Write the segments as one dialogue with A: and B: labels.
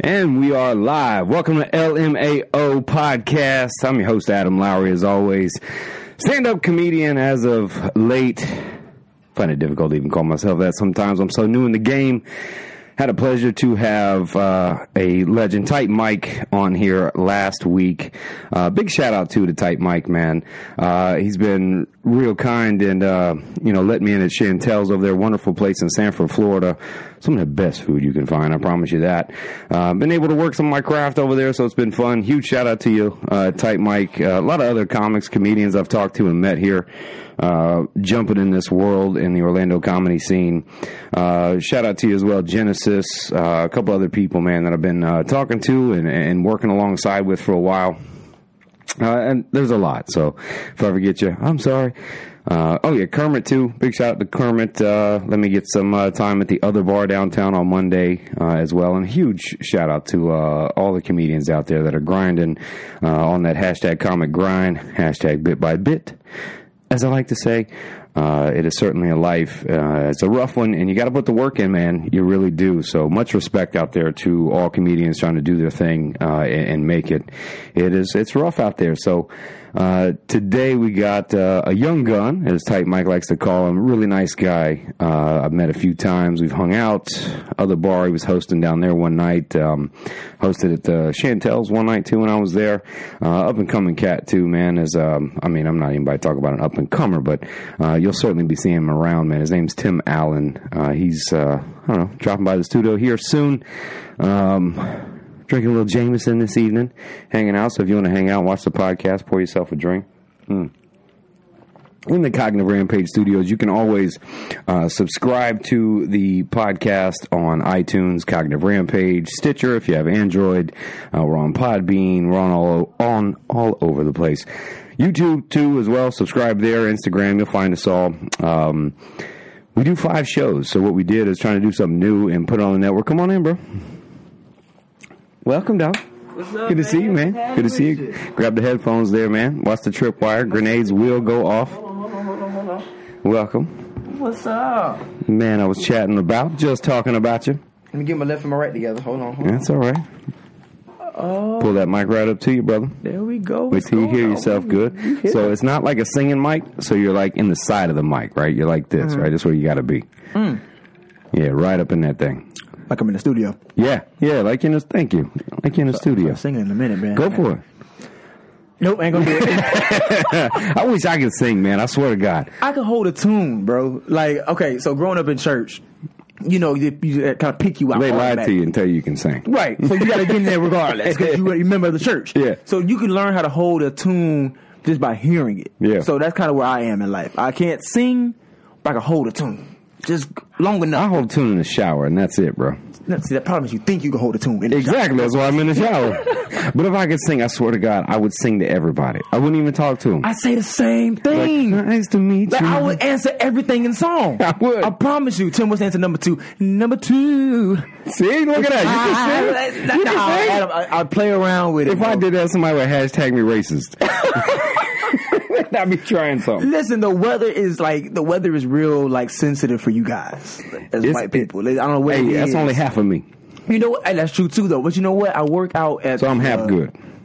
A: And we are live. Welcome to LMAO Podcast. I'm your host, Adam Lowry, as always. Stand up comedian as of late. Find it difficult to even call myself that sometimes. I'm so new in the game. Had a pleasure to have uh, a legend, Tight Mike, on here last week. Uh, big shout out to to Tight Mike, man. Uh, he's been real kind and uh, you know let me in at Chantel's over there, wonderful place in Sanford, Florida. Some of the best food you can find, I promise you that. Uh, been able to work some of my craft over there, so it's been fun. Huge shout out to you, uh, Tight Mike. Uh, a lot of other comics, comedians I've talked to and met here uh, jumping in this world in the Orlando comedy scene. Uh, shout out to you as well, Genesis, uh, a couple other people, man, that I've been uh, talking to and, and working alongside with for a while. Uh, and there's a lot, so if I forget you, I'm sorry. Uh, oh yeah, Kermit too. Big shout out to Kermit. Uh, let me get some uh, time at the other bar downtown on Monday uh, as well. And huge shout out to uh, all the comedians out there that are grinding uh, on that hashtag comic grind, hashtag bit by bit as I like to say, uh, it is certainly a life. Uh, it's a rough one, and you got to put the work in, man. You really do. So much respect out there to all comedians trying to do their thing uh, and, and make it. It is. It's rough out there. So uh, today we got uh, a young gun, as Tight Mike likes to call him. Really nice guy. Uh, I've met a few times. We've hung out. Other bar he was hosting down there one night. Um, hosted at the Chantel's one night too when I was there. Uh, up and coming cat too, man. Is um, I mean, I'm not even about to talk about an up and comer, but uh, you'll certainly be seeing him around, man. His name's Tim Allen. Uh, he's uh, I don't know, dropping by the studio here soon. Um, drinking a little Jameson this evening, hanging out. So if you want to hang out, watch the podcast, pour yourself a drink in the Cognitive Rampage Studios. You can always uh, subscribe to the podcast on iTunes, Cognitive Rampage, Stitcher. If you have Android, uh, we're on Podbean. We're on all on all over the place. YouTube too, as well. Subscribe there. Instagram, you'll find us all. Um, we do five shows, so what we did is trying to do something new and put it on the network. Come on in, bro. Welcome, dog.
B: What's up,
A: Good to see you, man. Good to see you. Grab the headphones there, man. Watch the tripwire. Grenades will go off.
B: Hold on, hold on, hold on.
A: Welcome.
B: What's up?
A: Man, I was chatting about, just talking about you.
B: Let me get my left and my right together. Hold on, hold on.
A: That's all right.
B: Oh,
A: Pull that mic right up to you, brother.
B: there we go.
A: Wait till you hear yourself good. So it's not like a singing mic, so you're like in the side of the mic, right? You're like this, right? That's where you got to be. Yeah, right up in that thing.
C: Like I'm in the studio.
A: Yeah, yeah, like in a, thank you. Like in a studio.
C: Singing in a minute, man.
A: Go for it.
C: Nope, ain't gonna do it.
A: I wish I could sing, man. I swear to God.
C: I can hold a tune, bro. Like, okay, so growing up in church, you know, you, you kind of pick you out.
A: They lied
C: automatic.
A: to you and tell you you can sing.
C: Right. So you got to get in there regardless because you remember the church.
A: Yeah.
C: So you can learn how to hold a tune just by hearing it.
A: Yeah.
C: So that's kind of where I am in life. I can't sing, but I can hold a tune. Just long
A: I
C: enough.
A: hold tune in the shower, and that's it, bro.
C: Now, See, that problem is you think you can hold a tune. And
A: Exactly. That's why I'm in the shower. but if I could sing, I swear to God, I would sing to everybody. I wouldn't even talk to them.
C: I say the same thing.
A: nice to meet
C: Like,
A: you.
C: I would answer everything in song.
A: I would.
C: I promise you. Tim was answer number two. Number two. Ah,
A: See, look at that. You can
C: I,
A: sing. You can
C: no,
A: sing.
C: Adam, I, I play around with it.
A: If I
C: bro.
A: did that, somebody would hashtag me racist. I'd be trying something.
C: Listen, the weather is like the weather is real, like sensitive for you guys as
A: It's-
C: white people. Like, I don't know what
A: Hey,
C: it
A: that's
C: is.
A: only half of me.
C: you know what? Hey, that's true too, though. But you know what? I work out at
A: So I'm half good.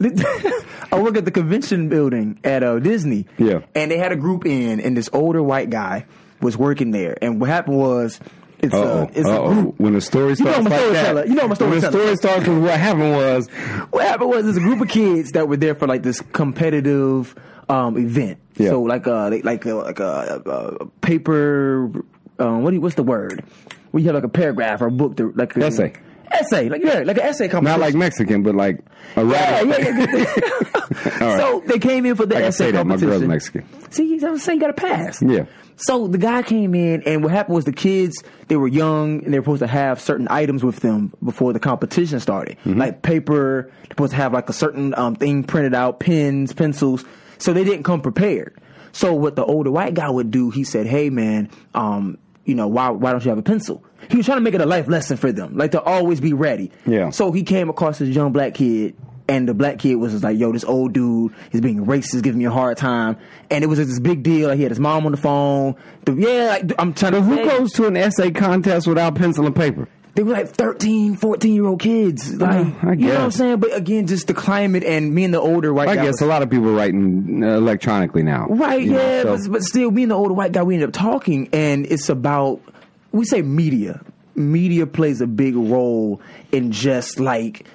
C: I work at the convention building at uh, Disney.
A: Yeah.
C: And they had a group in, and this older white guy was working there. And what happened was, it's
A: Uh-oh.
C: a it's a
A: Uh-oh.
C: group.
A: When the story starts
C: know I'm a
A: like
C: storyteller.
A: that.
C: You know I'm a
A: When the story
C: storyteller.
A: starts with what happened was,
C: What happened was, there's a group of kids that were there for like this competitive um, event.
A: Yeah.
C: So like uh they- like uh, like a, a, a paper um, what do you, what's the word? Where you have like a paragraph or a book to, like a,
A: Essay.
C: essay like yeah like an essay
A: not
C: competition.
A: like Mexican, but like a
C: yeah,
A: rabbit.
C: yeah, yeah.
A: All right.
C: So they came in for the
A: I can
C: essay
A: say that. My
C: competition.
A: girl's Mexican.
C: See, I'm saying you got to pass.
A: Yeah.
C: So the guy came in, and what happened was the kids they were young, and they were supposed to have certain items with them before the competition started,
A: Mm-hmm.
C: like paper. They're supposed to have like a certain um, thing printed out, pens, pencils. So they didn't come prepared. So what the older white guy would do, he said, "Hey man, um, you know why why don't you have a pencil?" He was trying to make it a life lesson for them, like to always be ready.
A: Yeah.
C: So Oh, he came across this young black kid, and the black kid was just like, "Yo, this old dude is being racist, giving me a hard time," and it was just this big deal. Like, he had his mom on the phone. The, yeah, like, I'm trying to.
A: Who goes to an essay contest without pencil and paper?
C: They were like 13, 14 year old kids. Like,
A: I
C: you know what I'm
A: guess.
C: saying? But again, just the climate and me and the older white
A: I
C: guy.
A: guess a lot of people writing uh, electronically now.
C: Right,
A: you know,
C: yeah,
A: so-
C: but, but still, me and the older white guy, we end up talking, and it's about we say media. Media plays a big role in just like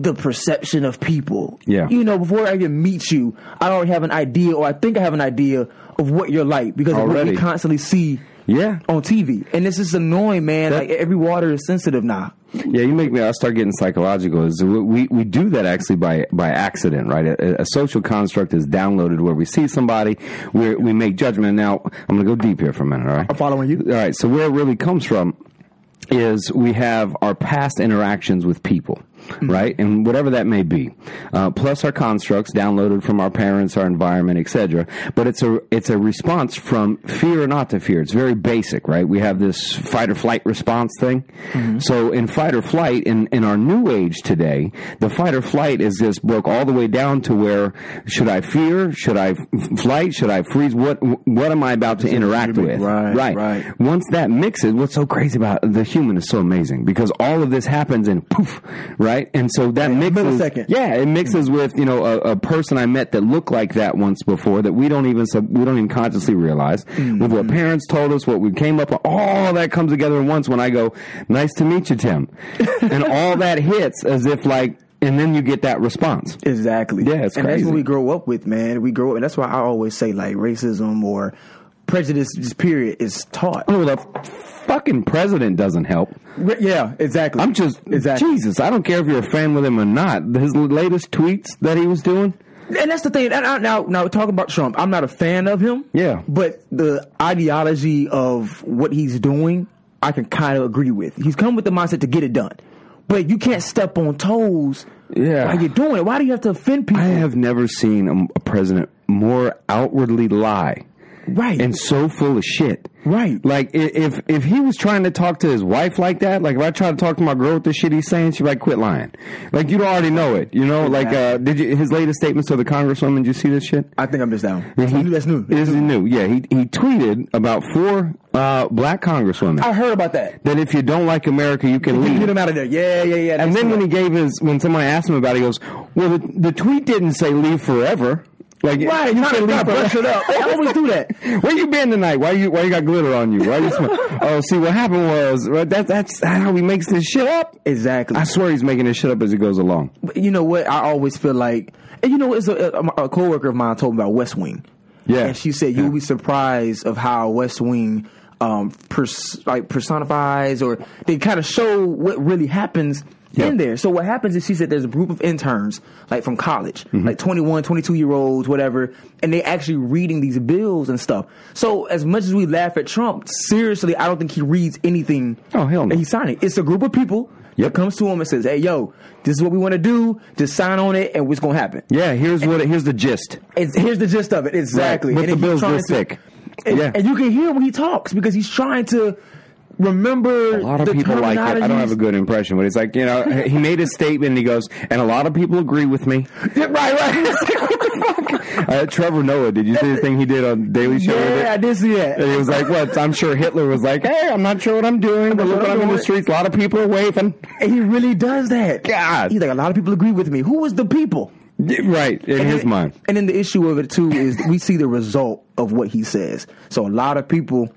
C: the perception of people.
A: Yeah.
C: you know, before I even meet you, I already have an idea, or I think I have an idea of what you're like because of what
A: Already.
C: we constantly see
A: yeah.
C: on TV, and this is annoying, man.
A: That-
C: like every water is sensitive now.
A: Yeah, you make me. I start getting psychological. Is we- we we do that actually by by accident, right? A, a social construct is downloaded where we see somebody, we we make judgment. Now I'm going to go deep here for a minute. All right,
C: I'm following you.
A: All right. So where it really comes from is we have our past interactions with people.
C: Hmm.
A: Right, and whatever that may be, uh, plus our constructs downloaded from our parents, our environment, etc. But it's a it's a response from fear or not to fear. It's very basic, right? We have this fight or flight response thing.
C: Mm-hmm.
A: So in fight or flight, in in our new age today, the fight or flight is just broke all the way down to where should I fear? Should I f- flight? Should I freeze? What what am I about to interact with?
C: Right,
A: right,
C: right.
A: once that mixes, what's so crazy about the human is so amazing because all of this happens in poof, right? And so that mixes,
C: millisecond.
A: yeah, it mixes with you know a, a person I met that looked like that once before that we don't even sub, we don't even consciously realize with what parents told us, what we came up, with, all that comes together at once. When I go, nice to meet you, Tim, and all that hits as if like, and then you get that response.
C: Exactly.
A: Yeah, it's
C: and that's
A: crazy.
C: what we grow up with, man. We grow up, and that's why I always say like racism or prejudice. Just period is taught.
A: Oh, the fucking president doesn't help.
C: Re- Yeah, exactly.
A: I'm just
C: exactly.
A: Jesus. I don't care if you're a fan with him or not. His latest tweets that he was doing.
C: And that's the thing. And I, now, now talking about Trump, I'm not a fan of him.
A: Yeah.
C: But the ideology of what he's doing, I can kind of agree with. He's come with the mindset to get it done, but you can't step on toes.
A: Yeah.
C: While you're doing it, why do you have to offend people?
A: I have never seen a, a president more outwardly lie
C: right.
A: and so full of shit.
C: Right.
A: Like i- if if he was trying to talk to his wife like that, like if I try to talk to my girl with the shit he's saying, she'd be like, "Quit lying." Like you already know it. You know, like uh, did you his latest statements to the congresswoman? Did you see this shit?
C: I think I'm just down. That's new. That's new.
A: This is new. Yeah, he he tweeted about four uh, black congresswomen
C: I heard about that.
A: that if you don't like America, you can leave.
C: Get him out of there. Yeah, yeah, yeah.
A: And
C: That's
A: then
C: the
A: when he gave his, when somebody asked him about it, he goes, "Well, the, the tweet didn't say leave forever. Like,
C: Right,
A: you can
C: you gotta-
A: leave
C: gotta brush
A: forever.
C: it up. I always do that.
A: Where you been tonight? Why you, why you got glitter on you? Why you sm- Oh, see, what happened was right, that that's how he makes this shit up.
C: Exactly.
A: I swear he's making this shit up as he goes along.
C: But you know what? I always feel like, and you know, it's a, a, a coworker of mine told me about West Wing.
A: Yeah.
C: and she said you'll be surprised of how West Wing um pers- like personifies or they kind of show what really happens.
A: Yeah.
C: In there. So what happens is she said there's a group of interns, like from college,
A: Mm-hmm.
C: like 21, 22 year olds, whatever, and they actually reading these bills and stuff. So as much as we laugh at Trump, seriously, I don't think he reads anything
A: Oh, hell no.
C: that he signed it. It's a group of people
A: Yep.
C: that comes to him and says, "Hey, yo, this is what we want to do. Just sign on it, and what's gonna happen."
A: Yeah, here's what, it- here's the gist.
C: It's, here's the gist of it exactly.
A: Right.
C: And
A: With
C: he's
A: the bills
C: trying
A: this
C: to-
A: thick.
C: And,
A: Yeah.
C: and you can hear when he talks because he's trying to remember.
A: A lot of
C: the
A: people like it. I don't have a
C: terminologies.
A: good impression, but it's like you know, he made a statement and he goes, and a lot of people agree with me.
C: Yeah, right, right.
A: Uh, Trevor Noah, did you see the thing he did on Daily Show? with it?
C: yeah, I did see that.
A: And he was like, "What?" I'm sure Hitler was like, "Hey, I'm not sure what I'm doing, but
C: not
A: look
C: sure
A: what
C: what
A: I'm in
C: I'm
A: the
C: doing."
A: streets. A lot of people are waving."
C: And he really does that.
A: God.
C: he's like a lot of people agree with me. Who is the people?
A: Yeah, Right in
C: And
A: his
C: then-
A: mind.
C: And then the issue of it too is we see the result of what he says. So a lot of people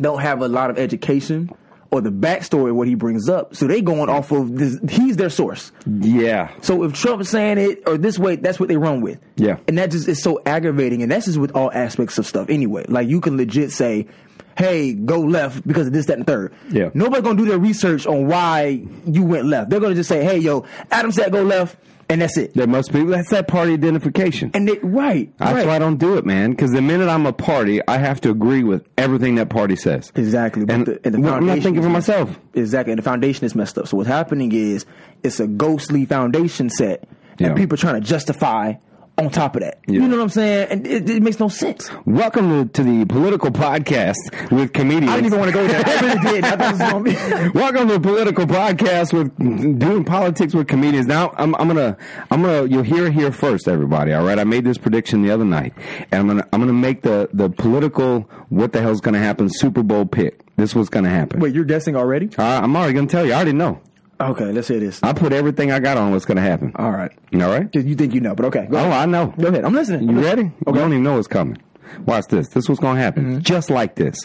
C: don't have a lot of education or the backstory of what he brings up. So they going off of this he's their source.
A: Yeah,
C: So if Trump's saying it or this way, that's what they run with.
A: Yeah.
C: And that just is so aggravating and that's just with all aspects of stuff anyway. Like you can legit say Hey, go left because of this, that, and third.
A: Yeah.
C: Nobody's gonna do their research on why you went left. They're gonna just say, Hey, yo, Adam said go left, and that's it.
A: there must be. That's that party identification.
C: And they, right.
A: That's
C: right.
A: why I don't do it, man. Because the minute I'm a party, I have to agree with everything that party says.
C: Exactly, but
A: And,
C: the- and the
A: well, I'm not
C: foundation
A: thinking for
C: is-
A: myself.
C: Exactly, and the foundation is messed up. So what's happening is it's a ghostly foundation set, and
A: Yeah.
C: people trying to justify on top of that.
A: Yeah.
C: You know what I'm saying? And it, it makes no sense.
A: Welcome to, to the political podcast with comedians.
C: I didn't even want to go there. I really did. I thought it was gonna be-
A: Welcome to the political podcast with doing politics with comedians. Now I'm, I'm gonna I'm gonna you'll hear it here first, everybody. All right, I made this prediction the other night, and I'm gonna I'm gonna make the the political what the hell's gonna happen Super Bowl pick. This was gonna happen.
C: Wait, you're guessing already?
A: Uh, I'm already gonna tell you. I already know.
C: Okay, let's hear this.
A: I put everything I got on what's gonna happen.
C: All right.
A: All right.
C: Dude, You think you know, but okay. Uh, Go
A: Oh,
C: ahead.
A: I know.
C: Go ahead. I'm listening.
A: You ready? We don't even know what's coming. Watch this. This is what's going to happen.
C: Mm-hmm.
A: Just like this.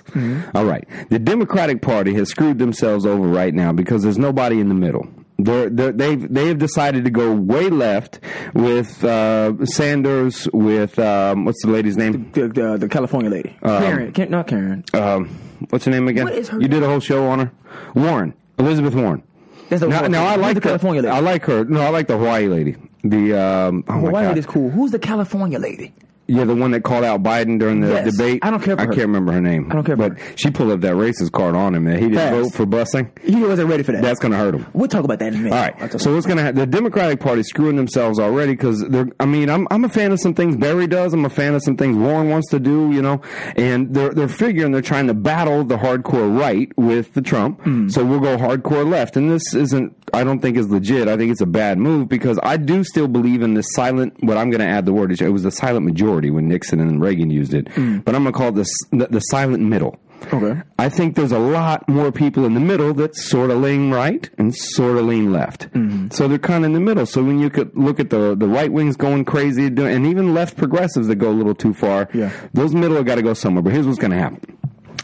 A: All right. The Democratic Party has screwed themselves over right now because there's nobody in the middle. They're, they're, they've they have decided to go way left with uh, Sanders with um, what's the lady's name?
C: The, the, the California lady. Um, Karen. Karen. Not Karen.
A: Um, what's her name again?
C: What is her
A: you did a whole show on her. Warren Elizabeth Warren.
C: That's the
A: Now,
C: Hawaii-
A: now I
C: who's
A: like
C: the Oh, California lady.
A: I like her. No, I like the Hawaii lady. The um, oh my
C: Hawaii
A: God.
C: lady's cool. Who's the California lady?
A: Yeah, the one that called out Biden during the
C: Yes.
A: debate.
C: I don't care for
A: I
C: her.
A: can't remember her name. I
C: don't care for
A: But
C: her.
A: she pulled up that racist card on him, and he didn't
C: Facts.
A: vote for busing.
C: He wasn't ready for that.
A: That's going to hurt him.
C: we'll talk about that in a minute.
A: All right. So what's going to happen? The Democratic Party screwing themselves already because they're. I mean, I'm I'm a fan of some things Barry does. I'm a fan of some things Warren wants to do. You know, and they're they're figuring they're trying to battle the hardcore right with the Trump. So we'll go hardcore left, and this isn't. I don't think is legit. I think it's a bad move because I do still believe in the silent. What I'm going to add the word is it was the silent majority when Nixon and Reagan used it, but I'm going to call this the, the silent middle.
C: Okay.
A: I think there's a lot more people in the middle that sort of lean right and sort of lean left. So they're kind of in the middle. So when you could look at the the right wings going crazy, doing- and even left progressives that go a little too far,
C: Yeah.
A: those middle have got to go somewhere. But here's what's going to happen: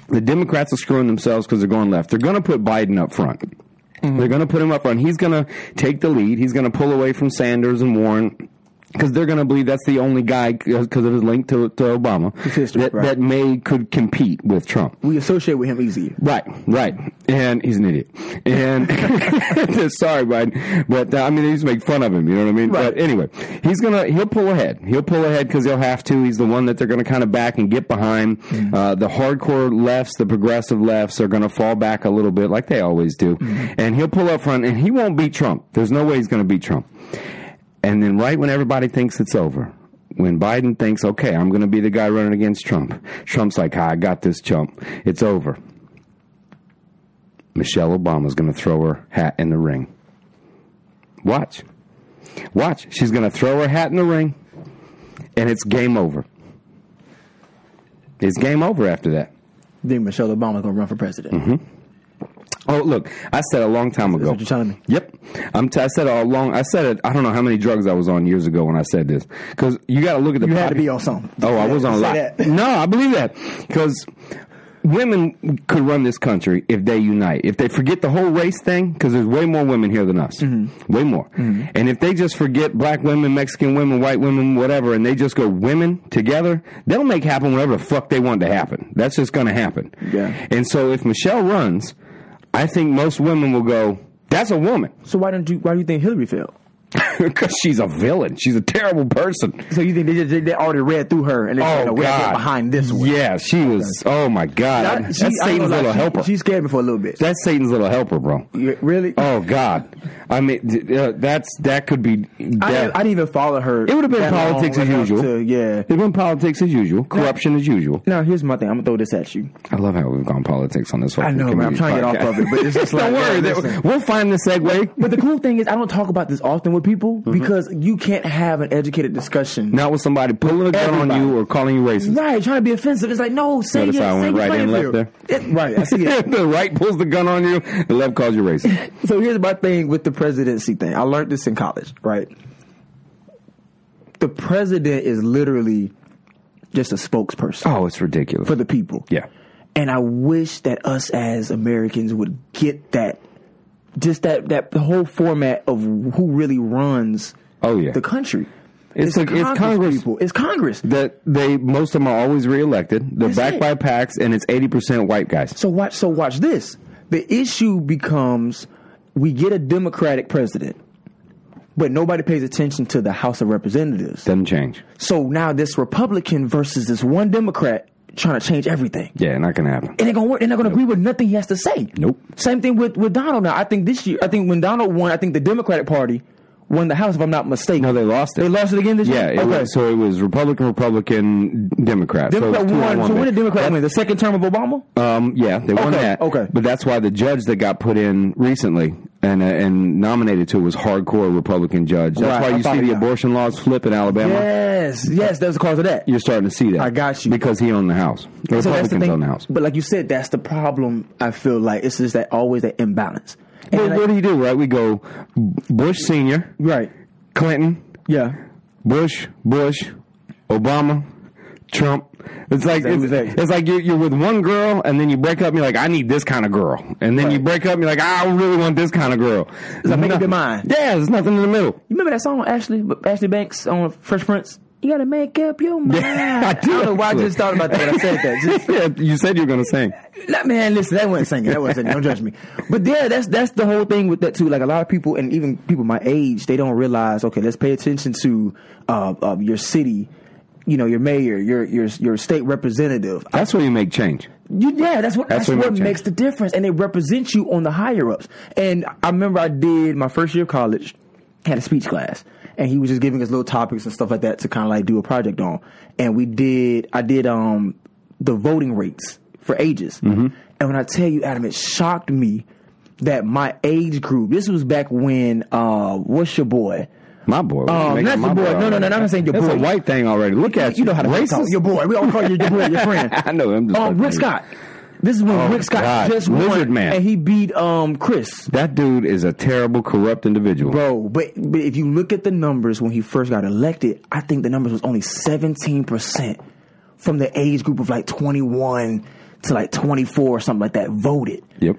A: the Democrats are screwing themselves because they're going left. They're going to put Biden up front. They're going to put him up front. He's going to take the lead. He's going to pull away from Sanders and Warren. Because they're going to believe that's the only guy, because of his link to, to Obama,
C: history,
A: that,
C: right.
A: that may could compete with Trump.
C: We associate with him easier.
A: Right, right, and he's an idiot. And sorry, Biden, but uh, I mean they used to make fun of him. You know what I mean?
C: Right.
A: But anyway, he's gonna he'll pull ahead. He'll pull ahead because he'll have to. He's the one that they're gonna kind of back and get behind. Uh, the hardcore lefts, the progressive lefts, are gonna fall back a little bit like they always do. And he'll pull up front, and he won't beat Trump. There's no way he's gonna beat Trump. And then right when everybody thinks it's over, when Biden thinks, okay, I'm going to be the guy running against Trump, Trump's like, "Ah, I got this chump. It's over. Michelle Obama's going to throw her hat in the ring. Watch. Watch. She's going to throw her hat in the ring, and it's game over. It's game over after that.
C: Then Michelle Obama's gonna run for president.
A: Oh, look, I said a long time ago.
C: what you're telling me.
A: Yep, I'm t- I said all along. I said it. I don't know how many drugs I was on years ago when I said this because you got to look at the.
C: You had to
A: popu-
C: be on something.
A: Oh, I was on a
C: Say
A: lot.
C: that.
A: No, I believe that because women could run this country if they unite. If they forget the whole race thing, because there's way more women here than us,
C: Mm-hmm.
A: way more. And if they just forget black women, Mexican women, white women, whatever, and they just go women together, they'll make happen whatever the fuck they want to happen. That's just going to happen.
C: Yeah.
A: And so if Michelle runs, I think most women will go. That's a woman
C: So why don't you? Why do you think Hillary failed?
A: because she's a villain. She's a terrible person.
C: So you think they just they- they already read through her and they
A: Oh
C: said, "No, we gotta get
A: God!
C: behind this one.
A: Yeah, she was. Oh my God!
C: I-
A: That's
C: she- I ain't
A: Satan's
C: gonna lie,
A: little
C: she-
A: helper.
C: She scared me for a little bit.
A: That's Satan's little helper, bro.
C: You- really?
A: Oh God! I mean, d- uh, that's that could be.
C: I, didn't, I didn't even follow her.
A: it would have been
C: that long
A: politics as
C: enough
A: usual.
C: to- yeah.
A: It been politics as usual, corruption as usual.
C: Now here's my thing. I'm gonna throw this at you.
A: I love how we've gone politics on this.
C: I know, man. I'm trying to get off of it, but it's just like,
A: don't worry,
C: man,
A: that-
C: listen.
A: we'll find the segue.
C: But the cool thing is, I don't talk about this often with people because you can't have an educated discussion.
A: Not with somebody pulling a gun on you
C: Everybody.
A: or calling you racist.
C: Right, trying to be offensive. It's like, no, say
A: Notice
C: your,
A: how I
C: say
A: went
C: your
A: right in,
C: playing
A: left
C: field. Yeah, right, I see it.
A: the right pulls the gun on you, the left calls you racist.
C: So here's my thing with the presidency thing. I learned this in college, right? The president is literally just a spokesperson
A: Oh, it's ridiculous.
C: for the people.
A: yeah,
C: And I wish that us as Americans would get that, just that, that whole format of who really runs
A: Oh, yeah.
C: the country.
A: It's like- it's Congress.
C: people. It's Congress.
A: that they most of them are always reelected. They're backed
C: That's it.
A: by PACs, and it's eighty percent white guys.
C: So watch. So watch this. The issue becomes we get a Democratic president, but nobody pays attention to the House of Representatives.
A: Doesn't change.
C: So now this Republican versus this one Democrat trying to change everything.
A: Yeah, not gonna happen.
C: And they're gonna work. They're not gonna agree with nothing he has to say.
A: Nope.
C: Same thing with with Donald. Now I think this year. I think when Donald won, I think the Democratic Party won the House, if I'm not mistaken.
A: No, they lost it.
C: They lost it again this
A: yeah,
C: year.
A: it was, so it was Republican, Republican, Democrat.
C: Democrat
A: so it was two on
C: won.
A: one
C: So when
A: there.
C: did Democrat win? The second term of Obama?
A: Um, yeah, they won
C: Okay,
A: that.
C: okay.
A: but that's why the judge that got put in recently and uh, and nominated to was hardcore Republican judge. That's
C: Right,
A: why
C: I
A: you
C: thought
A: see the
C: about it.
A: abortion laws flip in Alabama.
C: Yes, yes, that was the cause of that.
A: You're starting to see that.
C: I got you.
A: because he owned the house. The
C: So that's
A: Republicans
C: the thing.
A: own the house.
C: But like you said, that's the problem. I feel like it's just that always that imbalance. And
A: Well,
C: like-
A: what do you do? Right, we go Bush senior,
C: right?
A: Clinton,
C: Yeah.
A: Bush, Bush, Obama, Trump. It's like it's,
C: Exactly.
A: it's like you're, you're with one girl and then you break up. and You're like, I need this kind of girl, and then you
C: Right.
A: break up. and You're like, I really want this kind of girl. It's
C: like make up your mind.
A: Yeah, there's nothing in the middle.
C: You remember that song Ashley Ashley Banks on Fresh Prince? You gotta make up your mind.
A: Yeah, I do,
C: don't know why I
A: actually.
C: just thought about that. when I said that. Just-
A: yeah, you said you were gonna sing.
C: Nah, man, listen, that wasn't singing. That wasn't singing. Don't judge me. But yeah, that's that's the whole thing with that too. Like a lot of people, and even people my age, they don't realize. Okay, let's pay attention to uh, uh, your city. You know, your mayor, your your your state representative.
A: That's where you make change.
C: You, yeah, that's what
A: That's
C: that's,
A: what
C: what
A: makes
C: makes the difference, and it represents you on the higher ups. And I remember I did my first year of college had a speech class, and he was just giving us little topics and stuff like that to kind of like do a project on. And we did, I did um the voting rates for ages,
A: Mm-hmm.
C: and when I tell you, Adam, it shocked me that my age group. This was back when uh, what's your boy?
A: My boy.
C: Um,
A: Making
C: not
A: my
C: your boy. No, no, no, no, I'm not saying your
A: That's
C: boy.
A: a white thing already. Look at you.
C: You know how to
A: racist.
C: talk. Your boy. We all call you your boy, your friend.
A: I know. I'm just
C: Um,
A: fucking
C: Rick
A: with you.
C: Scott. This is when
A: Oh,
C: Rick Scott
A: God.
C: just
A: Lizard
C: won,
A: Man.
C: and he beat um Chris,
A: That dude is a terrible, corrupt individual.
C: bro. But but if you look at the numbers when he first got elected, I think the numbers was only seventeen percent from the age group of like twenty one to like twenty four or something like that voted.
A: Yep.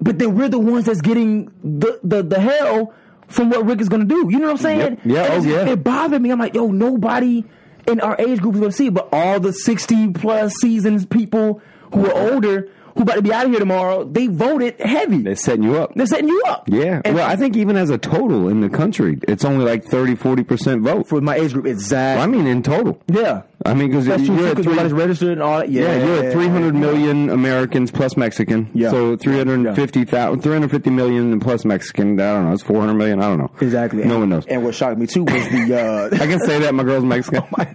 C: But then we're the ones that's getting the the, the hell from what Rick is gonna do. You know what I'm saying?
A: Yep. Yeah,
C: And
A: oh,
C: it's just-
A: yeah.
C: It bothered me. I'm like, yo, nobody in our age group is gonna see it, but all the 60 plus seasons people who are older who about to be out of here tomorrow, they voted heavy.
A: They're setting you up.
C: They're setting you up.
A: Yeah.
C: And
A: well, I think even as a total in the country, it's only like 30, 40% vote.
C: for my age group,
A: I
C: exactly.
A: mean, in total.
C: Yeah.
A: I mean, because
C: That's true
A: you're, at
C: because
A: three-
C: everybody's registered and all that. Yeah,
A: yeah, you're at 300 million Americans plus Mexican.
C: Yeah.
A: So 350,000, 350 million and plus Mexican. I don't know. It's 400 million. I don't know.
C: Exactly.
A: No one knows.
C: And what shocked me too was the uh,
A: I can say that my girl's Mexican. Oh my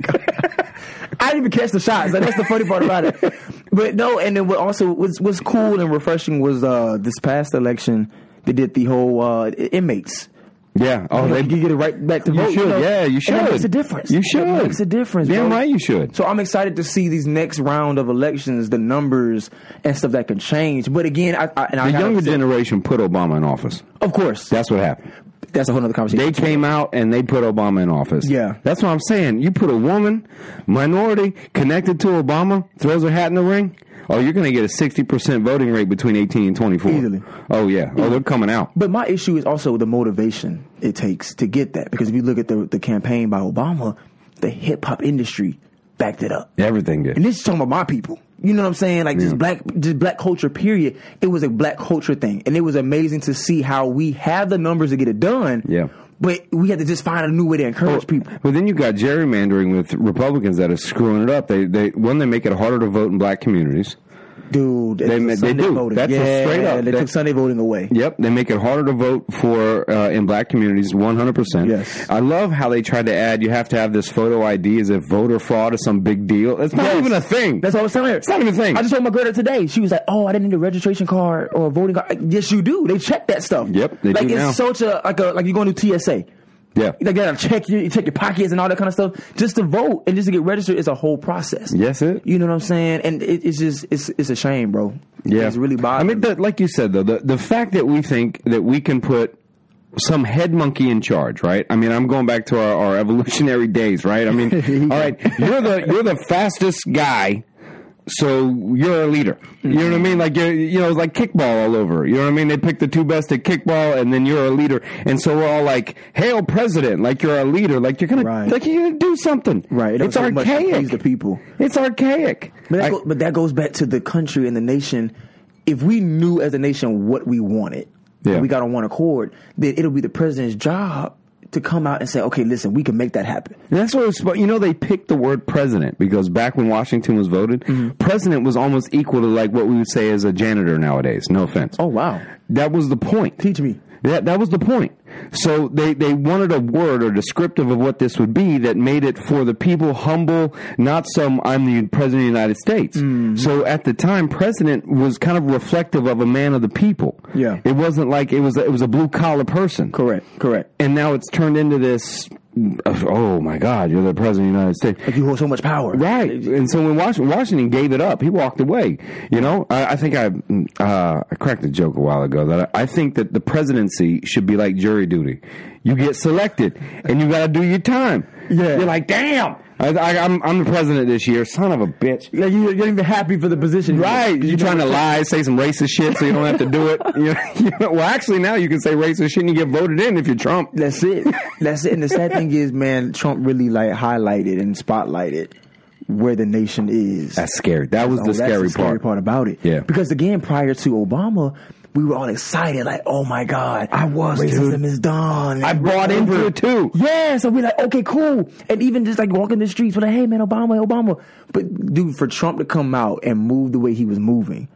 C: I didn't even catch the shots. Like, that's the funny part about it. But no, and then what also was was cool and refreshing was uh, this past election they did the whole uh, inmates.
A: Yeah. Oh,
C: You, know,
A: they
C: you get it right back to
A: You
C: vote.
A: should,
C: know?
A: yeah, you should.
C: And it makes a difference.
A: You
C: It
A: should.
C: makes a difference.
A: Damn
C: bro.
A: right you should.
C: So I'm excited to see these next round of elections, the numbers and stuff that can change. But again, I, I and I
A: The
C: gotta
A: younger
C: say-
A: generation put Obama in office.
C: of course,
A: That's what happened.
C: that's a whole other conversation.
A: They came out and they put Obama in office.
C: Yeah.
A: That's what I'm saying. You put a woman, minority, connected to Obama, throws her hat in the ring, oh, you're going to get a 60% voting rate between 18 and 24.
C: Easily.
A: Oh, yeah. Oh, they're coming out.
C: But my issue is also the motivation it takes to get that. Because if you look at the, the campaign by Obama, the hip hop industry backed it up.
A: Everything
C: And
A: did.
C: this is talking about my people. You know what I'm saying? Like just black just black culture period. It was a black culture thing. And it was amazing to see how we have the numbers to get it done.
A: Yeah. Oh.
C: But we had to just find a new way to encourage people.
A: Well, then you got gerrymandering with Republicans that are screwing it up. They, they, one, they make it harder to vote in black communities.
C: Dude,
A: They-
C: they,
A: they
C: Sunday
A: do.
C: voting.
A: That's a
C: yeah,
A: straight up-
C: They
A: that-
C: took Sunday voting away.
A: Yep, they make it harder to vote for uh, in black communities, one hundred percent.
C: Yes.
A: I love how they tried to add you have to have this photo ID as if voter fraud is some big deal. It's not
C: Yes.
A: even a thing.
C: That's what I was telling her. It's
A: not even a thing.
C: I just told my girl that today. She was like, "Oh, I didn't need a registration card or a voting card." Like, yes, you do. They check that stuff.
A: Yep, they
C: like
A: do
C: it's
A: now.
C: such a like a like you're going to TSA.
A: yeah,
C: Like they gotta check you, you check your pockets and all that kind of stuff. Just to vote and just to get registered is a whole process.
A: yes, it.
C: You know what I'm saying? And it, it's just it's it's a shame, bro.
A: Yeah,
C: it's really
A: I
C: bothering.
A: mean, the, like you said though, the the fact that we think that we can put some head monkey in charge, right? I mean, I'm going back to our, our evolutionary days, right? I mean, all right, you're the you're the fastest guy so you're a leader. You know what I mean? Like you're, you know, it's like kickball all over. You know what I mean? They pick the two best at kickball, and then you're a leader. And so we're all like, "Hail president!" Like you're a leader. Like you're gonna,
C: Right.
A: like you're gonna do something.
C: right? It don't
A: It's
C: take much to
A: archaic.
C: please the people.
A: It's archaic.
C: But that,
A: I-
C: go, but that goes back to the country and the nation. If we knew as a nation what we wanted,
A: Yeah.
C: and we got on one accord, then it'll be the president's job to come out and say, okay, listen, we can make that happen.
A: And that's what it's about. You know, they picked the word president because back when Washington was voted, president was almost
C: Oh.
A: equal to like what we would say as a janitor nowadays. No offense.
C: wow.
A: That was the point.
C: Teach me.
A: That that was the point. So they, they wanted a word or descriptive of what this would be that made it for the people humble, not some I'm the president of the United States. So at the time, president was kind of reflective of a man of the people.
C: Yeah.
A: it wasn't like it was it was a blue collar person.
C: Correct. Correct.
A: And now it's turned into this. Oh my God! You're the president of the United States.
C: Like you hold so much power.
A: Right. And so when Washington, Washington gave it up, he walked away. You know, I, I think I uh, I cracked a joke a while ago that I, I think that the presidency should be like jury duty. You get selected and you got to do your time.
C: Yeah.
A: You're like, damn, I, I, I'm I'm the president this year, son of a bitch.
C: Like you, you're even happy for the position.
A: Right, you're trying to lie, say some racist shit, so you don't have to do it. You know, you know, well, actually, now you can say racist shit and you get voted in if you're Trump.
C: That's it. That's it. And the sad thing is, man, Trump really like highlighted and spotlighted where the nation is.
A: That's scary. That was
C: Oh,
A: the
C: that's
A: scary
C: scary
A: part.
C: part about it.
A: Yeah.
C: Because again, prior to Obama, we were all excited, like, oh my God, I was racism is done.
A: I bought into it too.
C: Yeah, so we're like, okay, cool. And even just like walking the streets, we're like, hey man, Obama, Obama. But dude, for Trump to come out and move the way he was moving,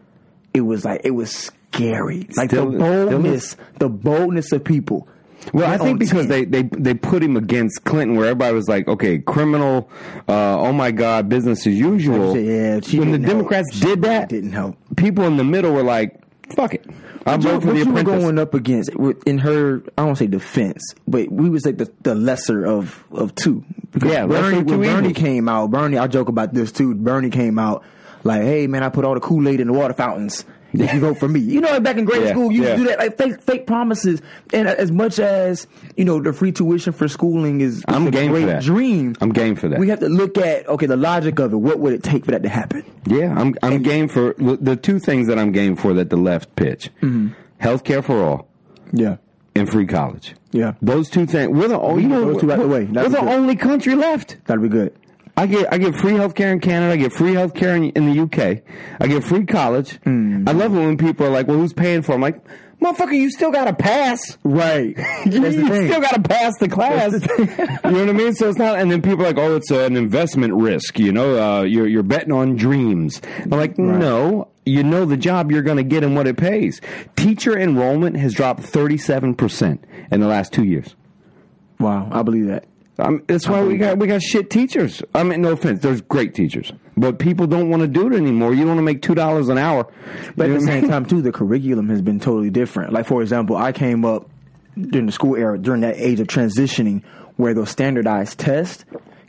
C: it was like it was scary. Like
A: Still- still is.
C: the boldness, the boldness of people.
A: Well, I
C: They're
A: think
C: on
A: because
C: 10.
A: they, they they put him against Clinton, where everybody was like, "Okay, criminal, uh, oh my God, business as usual."
C: Yeah, she
A: when the
C: didn't help.
A: Democrats did that,
C: didn't help.
A: people in the middle were like, "Fuck it, I
C: What
A: vote for
C: you
A: the
C: were
A: apprentice."
C: going up against with- in her, I don't say defense, but we was like the, the lesser of of two. Because
A: Yeah, lesser
C: Bernie,
A: of
C: when
A: two
C: Bernie
A: evils.
C: came out, Bernie, I joke about this too. Bernie came out like, "Hey man, I put all the Kool Aid in the water fountains. If you vote for me, you know, back in grade
A: Yeah,
C: school, you used to
A: yeah.
C: do that like fake fake promises. And as much as you know, the free tuition for schooling is, is
A: I'm
C: the
A: game for
C: great
A: that.
C: dream.
A: I'm game for that.
C: We have to look at okay, the logic of it. What would it take for that to happen?
A: yeah, I'm I'm game for the two things that I'm game for that the left pitch:
C: Mm-hmm.
A: healthcare for all
C: Yeah,
A: and free college.
C: yeah,
A: Those two things. We're the only. You know,
C: those two out the way.
A: We're
C: That'd
A: the
C: be good.
A: only country left.
C: that'd be good.
A: I get I get free healthcare in Canada. I get free healthcare in, in the UK. I get free college.
C: Hmm.
A: I love it when people are like, "Well, who's paying for?" it?" I'm like, "Motherfucker, you still got to pass. You
C: Right, That's the thing.
A: still got to pass the class."
C: That's the thing.
A: you know what I mean? So it's not. And then people are like, "Oh, it's an investment risk." You know, uh, you're you're betting on dreams. I'm like, no. You know the job you're going to get and what it pays. Teacher enrollment has dropped 37% in the last two years.
C: Wow, I believe that.
A: I'm, Um, that's why we got we got shit teachers. I mean, no offense, there's great teachers, but people don't want to do it anymore. You want to make two dollars an hour,
C: But
A: You know
C: at the
A: what I
C: same
A: mean?
C: time, too, the curriculum has been totally different. Like, for example, I came up during the school era, during that age of transitioning, where those standardized tests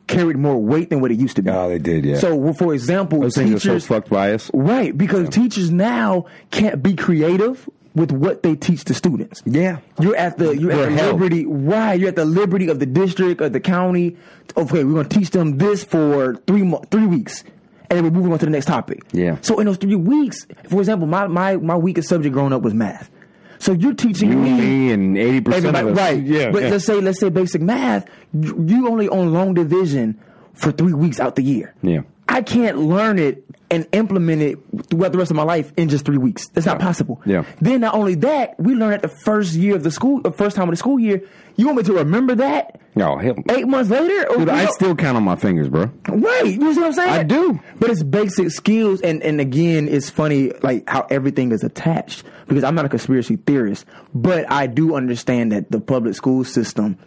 C: carried more weight than what it used to be.
A: Oh, they did, yeah.
C: So, well, for example,
A: those things
C: teachers,
A: are so fucked by us.
C: right? Because teachers now can't be creative with what they teach the students.
A: Yeah,
C: You're at the you're
A: They're
C: at the
A: held.
C: liberty right. You're at the liberty of the district of the county. Okay, we're gonna teach them this for three mo- three weeks, and then we're moving on to the next topic.
A: Yeah.
C: So in those three weeks, for example, my my my weakest subject growing up was math. So you're teaching
A: you,
C: me
A: me, and eighty percent of
C: Everybody,
A: us.
C: right?
A: Yeah,
C: But
A: yeah.
C: let's say let's say basic math. You, you only on long division for three weeks out the year.
A: Yeah.
C: I can't learn it and implement it throughout the rest of my life in just three weeks. That's not possible.
A: Yeah.
C: Then not only that, we learn at the first year of the school, the first time of the school year. You want me to remember that
A: no, hell,
C: eight months later? Or
A: dude,
C: we
A: I
C: don't-
A: still count on my fingers, bro.
C: Right. You see what I'm saying?
A: I do.
C: But it's basic skills and, and again it's funny like how everything is attached. Because I'm not a conspiracy theorist, but I do understand that the public school system,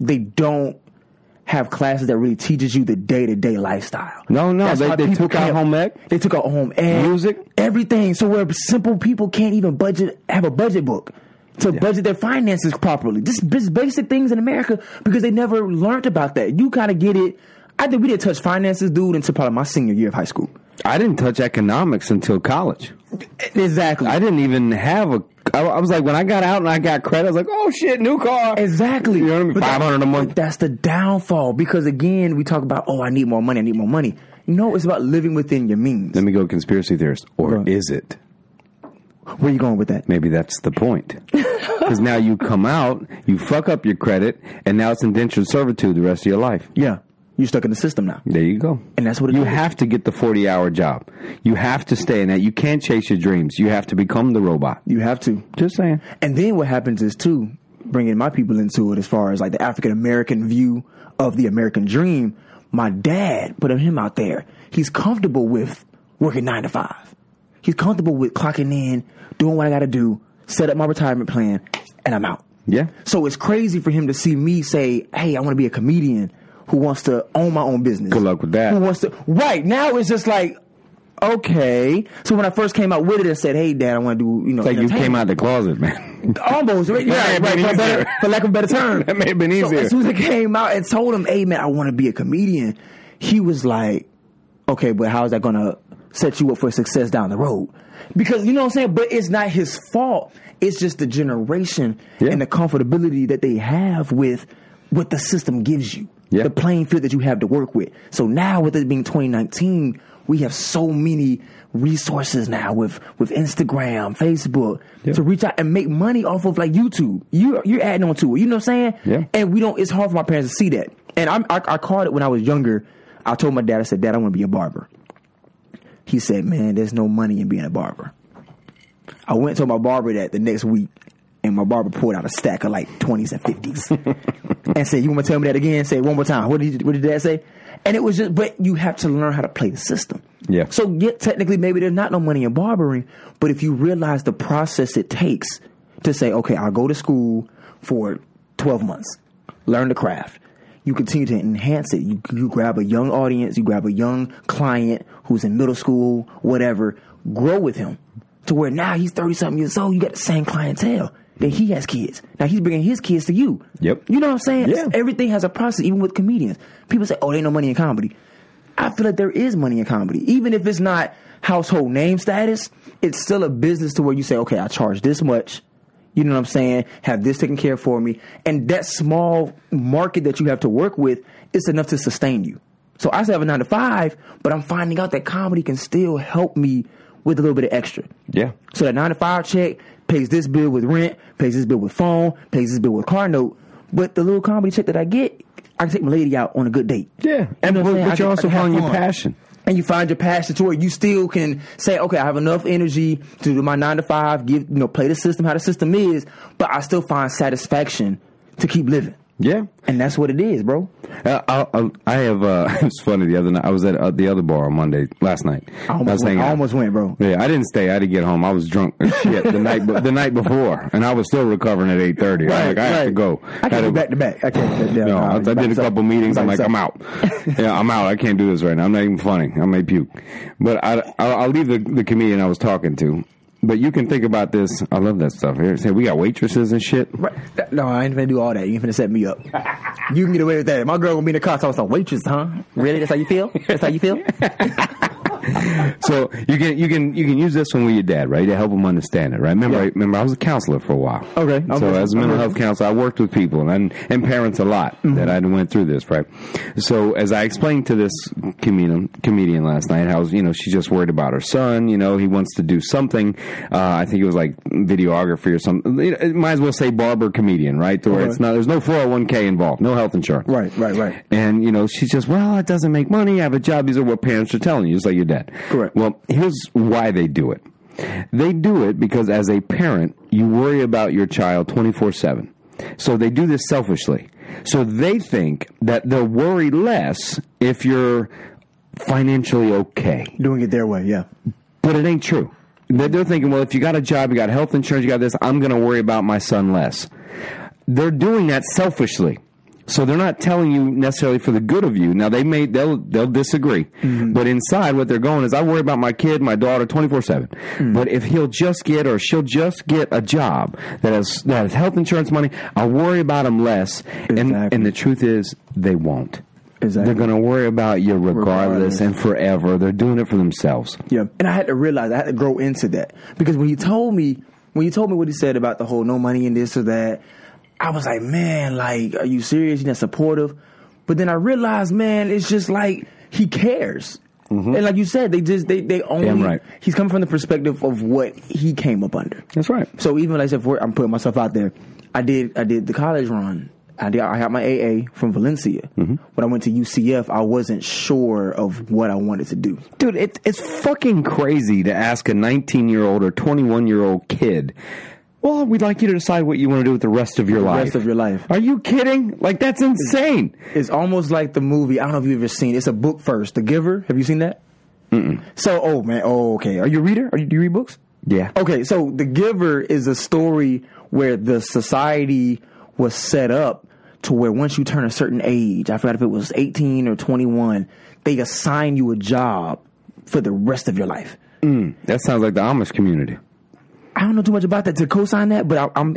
C: they don't have classes that really teaches you the day to day lifestyle.
A: No, no,
C: That's
A: they-
C: why
A: they
C: people
A: took out
C: can't-
A: home ec.
C: They took out home ec,
A: Music.
C: everything. So where simple people can't even budget, have a budget book to budget their finances properly. Just bas- basic things in America because they never learned about that. You kind of get it. I did. We didn't touch finances, dude, until probably my senior year of high school.
A: I didn't touch economics until college.
C: Exactly.
A: I didn't even have a. I, I was like, when I got out and I got credit, I was like, oh shit, new car.
C: Exactly.
A: You know what I mean?
C: But that-
A: 500 a month.
C: but That's the downfall because again, we talk about oh, I need more money. I need more money. No, it's about living within your means.
A: Let me go conspiracy theorist, or
C: Right.
A: is it?
C: Where you going with that?
A: Maybe that's the point. Because now you come out, you fuck up your credit, and now it's indentured servitude the rest of your life.
C: Yeah, you're stuck in the system now.
A: There you go.
C: And that's what it
A: you
C: is.
A: have to get the forty-hour job. You have to stay in that. You can't chase your dreams. You have to become the robot.
C: You have to.
A: Just saying.
C: And then what happens is too bringing my people into it as far as like the African American view of the American dream. My dad put him out there. He's comfortable with working nine to five. He's comfortable with clocking in, doing what I got to do, set up my retirement plan, and I'm out.
A: Yeah.
C: So it's crazy for him to see me say, "Hey, I want to be a comedian who wants to own my own business."
A: Good luck with that.
C: Who wants to? Right now, it's just like, okay. So when I first came out with it and said, "Hey, Dad, I want to do," you know,
A: It's like you came
C: entertainment."
A: out the closet, man.
C: almost right, yeah,
A: That may have
C: right,
A: been
C: for,
A: easier.
C: better, for lack of a better term.
A: That may have been
C: So
A: easier.
C: as soon as I came out and told him, "Hey, man, I want to be a comedian," he was like, "Okay, but how is that gonna set you up for success down the road?" Because you know what I'm saying. But it's not his fault. It's just the generation
A: Yeah.
C: and the comfortability that they have with what the system gives you,
A: Yeah.
C: the playing field that you have to work with. So now, with it being 2019, we have so many resources now with with Instagram, Facebook
A: Yeah.
C: to reach out and make money off of like YouTube. You you're adding on to it. You know what I'm saying?
A: Yeah.
C: And we don't. It's hard for my parents to see that. And I'm, I I called it when I was younger. I told my dad, I said, Dad, I want to be a barber. He said, Man, there's no money in being a barber. I went to my barber that the next week, and my barber pulled out a stack of like twenties and fifties, and said, "You want to tell me that again? Say it one more time. What did you, what did Dad say?" And it was just, but you have to learn how to play the system.
A: Yeah.
C: So yet technically, maybe there's not no money in barbering, but if you realize the process it takes to say, "Okay, I'll go to school for twelve months, learn the craft." You continue to enhance it. You, you grab a young audience, you grab a young client who's in middle school, whatever, grow with him to where now he's 30 something years old, you got the same clientele that he has kids. Now he's bringing his kids to you.
A: Yep.
C: You know what I'm saying?
A: Yeah.
C: Everything has a process, even with comedians. People say, oh, they no money in comedy. I feel like there is money in comedy. Even if it's not household name status, it's still a business to where you say, okay, I charge this much. You know what I'm saying? Have this taken care for me. And that small market that you have to work with is enough to sustain you. So I still have a nine to five, but I'm finding out that comedy can still help me with a little bit of extra.
A: Yeah.
C: So that nine to five check pays this bill with rent, pays this bill with phone, pays this bill with car note. But the little comedy check that I get, I can take my lady out on a good date.
A: Yeah. And
C: what
A: but- but
C: I'm saying? I
A: you
C: can- I
A: also
C: can have
A: find your
C: fun.
A: passion.
C: And you find your passion to where you still can say, okay, I have enough energy to do my nine to five, give you know, play the system how the system is, but I still find satisfaction to keep living.
A: Yeah.
C: And that's what it is, bro.
A: Uh, I, I, I have. Uh, it's funny. The other night, I was at uh, the other bar on Monday last night.
C: I
A: was
C: almost, went,
A: hanging
C: I
A: out.
C: almost went, bro.
A: Yeah, I didn't stay. I had to get home. I was drunk as shit the night be- the night before, and I was still recovering at eight thirty. I'm like, I have to go.
C: I
A: Had
C: can't
A: to-
C: go back to back. I can't.
A: No, I, I did a couple meetings. I'm like, I'm out. yeah, I'm out. I can't do this right now. I'm not even funny. I may puke. But I, I'll, I'll leave the, the comedian I was talking to. But you can think about this. I love that stuff. Here, say we got waitresses and shit.
C: Right. Th- No, I ain't finna do all that. You ain't finna set me up. You can get away with that. My girl gonna be in the car. So I was like, waitress, huh? Really? That's how you feel? That's how you feel?
A: So you can you can you can use this one with your dad, right? To help him understand it, right? Remember, I, remember, I was a counselor for a while.
C: Okay, Mm-hmm. I'm
A: so
C: with you.
A: as a
C: I'm
A: mental
C: with
A: health counselor, I worked with people and and parents a lot that I went through this, right? So as I explained to this comedian comedian last night, how you know she's just worried about her son. You know, he wants to do something. Uh, I think it was like videography or something. You know, It might as well say barber comedian, right? Or it's
C: Okay.
A: not. There's no 401k involved, no health insurance,
C: Right, right, right.
A: and you know, she's just, well, it doesn't make money. I have a job. These are what parents are telling you, just like your dad.
C: Correct.
A: Well, here's why they do it. They do it because as a parent, you worry about your child 24 7. So they do this selfishly. So they think that they'll worry less if you're financially okay.
C: Doing it their way, yeah.
A: But it ain't true. They're, they're thinking, well, if you got a job, you got health insurance, you got this, I'm going to worry about my son less. They're doing that selfishly. So they're not telling you necessarily for the good of you. Now they may they'll they'll disagree,
C: Mm-hmm.
A: but inside what they're going is I worry about my kid, my daughter, twenty four seven.
C: Mm.
A: But if he'll just get or she'll just get a job that has that has health insurance money, I'll worry about him less. And
C: Exactly.
A: and the truth is, they won't.
C: Exactly.
A: They're going to worry about you regardless
C: Regardless.
A: and forever. They're doing it for themselves.
C: Yeah. And I had to realize I had to grow into that because when you told me when you told me what he said about the whole no money in this or that, I was like, man, like, are you serious? You're not supportive. But then I realized, man, it's just like he cares. And like you said, they just they they only
A: right.
C: he's coming from the perspective of what he came up under.
A: That's right.
C: So even like I said, for, I'm putting myself out there. I did I did the college run. I did I got my AA from Valencia. When I went to UCF, I wasn't sure of what I wanted to do.
A: Dude, it, it's fucking crazy to ask a 19 year old or 21 year old kid, well, we'd like you to decide what you want to do with the rest of your
C: The
A: life.
C: rest of your life.
A: Are you kidding? Like, that's insane.
C: It's almost like the movie. I don't know if you've ever seen. It's a book first, The Giver. Have you seen that? Mm-mm. So, oh man, oh okay. Are you a reader? Are you, do you read books?
A: Yeah.
C: Okay, so The Giver is a story where the society was set up to where once you turn a certain age, I forgot if it was 18 or 21, they assign you a job for the rest of your life.
A: That sounds like the Amish community.
C: I don't know too much about that to co-sign that, but I, I'm,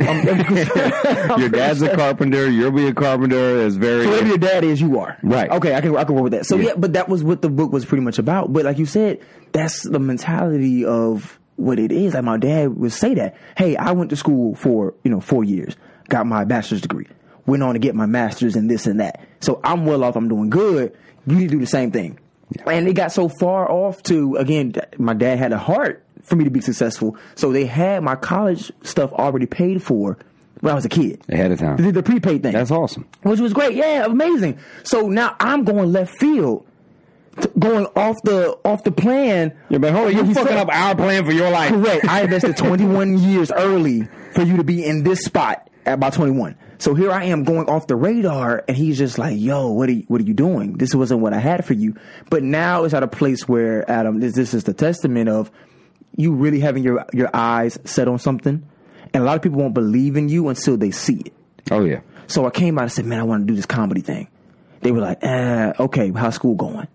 C: I'm,
A: Your dad's a carpenter. You'll be a carpenter. Is very.
C: whatever your dad is, you are.
A: Right.
C: Okay, I can I can work with that. So
A: Yeah.
C: yeah. but that was what the book was pretty much about. But like you said, that's the mentality of what it is. Like my dad would say that, hey, I went to school for you know four years, got my bachelor's degree, went on to get my master's and this and that. So I'm well off. I'm doing good. You need to do the same thing. And it got so far off to again, th- my dad had a heart for me to be successful. So they had my college stuff already paid for when I was a kid.
A: Ahead of time.
C: They did The prepaid thing
A: That's awesome.
C: which was great. Yeah, amazing. So now I'm going left field, t- going off the off the plan.
A: Yeah, but hold on. You're
C: He
A: fucking
C: said-
A: up our plan for your life.
C: Correct. I invested 21 years early for you to be in this spot at by 21. So here I am going off the radar, and he's just like, "Yo, what are you, what are you doing? This wasn't what I had for you." But now it's at a place where Adam, this, this is the testament of you really having your your eyes set on something, and a lot of people won't believe in you until they see it.
A: Oh yeah.
C: So I came out and said, man, I want to do this comedy thing. They were like, eh, okay, how's school going?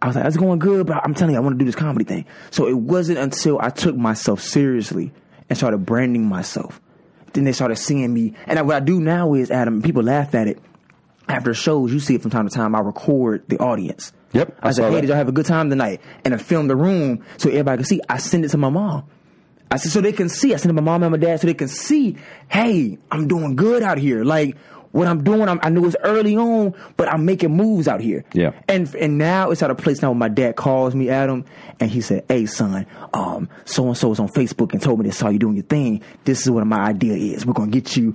C: I was like, it's going good, but I'm telling you, I want to do this comedy thing. So it wasn't until I took myself seriously and started branding myself. Then they started seeing me. And I, what I do now is, Adam, people laugh at it. After shows, you see it from time to time. I record the audience.
A: Yep, I
C: I, said,
A: saw
C: hey,
A: that.
C: did y'all have a good time tonight? And I film the room so everybody can see. I send it to my mom. I said, so they can see. I sent it to my mom and my dad so they can see, hey, I'm doing good out here. Like, what I'm doing, I'm, I know it's early on, but I'm making moves out here.
A: Yeah.
C: And and now it's at a place now where my dad calls me, Adam, and he said, hey, son, um, so-and-so is on Facebook and told me they saw you doing your thing. This is what my idea is. We're going to get you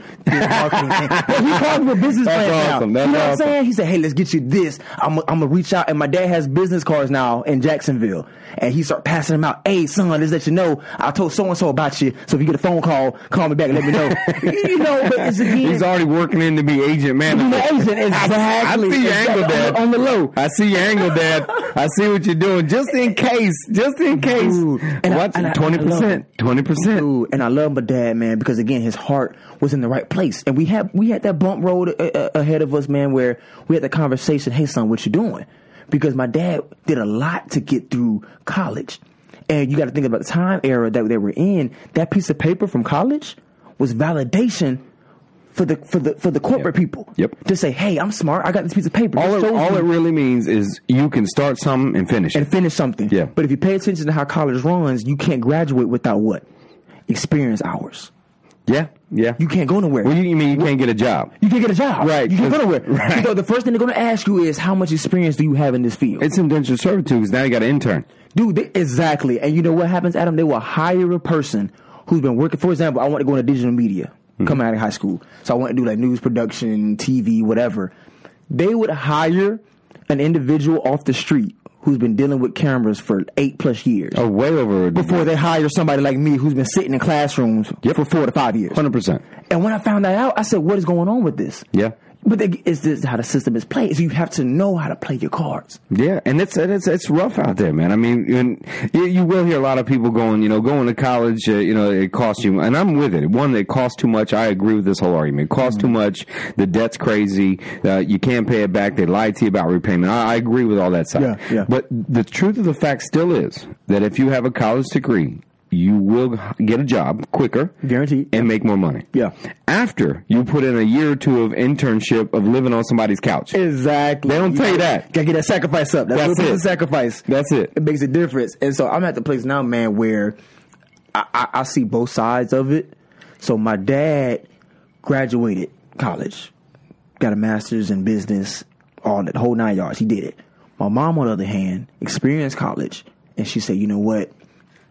C: this marketing thing. he called me a business
A: That's
C: plan now.
A: awesome. That's
C: you know what I'm
A: awesome.
C: saying? saying? He said, "Hey, let's get you this. I'm I'm gonna reach out." And my dad has business cards now in Jacksonville, and he start passing them out. Hey, son, let's let you know. I told so and so about you. So if you get a phone call, call me back and let me know. you know, but it's again.
A: He's already working in to be agent manager.
C: the agent, exactly.
A: I see your
C: Exactly.
A: angle, Dad.
C: On the- on the low.
A: I see your angle, Dad. I see what you're doing. Just in case. Just in case.
C: Dude, and I-
A: Watch
C: and I- and I
A: twenty percent. Twenty percent.
C: Dude, and I love my dad, man, because again, his heart was in the right place, and we had we had that bump road a- a- ahead of us, man, where we had the conversation, "Hey, son, what you doing?" Because my dad did a lot to get through college, and you got to think about the time era that they were in. That piece of paper from college was validation. For the for the for the corporate people,
A: Yep.
C: to say, hey, I'm smart. I got this piece of paper.
A: All
C: This
A: it,
C: shows
A: all
C: me
A: it really means is you can start something and finish. it.
C: and finish something.
A: Yeah.
C: But if you pay attention to how college runs, you can't graduate without what experience hours.
A: yeah. Yeah.
C: You can't go nowhere.
A: Well, you, you mean you can't get a job?
C: You can't get a job.
A: Right,
C: You can't go
A: 'cause-
C: nowhere.
A: right.
C: So the first thing they're going to ask you is how much experience do you have in this field?
A: It's indentured servitude because now you got an intern.
C: Dude, they, exactly. And you know what happens, Adam? They will hire a person who's been working. For example, I want to go into digital media
A: Hmm.
C: coming out of high school. So I want to do like news production, TV, whatever. They would hire an individual off the street who's been dealing with cameras for eight plus years
A: Oh, way over
C: before they hire somebody like me who's been sitting in classrooms for four to five years.
A: hundred percent.
C: And when I found that out, I said, "What is going on with this?"
A: Yeah.
C: But the, is this how the system is played? So you have to know how to play your cards.
A: Yeah, and it's and it's it's rough out there, man. I mean, and you, you will hear a lot of people going, you know, going to college, uh, you know, it costs you, and I'm with it. One, it costs too much. I agree with this whole argument. It costs too much. The debt's crazy. Uh, you can't pay it back. They lied to you about repayment. I, I agree with all that side.
C: Yeah, yeah.
A: But the truth of the fact still is that if you have a college degree, you will get a job quicker,
C: Guaranteed.
A: and make more money.
C: Yeah.
A: After you put in a year or two of internship of living on somebody's couch.
C: Exactly.
A: They don't tell you that.
C: Gotta get that sacrifice up. That's,
A: That's
C: what it.
A: it.
C: is, sacrifice.
A: That's it.
C: It makes a difference. And so I'm at the place now, man, where I, I, I see both sides of it. So my dad graduated college, got a master's in business, all that whole nine yards. He did it. My mom, on the other hand, experienced college, and she said, "You know what?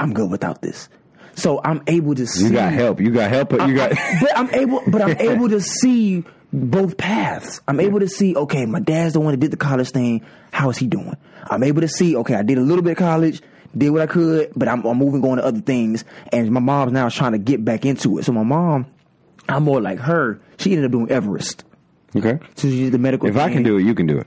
C: I'm good without this." So I'm able to see.
A: You got help. You got help. You got.
C: but I'm able, but I'm able to see both paths. I'm able to see, okay, my dad's the one that did the college thing. How is he doing? I'm able to see, okay, I did a little bit of college, did what I could, but I'm, I'm moving on to other things. And my mom's now trying to get back into it. So my mom, I'm more like her. She ended up doing Everest.
A: Okay.
C: So she did the medical.
A: If I can
C: thing.
A: do it, you can do it.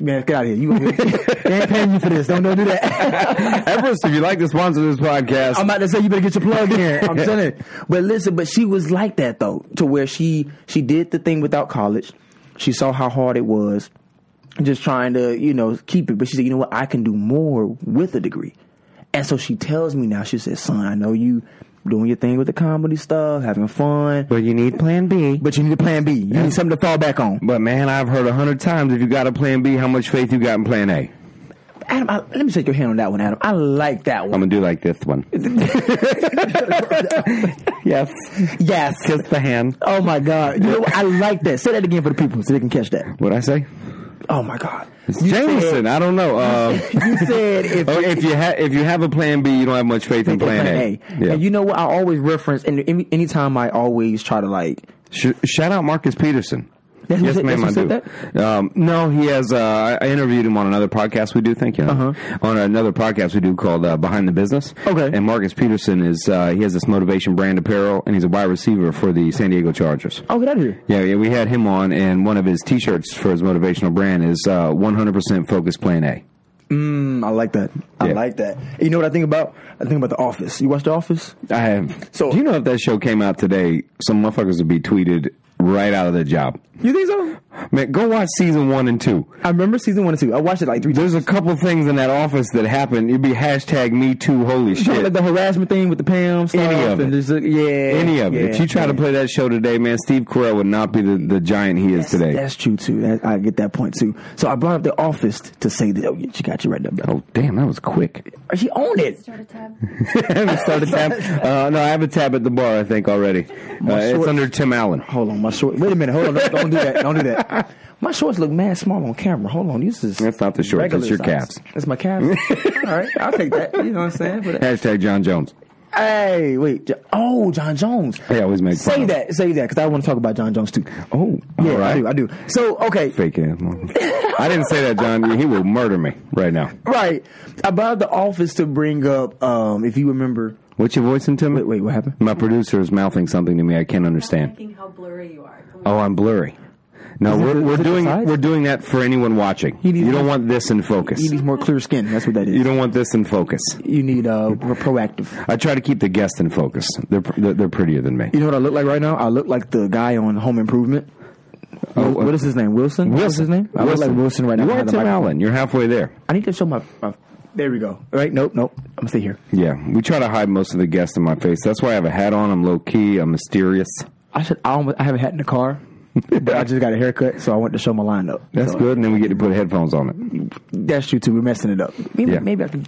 C: man, get out of here. You gonna get, they ain't paying you for this. Don't don't do that.
A: Everest, if you like to sponsor this podcast,
C: I'm about to say you better get your plug in. I'm telling. you. But listen, but she was like that though, to where she she did the thing without college. She saw how hard it was, just trying to you know keep it. But she said, you know what, I can do more with a degree. And so she tells me now. She says, son, I know you doing your thing with the comedy stuff, having fun,
A: but you need Plan B.
C: but you need a plan B. You need something to fall back on.
A: But man, I've heard a hundred times if you got a Plan B, how much faith you got in Plan A?
C: Adam, I, let me shake your hand on that one, Adam. I like that
A: I'm
C: one.
A: gonna do like this one. yes,
C: yes.
A: kiss the hand.
C: Oh my God. You know what? I like that. Say that again for the people so they can catch that.
A: What I say?
C: Oh my God. You
A: Jameson. I don't know. Uh,
C: Said, you said if,
A: oh, if you have if you have a Plan B, you don't have much faith in Plan A. Yeah.
C: And you know what? I always reference, and any- anytime I always try to like,
A: Sh- shout out Marcus Peterson.
C: That's who
A: yes,
C: said-
A: ma'am,
C: that's who
A: I
C: said
A: do. Um, no, he has. Uh, I I interviewed him on another podcast we do. Thank you.
C: Uh-huh.
A: On another podcast we do called uh, Behind the Business.
C: Okay.
A: And Marcus Peterson is uh, he has this motivation brand apparel, and he's a wide receiver for the San Diego Chargers.
C: oh, get out of here.
A: Yeah, yeah, we had him on, and one of his T-shirts for his motivational brand is uh, 100% focused Plan A.
C: Mm, I like that. I
A: Yeah.
C: like that. You know what I think about? I think about The Office. You watch The Office?
A: I have.
C: So-
A: do you know if that show came out today, some motherfuckers would be tweeted right out of their job.
C: You think so?
A: Man, go watch season one and two.
C: I remember season one and two. I watched it like three times.
A: There's a couple things in that office that happened. You'd be hashtag me too. Holy
C: You know, Like
A: shit.
C: the harassment thing with the Pam stuff.
A: Any of
C: and
A: it.
C: just, uh, yeah.
A: Any of it.
C: yeah,
A: If you try to
C: yeah.
A: play that show today, man, Steve Carell would not be the, the giant he is
C: That's-
A: today.
C: That's true too. That, I get that point too. So I brought up the office to say that. Oh, yeah, she got you right there. bro.
A: Oh damn, that was quick.
C: She owned it.
D: Start a tab.
A: We started tab. Uh, no, I have a tab at the bar. I think already. Uh, it's
C: shorts.
A: under Tim Allen.
C: Hold on, my shorts. Wait a minute. Hold on. Don't, don't do that. Don't do that. My shorts look mad small on camera. Hold on. This is
A: That's not the shorts,
C: regular
A: that's your
C: size.
A: calves.
C: That's my calves. All right, I'll take that. You know what I'm saying? For that.
A: Hashtag John Jones.
C: Hey, wait. Jo- Oh, John Jones.
A: They always make fun
C: Say
A: of
C: that. Say that because I want to talk about John Jones too.
A: Oh,
C: Yeah,
A: all right.
C: I do. I do. So okay,
A: Fake ass. motherfucker. I didn't say that, John. He will murder me right now.
C: right. About the office to bring up. Um, if you remember.
A: What's your voice in Tim?
C: Wait, wait. What happened?
A: My producer is mouthing something to me. I can't understand.
D: Thinking how blurry you are. Come
A: Oh,
D: on.
A: I'm blurry. No, we're,
C: is
A: we're
C: it the
A: doing
C: size?
A: we're doing that for anyone watching.
C: He needs
A: You don't
C: more-
A: want this in focus.
C: You need more clear skin. That's what that is.
A: You don't want this in focus.
C: you need uh we're proactive.
A: I try to keep the guest in focus. They're they're, they're prettier than me.
C: You know what I look like right now? I look like the guy on Home Improvement.
A: Oh,
C: what is his name? Wilson. What's his name? I look like Wilson right now.
A: You are
C: behind the
A: Tim
C: microphone.
A: Allen. You're halfway there.
C: I need to show my, my. There we go. All right. Nope. Nope. I'm gonna stay here.
A: Yeah, we try to hide most of the guests in my face. That's why I have a hat on. I'm low key. I'm mysterious.
C: I should. I, almost, I have a hat in the car, but I just got a haircut, so I went to show my lineup.
A: That's
C: So,
A: good. And then we get to put headphones on it.
C: That's true too. We're messing it up. Maybe,
A: Yeah.
C: maybe I can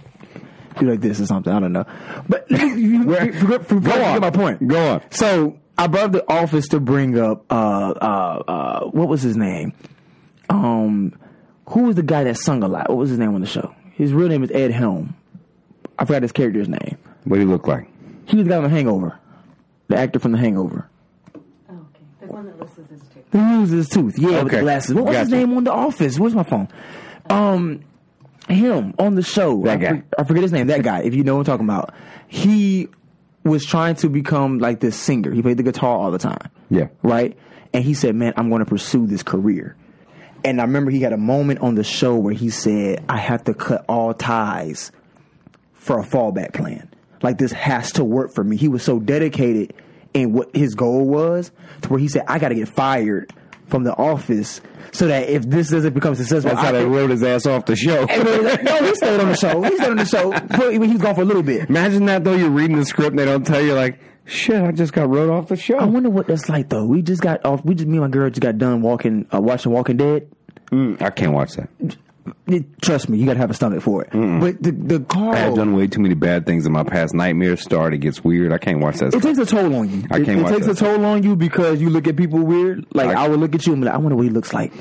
C: do like this or something. I don't know. But you, you,
A: Where-
C: you- you- you-
A: Go
C: you
A: on.
C: Get my point.
A: Go on.
C: So I brought up the office to bring up uh uh uh what was his name? Um, who was the guy that sung a lot? What was his name on the show? His real name is Ed Helm. I forgot his character's name.
A: What do you look like?
C: He was the guy on The Hangover, the actor from The Hangover.
D: Oh, okay. The one that loses his tooth.
C: He loses his tooth. Yeah, with
A: Okay.
C: the glasses. What was his
A: Gotcha.
C: name on The Office? Where's my phone? Um, him on the show.
A: That
C: I
A: guy.
C: I forget his name. That guy. If you know what I'm talking about, he was trying to become like this singer. He played the guitar all the time.
A: Yeah.
C: Right. And he said, "Man, I'm going to pursue this career." And I remember he had a moment on the show where he said, "I have to cut all ties for a fallback plan. Like this has to work for me. He was so dedicated in what his goal was to where he said, I gotta get fired from the office so that if this doesn't become successful,
A: That's how
C: I
A: they
C: can-
A: wrote his ass off the show.
C: And we were like, no, he stayed on the show. He stayed on the show. But he was gone for a little bit.
A: Imagine that though. You're reading the script and they don't tell you like, shit. I just got wrote off the show.
C: I wonder what that's like though. We just got off. We just me and my girl just got done walking, uh, watching Walking Dead.
A: Mm, I can't watch that.
C: It- trust me, you gotta have a stomach for it. But the the Carl,
A: I have done way too many bad things in my past. Nightmares start. It gets weird. I can't watch that.
C: it takes a toll on you.
A: I
C: It-
A: can't
C: It,
A: watch
C: takes
A: that.
C: a toll on you because you look at people weird. Like
A: I-
C: I, would look at you and be like, I wonder what he looks like.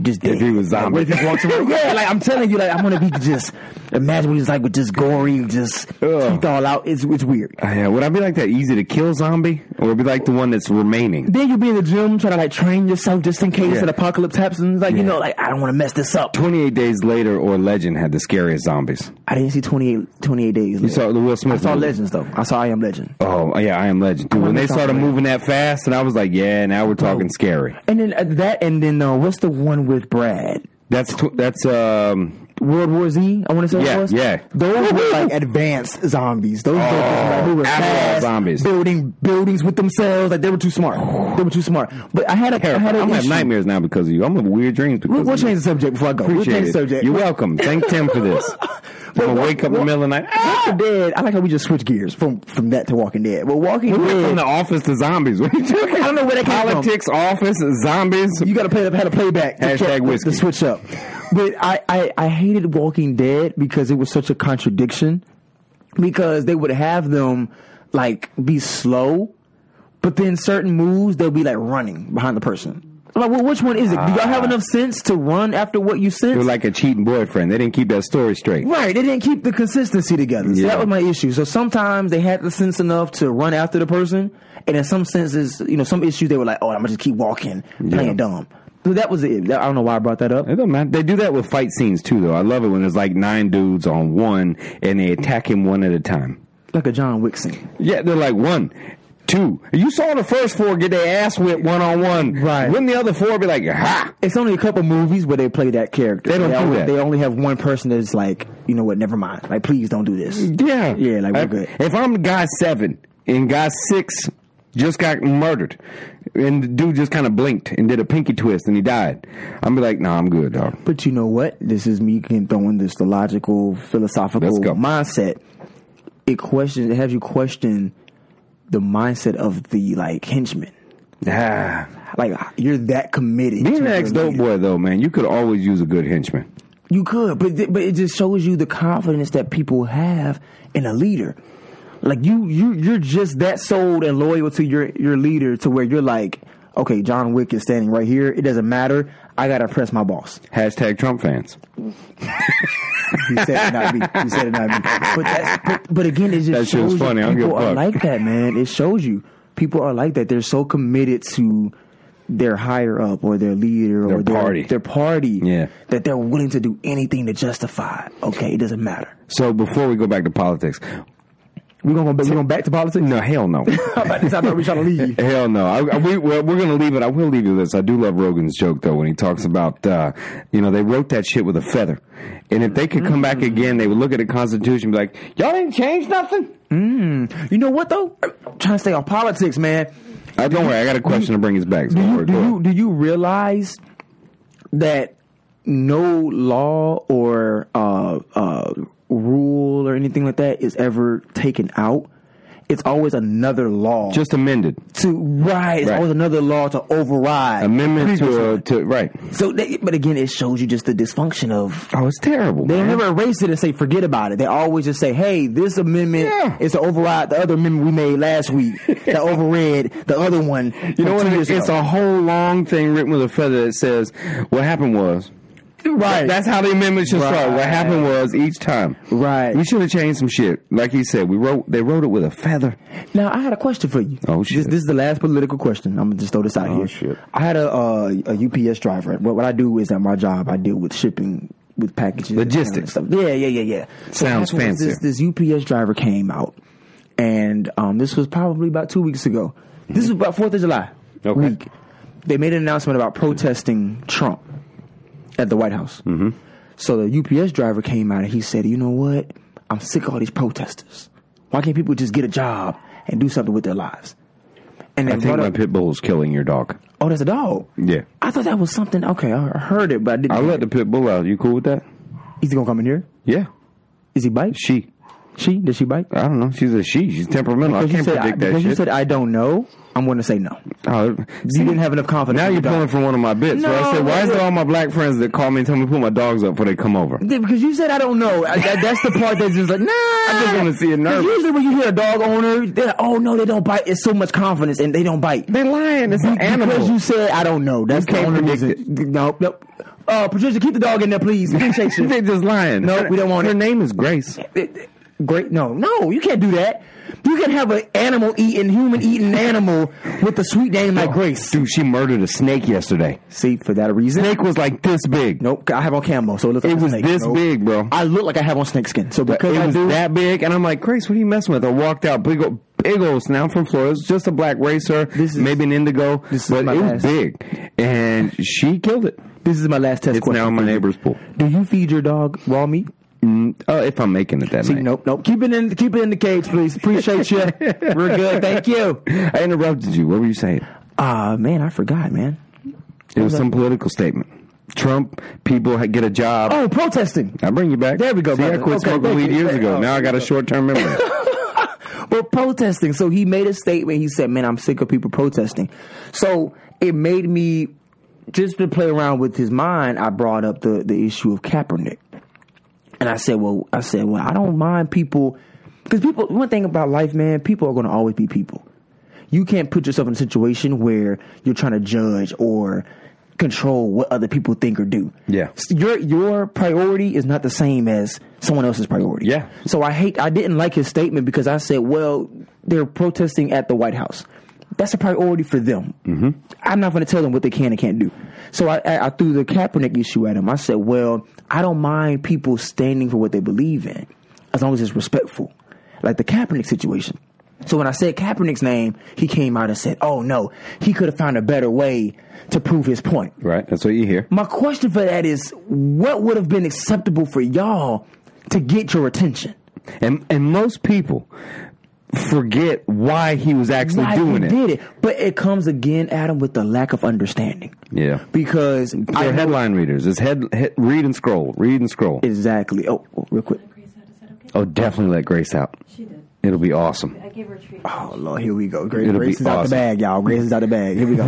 C: Just dead.
A: he was
C: Like,
A: zombie.
C: what if he walks around? yeah, like I'm telling you, like I'm gonna be just imagine what he's like with just gory, just
A: Ugh.
C: teeth all out. It's it's weird.
A: Uh, yeah, would I be like that easy to kill zombie, or would I be like the one that's remaining?
C: Then you'll be in the gym trying to like train yourself just in case
A: Yeah.
C: an apocalypse happens. Like you
A: Yeah.
C: know, like I don't want to mess this up.
A: Twenty eight days later, or Legend had the scariest zombies.
C: I didn't see 28, 28 days.
A: You saw Mm-hmm. the Will Smith.
C: I saw
A: movie.
C: Legends though. I saw I Am Legend.
A: Oh yeah, I am Legend. Dude, when
C: remember
A: they started
C: something.
A: moving that fast, and I was like, yeah, now we're talking scary.
C: And then uh, that, and then uh, what's the one with Brad?
A: That's tw- that's um
C: World War Z, I want to say
A: Yeah,
C: it was.
A: yeah.
C: Those were like advanced zombies. Those were like, who were
A: Admiral
C: fast,
A: zombies.
C: building buildings with themselves. Like they were too smart. They were too smart. But I had a, I
A: terrible. I'm
C: had an
A: gonna have
C: issue.
A: nightmares now because of you. I'm gonna have weird dreams because
C: We'll, we'll
A: of you.
C: change the subject before I go. we'll
A: Appreciate
C: change the
A: it.
C: subject.
A: You're welcome. Thank Tim for this. I'm gonna wake up in the middle of the night. Ah!
C: Walking Dead. I like how we just switch gears from from that to Walking Dead. Well, Walking
A: We went from
C: Dead.
A: the office to zombies. What are you talking?
C: I don't know where that came from.
A: Politics, office, zombies.
C: You got to play up, had to play back. to
A: Hashtag
C: check-
A: whiskey.
C: To switch up. But I, I, I hated Walking Dead because it was such a contradiction. Because they would have them like be slow, but then certain moves they'll be like running behind the person. Like, well, which one is it? Do y'all
A: Ah.
C: have enough sense to run after what you sense?
A: You're like a cheating boyfriend. They didn't keep that story straight.
C: Right, they didn't keep the consistency together. So
A: Yeah.
C: that was my issue. So sometimes they had the sense enough to run after the person, and in some senses, you know, some issues they were like, "Oh, I'm gonna just keep walking, playing
A: Yeah.
C: dumb." So that was it. I don't know why I brought that up.
A: It don't matter. They do that with fight scenes too, though. I love it when there's like nine dudes on one and they attack him one at a time.
C: Like a John Wick scene.
A: Yeah, they're like one, two. You saw the first four get their ass whipped one on one.
C: Right.
A: Wouldn't the other four be like, ha?
C: It's only a couple movies where they play that character.
A: They don't do
C: only,
A: that.
C: They only have one person that's like, you know what? Never mind. Like, please don't do this.
A: Yeah.
C: Yeah, like, we're
A: if,
C: good.
A: If I'm guy seven and guy six just got murdered and the dude just kind of blinked and did a pinky twist and he died, I'm be like, nah, I'm good, dog.
C: But you know what? This is me can throw in this the logical, philosophical
A: Let's go.
C: mindset. It questions it has you question the mindset of the like henchman.
A: Ah.
C: Like you're that committed.
A: Being
C: to
A: an
C: your
A: ex dope
C: leader.
A: boy, though, man, you could always use a good henchman.
C: You could, but th- but it just shows you the confidence that people have in a leader. Like you you you're just that sold and loyal to your your leader to where you're like, okay, John Wick is standing right here. It doesn't matter. I gotta impress my boss.
A: Hashtag Trump fans.
C: You said it not me. You said it not me. But, that, but, but again, it just
A: That shit was
C: shows
A: funny. I
C: You
A: don't give a
C: people are
A: fuck.
C: like that, man. It shows you people are like that. They're so committed to their higher up or their leader
A: Their
C: or their
A: party.
C: Their party.
A: Yeah.
C: That they're willing to do anything to justify. it. Okay, it doesn't matter.
A: So before we go back to politics,
C: We're gonna go back, we're going back to politics.
A: no, hell no.
C: How about this? I thought we were trying to leave.
A: Hell no! I, I- we, we're, we're gonna leave it. I will leave you this. I do love Rogan's joke though when he talks about, uh, you know, they wrote that shit with a feather, and if they could come back again, they would look at the Constitution and be like, "Y'all didn't change nothing."
C: You know what though? I'm trying to stay off politics, man.
A: Uh, don't worry, I got a question to bring us back. So
C: Do
A: don't
C: you,
A: worry,
C: do
A: go
C: you
A: ahead.
C: do you realize that no law or uh, uh, rule or anything like that is ever taken out? It's always another law
A: Just amended
C: to right. It's
A: Right.
C: always another law to override
A: amendment to
C: previous
A: uh, to right.
C: one. So, they, but again, it shows you just the dysfunction of.
A: Oh, it's terrible.
C: They
A: man.
C: never erase it and say forget about it. They always just say, "Hey, this amendment
A: Yeah.
C: is to override the other amendment we made last week that overrid the other one."
A: You know what? It is? It's a whole long thing written with a feather that says, "What happened was."
C: right.
A: That's how the amendment should start. What
C: Right.
A: happened was each time.
C: Right.
A: We should have changed some shit. Like you said, we wrote. They wrote it with a feather.
C: Now I had a question for you.
A: Oh, shit.
C: This, this is the last political question. I'm gonna just throw this out
A: Oh,
C: here.
A: shit.
C: I had a, uh, a UPS driver. What, what I do is at my job, I deal with shipping with packages, and
A: Logistics.
C: stuff. Yeah, yeah, yeah, yeah. So
A: Sounds
C: what happened was
A: fancier.
C: This, this UPS driver came out, and um, this was probably about two weeks ago. This was about Fourth of July
A: Okay.
C: week. They made an announcement about protesting Trump at the White House. Mm-hmm. So the UPS driver came out and he said, "You know what? I'm sick of all these protesters. Why can't people just get a job and do something with their lives?" And
A: I
C: then
A: think
C: brought
A: my
C: up,
A: pit bull's killing your dog.
C: "Oh, that's a dog."
A: Yeah.
C: I thought that was something. Okay, I heard it, but I didn't.
A: I let the pit bull out. You cool with that?
C: He's gonna come in here.
A: Yeah.
C: Is he bite?
A: She.
C: She? Did she bite?
A: I don't know. She's a she. She's temperamental. I
C: Because you
A: can't
C: said
A: predict that
C: because
A: shit.
C: you said I don't know. I'm gonna say no.
A: Oh, see,
C: You didn't have enough confidence.
A: now
C: in
A: you're
C: your
A: pulling
C: dog.
A: from one of my bits. where I
C: No,
A: said, why is
C: wait,
A: it
C: wait.
A: all my black friends that call me and tell me to put my dogs up before they come over?
C: Yeah, because you said I don't know. I, that, that's the part that's just like nah. I
A: just wanna see it nervous.
C: Usually when you hear a dog owner, they're like, oh no, they don't bite. It's so much confidence and they don't bite.
A: They're lying. It's an
C: Because
A: animal.
C: you said I don't know. That's
A: You
C: the
A: can't
C: only
A: predict
C: reason. No, no. Uh, Patricia, keep the dog in there, please. Appreciate you.
A: They're just lying.
C: No, we don't want
A: Her
C: it.
A: name is Grace.
C: Great. No, no, you can't do that. You can have an animal eating, human eating animal with a sweet name like Grace.
A: Dude, she murdered a snake yesterday.
C: See, for that reason.
A: Snake was like this big.
C: Nope, I have on camo, so it looks like
A: It
C: a
A: was
C: snake.
A: this
C: Nope.
A: big, bro.
C: I look like I have on snake skin, so because
A: it
C: I
A: was
C: do,
A: that big, and I'm like, Grace, what are you messing with? I walked out, big old, big old snout from Florida. It's just a black racer,
C: This is-
A: maybe an indigo,
C: this is
A: but
C: my
A: it was
C: last-
A: big, and she killed it.
C: This is my last test
A: It's
C: question.
A: now in my neighbor's pool.
C: Do you feed your dog raw meat?
A: Uh, if I'm making it that
C: See,
A: night.
C: nope, nope. Keep it in, keep it in the cage, please. Appreciate you. We're good. Thank you.
A: I interrupted you. What were you saying?
C: Ah, man, I forgot, man.
A: It was some political statement. Trump people ha- get a job.
C: Oh, protesting.
A: I bring you back.
C: There we go,
A: See, I
C: brother.
A: quit
C: Okay,
A: smoking
C: thank
A: weed
C: you.
A: years
C: There-
A: ago.
C: oh,
A: now I got a short term memory.
C: We're protesting. So he made a statement. He said, "Man, I'm sick of people protesting." So it made me just to play around with his mind. I brought up the the issue of Kaepernick, and I said, "Well, I said, well, I don't mind people because people. One thing about life, man, people are going to always be people. You can't put yourself in a situation where you're trying to judge or." Control what other people think or do.
A: Yeah.
C: your your priority is not the same as someone else's priority.
A: Yeah.
C: So I hate. I didn't like his statement because I said, "Well, they're protesting at the White House. That's a priority for them. Mm-hmm. I'm not going to tell them what they can and can't do." So I, I, I threw the Kaepernick issue at him. I said, "Well, I don't mind people standing for what they believe in, as long as it's respectful, like the Kaepernick situation." So when I said Kaepernick's name, he came out and said, "Oh no, he could have found a better way to prove his point."
A: right? That's what you hear.
C: My question for that is, what would have been acceptable for y'all to get your attention?
A: And and most people forget why he was actually
C: why
A: doing
C: he
A: it.
C: did it. But it comes again, Adam, with the lack of understanding.
A: Yeah.
C: Because I
A: They're
C: know-
A: headline readers. It's head, head read and scroll, read and scroll.
C: exactly. Oh, oh, real quick.
D: Grace, how does that okay?
A: oh, definitely let Grace out.
D: She did.
A: It'll be awesome.
D: I gave her a treat.
C: Oh Lord, here we go. Grace,
A: It'll
C: Grace
A: be
C: is out the
A: awesome.
C: bag, y'all. Grace is out the bag. Here we go.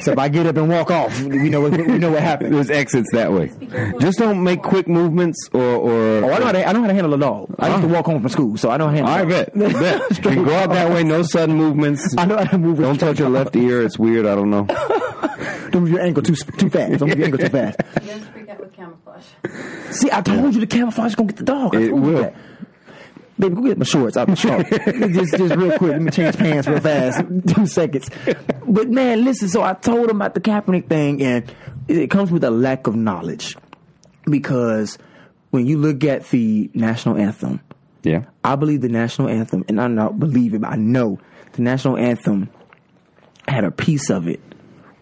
C: so if I get up and walk off, we know what, we know what happened.
A: There's exits that way. Just don't make quick movements or or.
C: Oh, I know how to, I know how to handle a dog. I used to walk home from school, so I know how to handle.
A: Uh-huh. I
C: dogs.
A: bet. bet. You can go out that way. No sudden movements.
C: I know how to move. with-
A: Don't touch your left ear. It's weird. I don't know.
C: Don't move your ankle too too fast. Don't move your ankle too fast.
D: She does freak out with camouflage.
C: See, I told you the camouflage is gonna get the dog. I
A: It
C: told you
A: will.
C: that. Baby, go get my shorts. I'll be sharp. just, just real quick. Let me change pants real fast. Two seconds. But man, listen. So I told him about the Kaepernick thing, and it it comes with a lack of knowledge because when you look at the national anthem,
A: Yeah.
C: I believe the national anthem, and I don't believe it, but I know the national anthem had a piece of it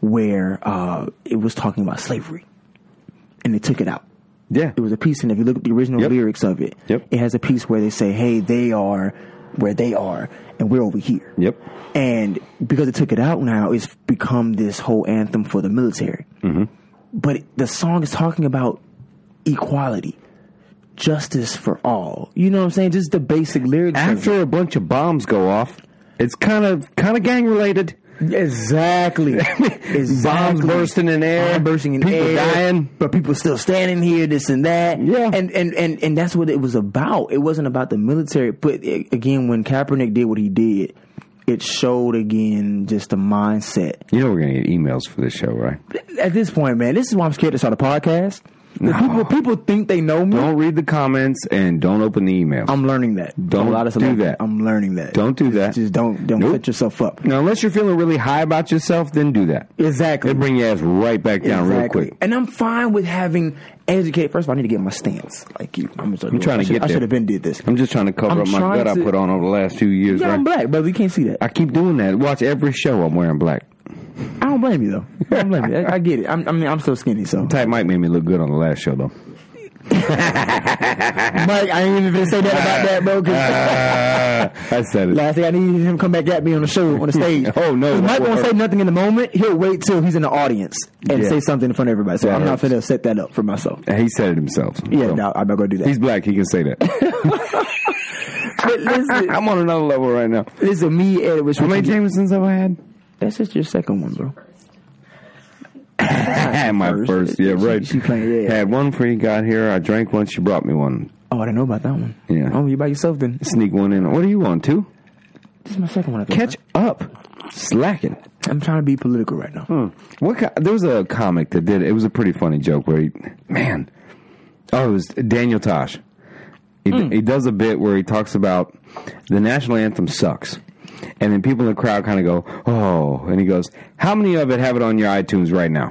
C: where uh, it was talking about slavery, and they took it out
A: Yeah.
C: it was a piece, and if you look at the original
A: Yep.
C: lyrics of it,
A: Yep.
C: it has a piece where they say, "Hey, they are where they are, and we're over here."
A: Yep.
C: And because it took it out now, it's become this whole anthem for the military. Mm-hmm. But the song is talking about equality, justice for all. You know what I'm saying? Just the basic lyrics. of it.
A: After a bunch of bombs go off, it's kind of kind of gang related.
C: Exactly. exactly.
A: bursting in air,
C: Bombs bursting in
A: people
C: air,
A: dying.
C: but people still standing here, this and that.
A: Yeah.
C: and and and and that's what it was about. It wasn't about the military. But a- again, when Kaepernick did what he did, it showed again just the mindset.
A: You know we're gonna get emails for this show, right?
C: At this point, man, this is why I'm scared to start a podcast. The People, people think they know me.
A: Don't read the comments and don't open the emails.
C: I'm learning that.
A: Don't
C: a lot of
A: do
C: celebrities-
A: that.
C: I'm learning that.
A: Don't do that.
C: Just don't don't
A: Nope.
C: set yourself up.
A: now, unless you're feeling really high about yourself, then do that.
C: Exactly.
A: It'll bring your ass right back down real
C: Exactly.
A: quick.
C: And I'm fine with having educated. First of all, I need to get my stance. Like you, I'm,
A: I'm trying to get
C: I
A: there.
C: should have been did this.
A: I'm just trying to cover
C: I'm
A: up my
C: trying
A: gut I
C: to-
A: put on over the last few years.
C: yeah, I'm
A: right?
C: black, brother. You can't see that.
A: I keep doing that. Watch every show. I'm wearing black.
C: I don't blame you though. I don't blame you. I, I get it. I'm, I mean, I'm so skinny, so.
A: Tight Mike made me look good on the last show, though.
C: Mike, I ain't even gonna say that about that, bro. 'cause
A: Ah, I said it.
C: last thing I need is him to come back at me on the show on the stage.
A: Oh, no,
C: 'Cause Mike
A: that
C: won't
A: hurt.
C: say nothing in the moment. He'll wait till he's in the audience and
A: Yeah.
C: say something in front of everybody. So
A: That
C: I'm not
A: hurts.
C: gonna set that up for myself.
A: He said it himself.
C: Yeah,
A: So,
C: no, I'm not gonna do that.
A: He's black. He can say that.
C: but listen,
A: I'm on another level right now.
C: listen, me, Ed, which
A: How many Jamesons have I had?
C: that's just your second one, bro.
A: I had my
C: first.
A: first. Yeah,
C: She-
A: right.
C: she playing, yeah.
A: Had one free, got here. I drank one. She brought me one.
C: Oh, I didn't know about that one.
A: Yeah.
C: Oh, you by yourself then?
A: Sneak one in. What are you on, two?
C: This is my second one. I think.
A: Catch up. Slacking.
C: I'm trying to be political right now.
A: Hmm. What ki- there was a comic that did it. It was a pretty funny joke where he, man, oh, it was Daniel Tosh. He,
C: Hmm.
A: he does a bit where he talks about the national anthem sucks, and then people in the crowd kind of go, oh, and he goes, how many of it have it on your iTunes right now?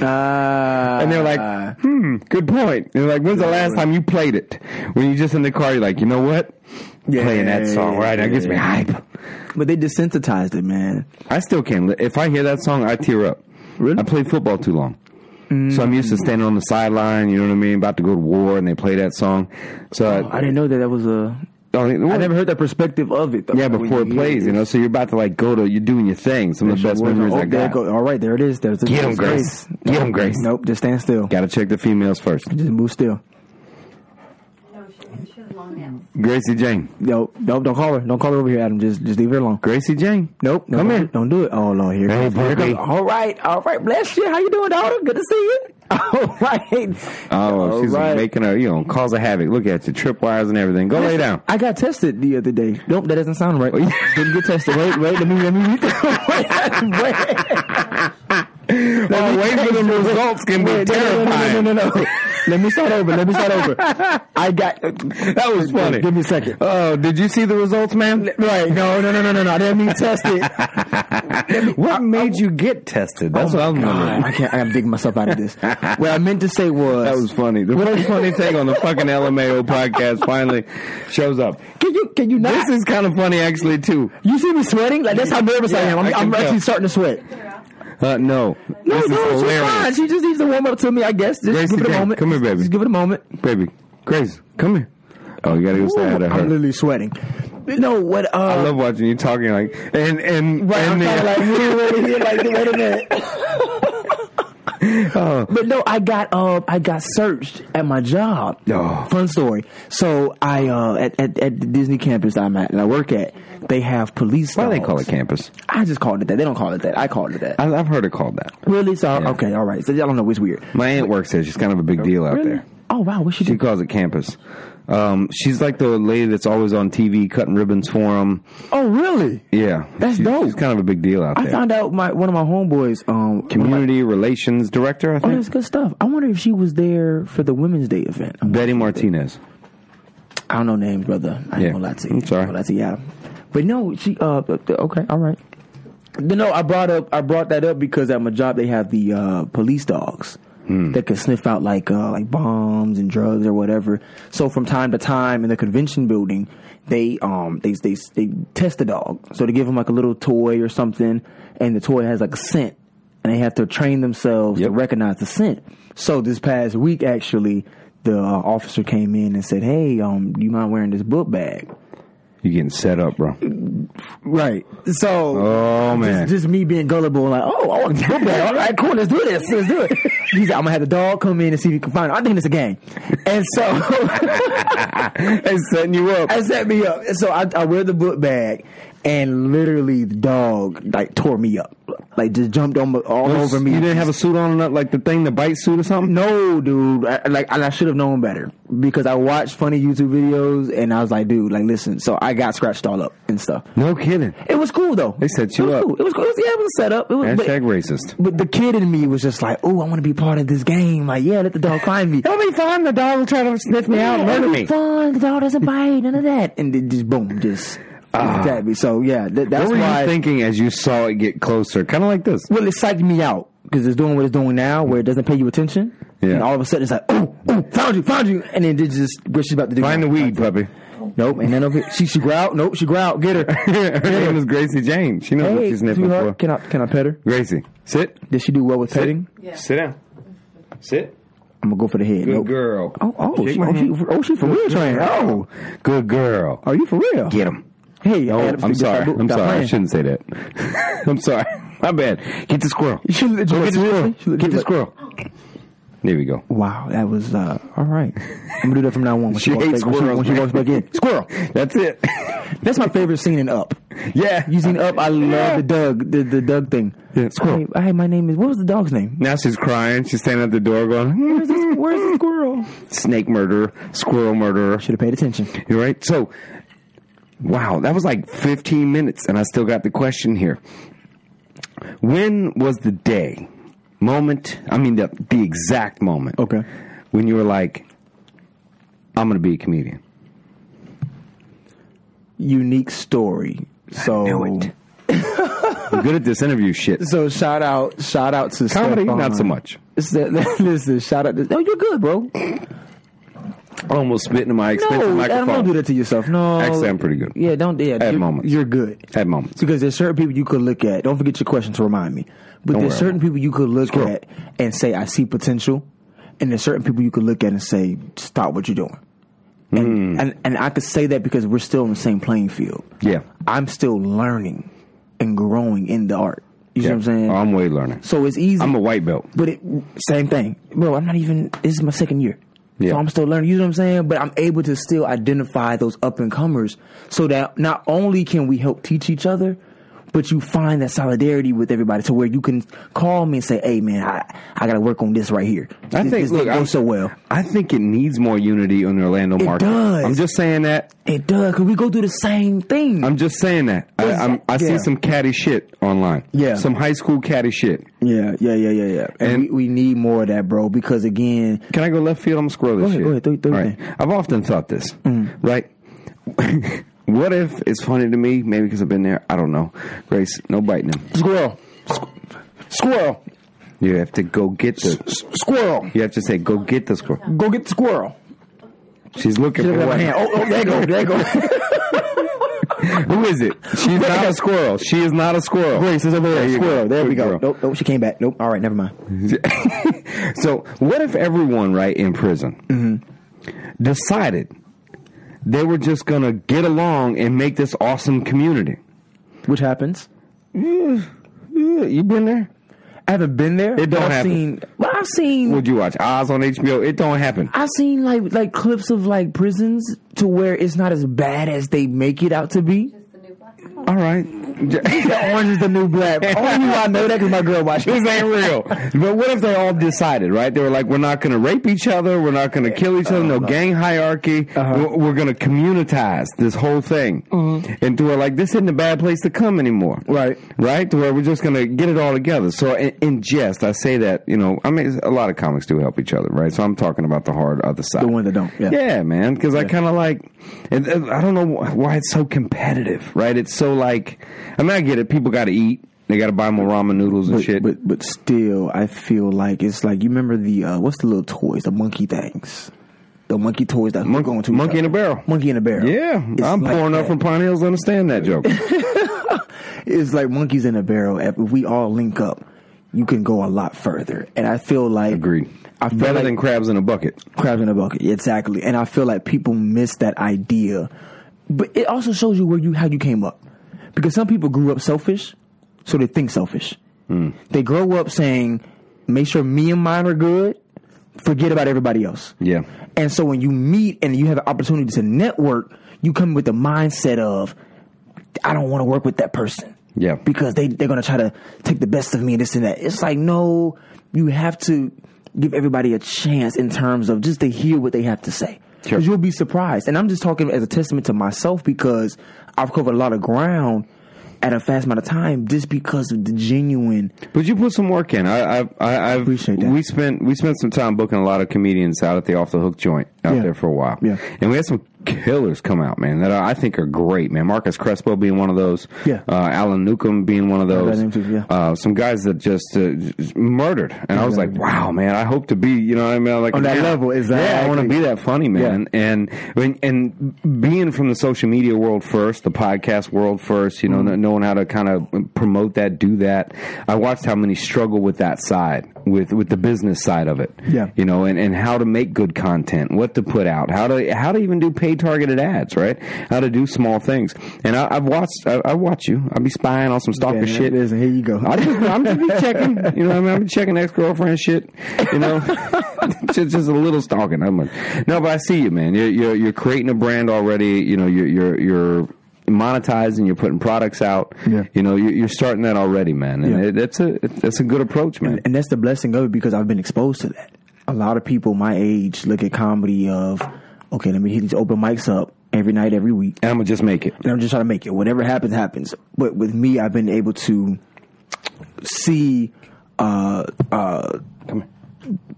C: Ah.
A: And they're like, hmm, good point. And they're like, when's the last time you played it? When you're just in the car, you're like, you know what?
C: Yeah,
A: Playing that song right now gets me
C: yeah.
A: hype.
C: but they desensitized it, man.
A: I still can't. li- If I hear that song, I tear up.
C: Really?
A: I played football too long. So I'm used to standing on the sideline, you know what I mean, about to go to war, and they play that song. So
C: Oh, I didn't know that that was a.
A: I, don't-
C: I never heard that perspective of it. Though,
A: Yeah, before it plays, you know. So you're about to like go to. You're doing your thing. Some of the best memories I
C: Oh, there
A: got.
C: it go. All right, there it is. There's the
A: Get 'em, Grace.
C: there's
A: Get 'em, Grace.
C: Nope, just stand still.
A: Got to check the females first.
C: Just move still.
D: No, she, and she was long nails.
A: Gracie Jane.
C: Nope, nope. Don't call her. Don't call her over here, Adam. Just just leave her alone.
A: Gracie Jane.
C: Nope. No,
A: Come
C: don't,
A: here.
C: Don't do it. Oh Lord, here.
A: Hey,
C: comes- here
A: Brittany.
C: comes- All right, all right. Bless you. How you doing, daughter? Good to see you. All right.
A: Oh,
C: All
A: she's
C: right.
A: making a you know cause a havoc. Look at you, tripwires and everything. Go lay down.
C: I got tested the other day. Nope, that doesn't sound right. Didn't get tested. Wait, wait. Let me let me. Wait, wait.
A: Oh, wait for the results can be
C: Wait, no, no, no, no,
A: terrifying.
C: no, no, no. Let me start over. Let me start over. I got. uh,
A: That was funny.
C: Give me a second.
A: Oh, did you see the results, man?
C: Uh, Right. No, no, no, no, no, no. I didn't mean tested.
A: What made you get tested? That's what I'm wondering.
C: I can't. I gotta dig myself out of this. What I meant to say was.
A: That was funny. The first funny thing on the fucking LMAO podcast finally shows up.
C: Can you can you not?
A: This is kind of funny, actually, too.
C: you see me sweating? Like that's how nervous I
A: Yeah,
C: am. I'm,
A: I can
C: I'm
A: tell.
C: actually starting to sweat.
A: Uh, no.
C: No,
A: this
C: no,
A: is
C: she's fine.
A: hilarious.
C: She just needs to warm up to me, I guess. Just
A: Gracie
C: give it a
A: Jane,
C: moment.
A: come here, baby.
C: Just give it a moment.
A: Baby, Grace, come here. Oh, you gotta go say hi to
C: I'm
A: her.
C: literally sweating. No, what? Uh,
A: I love watching you talking like and and
C: Right,
A: and
C: I'm kinda
A: then-
C: like, wait, wait, wait, like, wait a minute. But no, I got uh, I got searched at my job.
A: Oh.
C: Fun story. So I uh, at, at at the Disney campus I'm at and I work at, they have police.
A: why do they
C: dogs.
A: call it campus?
C: I just called it that. They don't call it that. I called it that.
A: I, I've heard it called that.
C: really? So
A: Yeah.
C: okay, all right. So I don't know. It's weird.
A: My aunt works there. She's kind of a big deal out there.
C: Oh wow, what she
A: She
C: do?
A: calls it campus. Um, she's like the lady that's always on TV cutting ribbons for them.
C: Oh really?
A: Yeah,
C: That's
A: She's-
C: dope.
A: She's kind of a big deal out
C: I
A: there.
C: found out my one of my homeboys. Um,
A: Community relations director, I
C: oh,
A: think.
C: that's good stuff. I wonder if she was there for the Women's Day event.
A: Betty Martinez.
C: I don't know names, brother. I ain't
A: Yeah.
C: gonna lie to you.
A: I'm sorry.
C: I ain't gonna lie to you, Adam. But no, she. Uh, th- th- okay, all right. But no, I brought up. I brought that up because at my job they have the uh, police dogs that can sniff out like uh, like bombs and drugs or whatever. So from time to time in the convention building, they um they they they test the dog. So they give them like a little toy or something, and the toy has like a scent, and they have to train themselves
A: Yep.
C: to recognize the scent. So this past week, actually, the uh, officer came in and said, "Hey, um, do you mind wearing this book bag?"
A: You're getting set up, bro.
C: Right. So,
A: Oh, man.
C: just, just me being gullible, like, oh, I want this book bag. All right, cool, let's do this, let's do it. He's like, I'm gonna have the dog come in and see if he can find it. I think it's a game, and so.
A: It's setting you up.
C: I set me up. And so I, I wear the book bag, and literally the dog like tore me up, like just jumped on my- all
A: Well,
C: over me.
A: You didn't have a suit on, or not like the thing, the bite suit or something.
C: no, dude. I, like and I should have known better because I watched funny YouTube videos, and I was like, dude, like listen. So I got scratched all up and stuff.
A: No kidding.
C: It was cool though.
A: They set you
C: it was
A: up.
C: Cool. It was cool. It was- yeah, it was set up. It was. but-
A: Hashtag racist.
C: But the kid in me was just like, "Oh, I want to be part of this game. Like, yeah, let the dog find me.
A: It'll be fine. The dog will try to sniff me out, and murder me.
C: Fun. The dog doesn't bite. None of that. And then just boom, just stabbed me. So yeah, th- that's
A: Ah. What were
C: why.
A: you thinking as you saw it get closer? Kind of like this.
C: well, it psyched me out because it's doing what it's doing now, where it doesn't pay you attention.
A: Yeah.
C: And all of a sudden, it's like, "Oh, oh, found you, found you!" And then it just what she's about to do.
A: Find the weed, puppy.
C: Nope. And then over here, she she growled. Nope. She growled. Get her.
A: her name is Gracie Jane. She knows what
C: Hey,
A: she's sniffing
C: sweetheart,
A: for.
C: can I can I pet her?
A: Gracie, sit.
C: Did she do well with petting?
D: Yeah.
A: Sit down. Sit.
C: I'm gonna go for the head.
A: Good
C: nope.
A: girl.
C: Oh, oh,
A: Shake
C: she,
A: my
C: oh, she,
A: hand.
C: oh, she for real trained. Oh,
A: Good girl.
C: are you for real?
A: Get him.
C: Hey,
A: Oh,
C: Adam,
A: I'm sorry.
C: stop- stop
A: I'm sorry. I
C: playing.
A: shouldn't say that. I'm sorry. My bad. Get the squirrel.
C: You should-
A: Go get the squirrel.
C: seriously? You should-
A: Get the squirrel. There we go.
C: Wow, that was uh, all right. I'm gonna do that from now on. When
A: She
C: walks
A: hates
C: back, when
A: squirrels,
C: When she,
A: man.
C: walks back in, squirrel.
A: That's it.
C: That's my favorite scene in Up.
A: yeah.
C: You seen Up? I love
A: Yeah.
C: the Doug, the, the Doug thing.
A: Yeah, squirrel.
C: Hey, hey, my name is. What was the dog's name?
A: Now she's crying. She's standing at the door going, "Hmm,
C: Where's the, where's the squirrel?
A: snake murderer, squirrel murderer.
C: Should have paid attention.
A: You're right. So, wow, that was like 15 minutes, and I still got the question here. When was the day, moment? I mean, the the exact moment.
C: Okay.
A: When you were like, I'm gonna be a comedian.
C: Unique story. So
A: knew it. I'm good at this interview shit.
C: So shout out, shout out to
A: Comedy,
C: Stefan.
A: not so much.
C: It's the- this is shout out. To, no, you're good, bro.
A: I almost spit into my
C: No,
A: expensive
C: Adam,
A: microphone.
C: don't do that to yourself. No,
A: Actually, I'm pretty good.
C: Yeah, don't. Yeah,
A: At
C: you're,
A: moments.
C: you're good
A: At moments.
C: because there's certain people you could look at. Don't forget your question to remind me. But
A: Don't
C: there's
A: worry.
C: certain people you could look
A: Screw 'em.
C: at and say, "I see potential," and there's certain people you could look at and say, "Stop what you're doing." And
A: Hmm.
C: and, and I could say that because we're still on the same playing field.
A: Yeah.
C: I'm still learning and growing in the art. You
A: yeah.
C: know what I'm saying?
A: I'm way learning.
C: so it's easy.
A: I'm a white belt.
C: But it same thing, bro. I'm not even. This is my second year,
A: Yeah.
C: so I'm still learning. You know what I'm saying? But I'm able to still identify those up and comers, so that not only can we help teach each other, but you find that solidarity with everybody, to where you can call me and say, "Hey, man, I I got to work on this right here.
A: I
C: This-
A: think
C: this
A: look,
C: didn't go
A: I'm
C: so well.
A: I think it needs more unity on the Orlando market.
C: does.
A: I'm just saying that.
C: It does because we go through the same thing.
A: I'm just saying that. I, I'm, I see
C: Yeah.
A: some catty shit online.
C: Yeah.
A: Some high school catty shit.
C: yeah, yeah, yeah, yeah, yeah. And,
A: And-
C: we, we need more of that, bro. Because again,
A: Can I go left field? I'm gonna scroll this
C: ahead,
A: shit.
C: go ahead, do- Mm. do
A: All
C: your
A: right.
C: thing.
A: I've often thought this. Right. what if it's funny to me? Maybe because I've been there. I don't know. Grace, no biting him.
C: squirrel, Squ- squirrel,
A: You have to go get the.
C: S- squirrel,
A: You have to say, go get the squirrel.
C: go get the squirrel.
A: She's looking
C: Look
A: for
C: at my
A: one.
C: hand. Oh, oh, there you go, there you go.
A: Who is it? She's not a squirrel. She is not a squirrel.
C: Grace is over there.
A: you
C: squirrel.
A: go.
C: There we
A: Good
C: go.
A: girl.
C: Nope, nope. She came back. Nope. All right, never mind.
A: So, what if everyone, right, in prison Mm-hmm. decided they were just going to get along and make this awesome community?
C: Which happens?
A: Yeah, You been there?
C: I haven't been there.
A: It don't
C: I've
A: happen.
C: Seen, but I've seen.
A: Would you watch Oz on HBO? It don't happen.
C: I've seen like like clips of like prisons to where it's not as bad as they make it out to be.
D: It's the new black.
A: All right.
C: the orange is the new black. Only you I know that because my girl watched
A: This ain't real. But what if they all decided, right? They were like, we're not going to rape each other. We're not going to kill each
C: Oh,
A: other. No gang hierarchy.
C: Uh-huh.
A: We're, we're going to communitize this whole thing. And to where, like, this isn't a bad place to come anymore.
C: Mm-hmm. Right.
A: Right? To where we're just going to get it all together. So, in, in jest, I say that, you know, I mean, a lot of comics do help each other, right? So I'm talking about the hard other side.
C: The one that don't, yeah.
A: Yeah, man. Because I kind of like, and, and I don't know wh- why it's so competitive, right? It's so like, I mean, I get it. People got to eat. They got to buy more ramen noodles and
C: But,
A: shit.
C: but but still, I feel like it's like you remember the uh, what's the little toys, the monkey things, the monkey toys that
A: Monk-
C: hook onto each
A: monkey in
C: other.
A: a barrel.
C: monkey in a barrel.
A: Yeah,
C: It's
A: I'm
C: like
A: poor enough
C: that.
A: from Pine Hills to understand that joke.
C: It's like monkeys in a barrel. If we all link up, you can go a lot further. And I feel like
A: Agreed.
C: I feel
A: Better
C: like
A: than crabs in a bucket.
C: crabs in a bucket, exactly. And I feel like people miss that idea, but it also shows you where you how you came up, because some people grew up selfish, so they think selfish.
A: Hmm.
C: They grow up saying, "Make sure me and mine are good. Forget about everybody else."
A: Yeah,
C: And so when you meet and you have an opportunity to network, you come with the mindset of, I don't want to work with that person.
A: Yeah.
C: Because they, they're going to try to take the best of me and this and that. It's like, no, you have to give everybody a chance in terms of just to hear what they have to say.
A: Sure.
C: Because you'll be surprised. And I'm just talking as a testament to myself because I've covered a lot of ground at a fast amount of time just because of the genuine.
A: but you put some work in. I, I, I I've,
C: Appreciate that.
A: We spent we spent some time booking a lot of comedians out at the off the hook joint out
C: Yeah.
A: there for a while.
C: Yeah.
A: and we had some killers come out, man. That I I think are great, man. Marcus Crespo being one of those.
C: Yeah.
A: uh, Alan Newcomb being one of
C: that
A: those.
C: name too, yeah.
A: uh, some guys that just uh, just murdered, and I was like, wow, man. I hope to be, you know, what I mean, like
C: On that
A: yeah,
C: level,
A: Yeah, I want to
C: exactly.
A: be that funny, man. And when, and being from the social media world first, the podcast world first, you
C: Mm-hmm.
A: know, kn- knowing how to kind of promote that, do that. I watched how many struggle with that side, with with the business side of it.
C: Yeah.
A: you know, and and how to make good content, what to put out, how to how to even do pay targeted ads, right? How to do small things. And I, I've watched, I, I watch you. I be spying on some stalker
C: Yeah,
A: shit.
C: listen, here you go.
A: I just, I'm just be checking, you know. What I mean, I'm checking ex girlfriend shit, you know. just, just a little stalking. I'm like, no, but I see you, man. You're, you're you're creating a brand already. You know, you're you're you're monetizing. You're putting products out.
C: Yeah.
A: You know, you're, you're starting that already, man. And
C: Yeah.
A: it, that's a that's a good approach, man.
C: and that's the blessing of it because I've been exposed to that. A lot of people my age look at comedy of, okay, let me hit these open mics up every night, every week,
A: And I'm gonna just make it.
C: and I'm just trying to make it. Whatever happens, happens. But with me, I've been able to see uh, uh,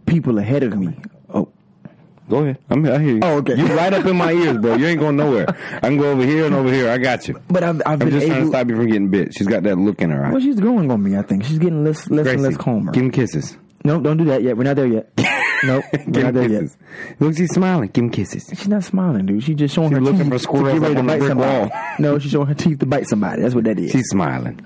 C: people ahead of me. Oh,
A: Go ahead. I'm, I hear you.
C: Oh, okay.
A: You right up in my ears, bro. You ain't going nowhere. I can go over here and over here. I got you.
C: But I've, I've
A: I'm
C: been
A: just trying to
C: able.
A: stop you from getting bit. She's got that look in her eye.
C: Well, she's growing on me. I think she's getting less, less and less calmer.
A: give him kisses.
C: no, don't do that yet. We're not there yet. nope, we're
A: Give
C: not
A: him
C: there yet.
A: kisses. Look, she's smiling. Give him kisses.
C: She's not smiling, dude. She's just showing
A: She's
C: her
A: looking
C: teeth
A: for squirrels
C: to get ready
A: up
C: to
A: on the
C: bite
A: brick
C: somebody.
A: wall.
C: No, she's showing her teeth to bite somebody. That's what that is.
A: She's smiling.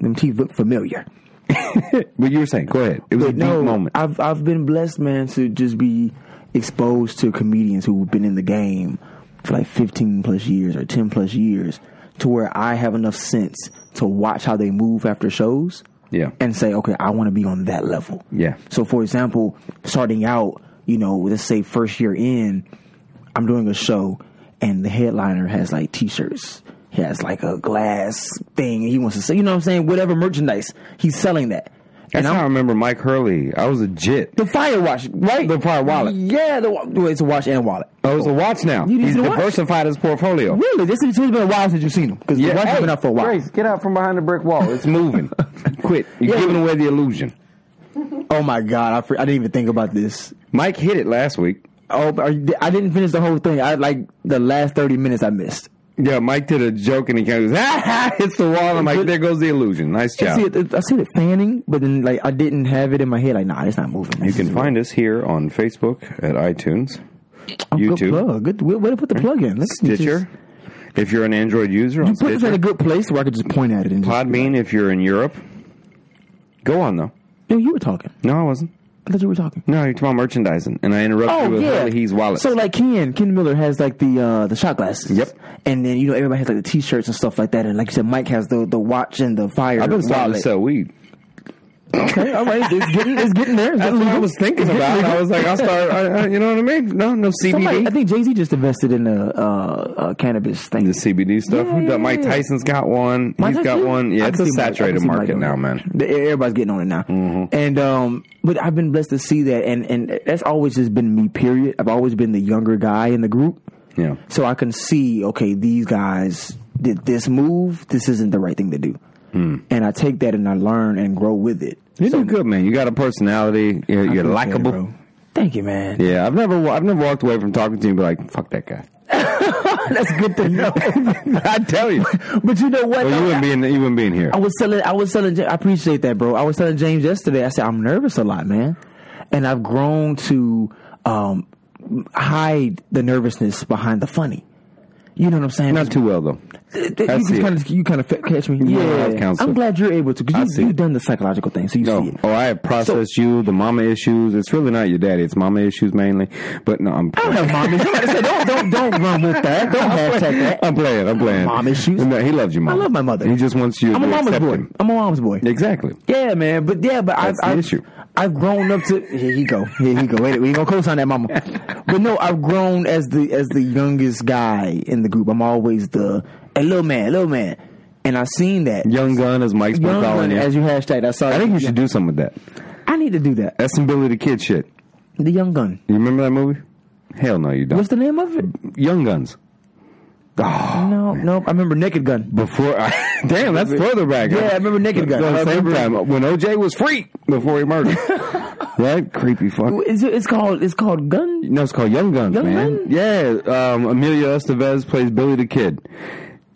C: Them teeth look familiar.
A: But you were saying, go ahead. It was a
C: But
A: deep
C: no,
A: moment.
C: I've I've been blessed, man, to just be exposed to comedians who've been in the game for like 15 plus years or 10 plus years, to where I have enough sense to watch how they move after shows.
A: Yeah.
C: and say, okay, I want to be on that level.
A: Yeah.
C: So, for example, starting out, you know, let's say first year in, I'm doing a show, and the headliner has like T-shirts. He has like a glass thing, and he wants to say, you know, what I'm saying, whatever merchandise he's selling that.
A: That's how I remember Mike Hurley. I was a jit.
C: The fire watch, right?
A: The fire wallet.
C: Yeah, the wa- well, it's a watch and wallet.
A: I was a watch now.
C: You need
A: He's
C: to watch.
A: diversified his portfolio.
C: Really, this is it's been a while since you've seen him because the watch has been out for a while.
A: Grace, get out from behind the brick wall. It's moving. Quit. You're
C: Yeah.
A: giving away the illusion.
C: Oh my god, I, fr- I didn't even think about this.
A: Mike hit it last week.
C: Oh, but are you- I didn't finish the whole thing. I like the last thirty minutes I missed.
A: Yeah, Mike did a joke and he kind of goes, ah, ha, hits the wall. I'm like, there goes the illusion. Nice
C: I
A: job.
C: see it. I see it fanning, but then like I didn't have it in my head. Like, nah, it's not moving.
A: You can find us here on Facebook at iTunes,
C: Good
A: YouTube,
C: plug. Good way to put the plug in. Let's just-
A: Stitcher. If you're an Android user, on
C: You put this in a
A: Stitcher,
C: good place where I could just point at it and just,
A: Podbean. If you're in Europe, go on though.
C: no, you were talking.
A: No, I wasn't.
C: I thought you were talking.
A: No, you're talking about merchandising, and I interrupted you
C: Oh
A: with
C: yeah,
A: Harley He's wallet.
C: So like Ken, Ken Miller has like the uh the shot glasses.
A: Yep.
C: And then you know everybody has like the t-shirts and stuff like that. And like you said, Mike has the the watch and the fire.
A: I've been starting to
C: wallet.
A: sell weed.
C: Okay, all right, it's getting it's getting there. It's
A: That's
C: getting
A: what I
C: legal.
A: was thinking about. I was like, I'll start. I, I, you know what I mean? No, no CBD.
C: Somebody, I think Jay Z just invested in a uh, uh, cannabis thing.
A: the CBD stuff.
C: Yeah, yeah,
A: That Mike
C: yeah.
A: Tyson's got one.
C: Mike
A: He's
C: Tyson?
A: got one.
C: I
A: Yeah,
C: can
A: it's a
C: see Mike- I can
A: saturated
C: see Mike
A: market
C: on
A: now,
C: it.
A: man.
C: The- Everybody's getting on it now,
A: Mm-hmm.
C: and um, but I've been blessed to see that, and and that's always just been me. Period. I've always been the younger guy in the group,
A: Yeah.
C: so I can see. Okay, these guys did this move. This isn't the right thing to do,
A: Hmm.
C: and I take that and I learn and grow with it.
A: You do good, man. You got a personality. You're, you're
C: Appreciate it,
A: likable.
C: bro. Thank you, man.
A: Yeah, I've never, I've never walked away from talking to you and be like, "Fuck that guy."
C: That's good to know.
A: I tell you,
C: but you know what?
A: well,
C: though?
A: you wouldn't be in, you wouldn't be in here.
C: I was telling, I was telling, Ja- I appreciate that, bro. I was telling James yesterday. I said I'm nervous a lot, man, and I've grown to um, hide the nervousness behind the funny. You know what I'm saying?
A: Not too well though.
C: you
A: I
C: just
A: see it.
C: kind of, you kind of catch me.
A: Yeah, that's counsel.
C: I'm glad you're able to
A: I
C: because
A: see
C: you,
A: it.
C: you've done the psychological thing, so you see
A: No,
C: it.
A: oh, I have processed you. The mama issues. It's really not your daddy. It's mama issues mainly. But no, I'm.
C: I don't have mommy. Somebody said don't don't don't run with that. Don't hashtag that.
A: I'm playing. I'm playing.
C: Mom issues.
A: No, he loves your mom.
C: love my mother.
A: He just wants you.
C: I'm
A: to
C: a mama's
A: accept
C: boy.
A: him.
C: I'm a mama's boy.
A: Exactly.
C: Yeah, man. But yeah, but I've,
A: That's the
C: I've,
A: issue.
C: I've grown up to here he go. Here he go. Wait, we ain't gonna co-sign that mama. But no, I've grown as the as the youngest guy in the group. I'm always the a little man, little man. And I've seen that.
A: Young gun, as Mike's been
C: Young
A: calling
C: gun,
A: you.
C: as you hashtag, I saw
A: I think you should do something with that.
C: I need to do that.
A: That's some Billy the Kid shit.
C: The young gun.
A: You remember that movie? Hell no, you don't.
C: What's Ah. the name of it?
A: Young Guns. Oh,
C: No, no. I remember Naked Gun.
A: before I, damn, that's further back.
C: Yeah, I remember Naked Gun.
A: At
C: I
A: the same
C: remember-
A: time when OJ was free before he murdered. right? Creepy fuck.
C: It's, it's called it's called Gun.
A: No, it's called Young Guns,
C: Young
A: man.
C: Gun?
A: Yeah, um, Amelia Estevez plays Billy the Kid.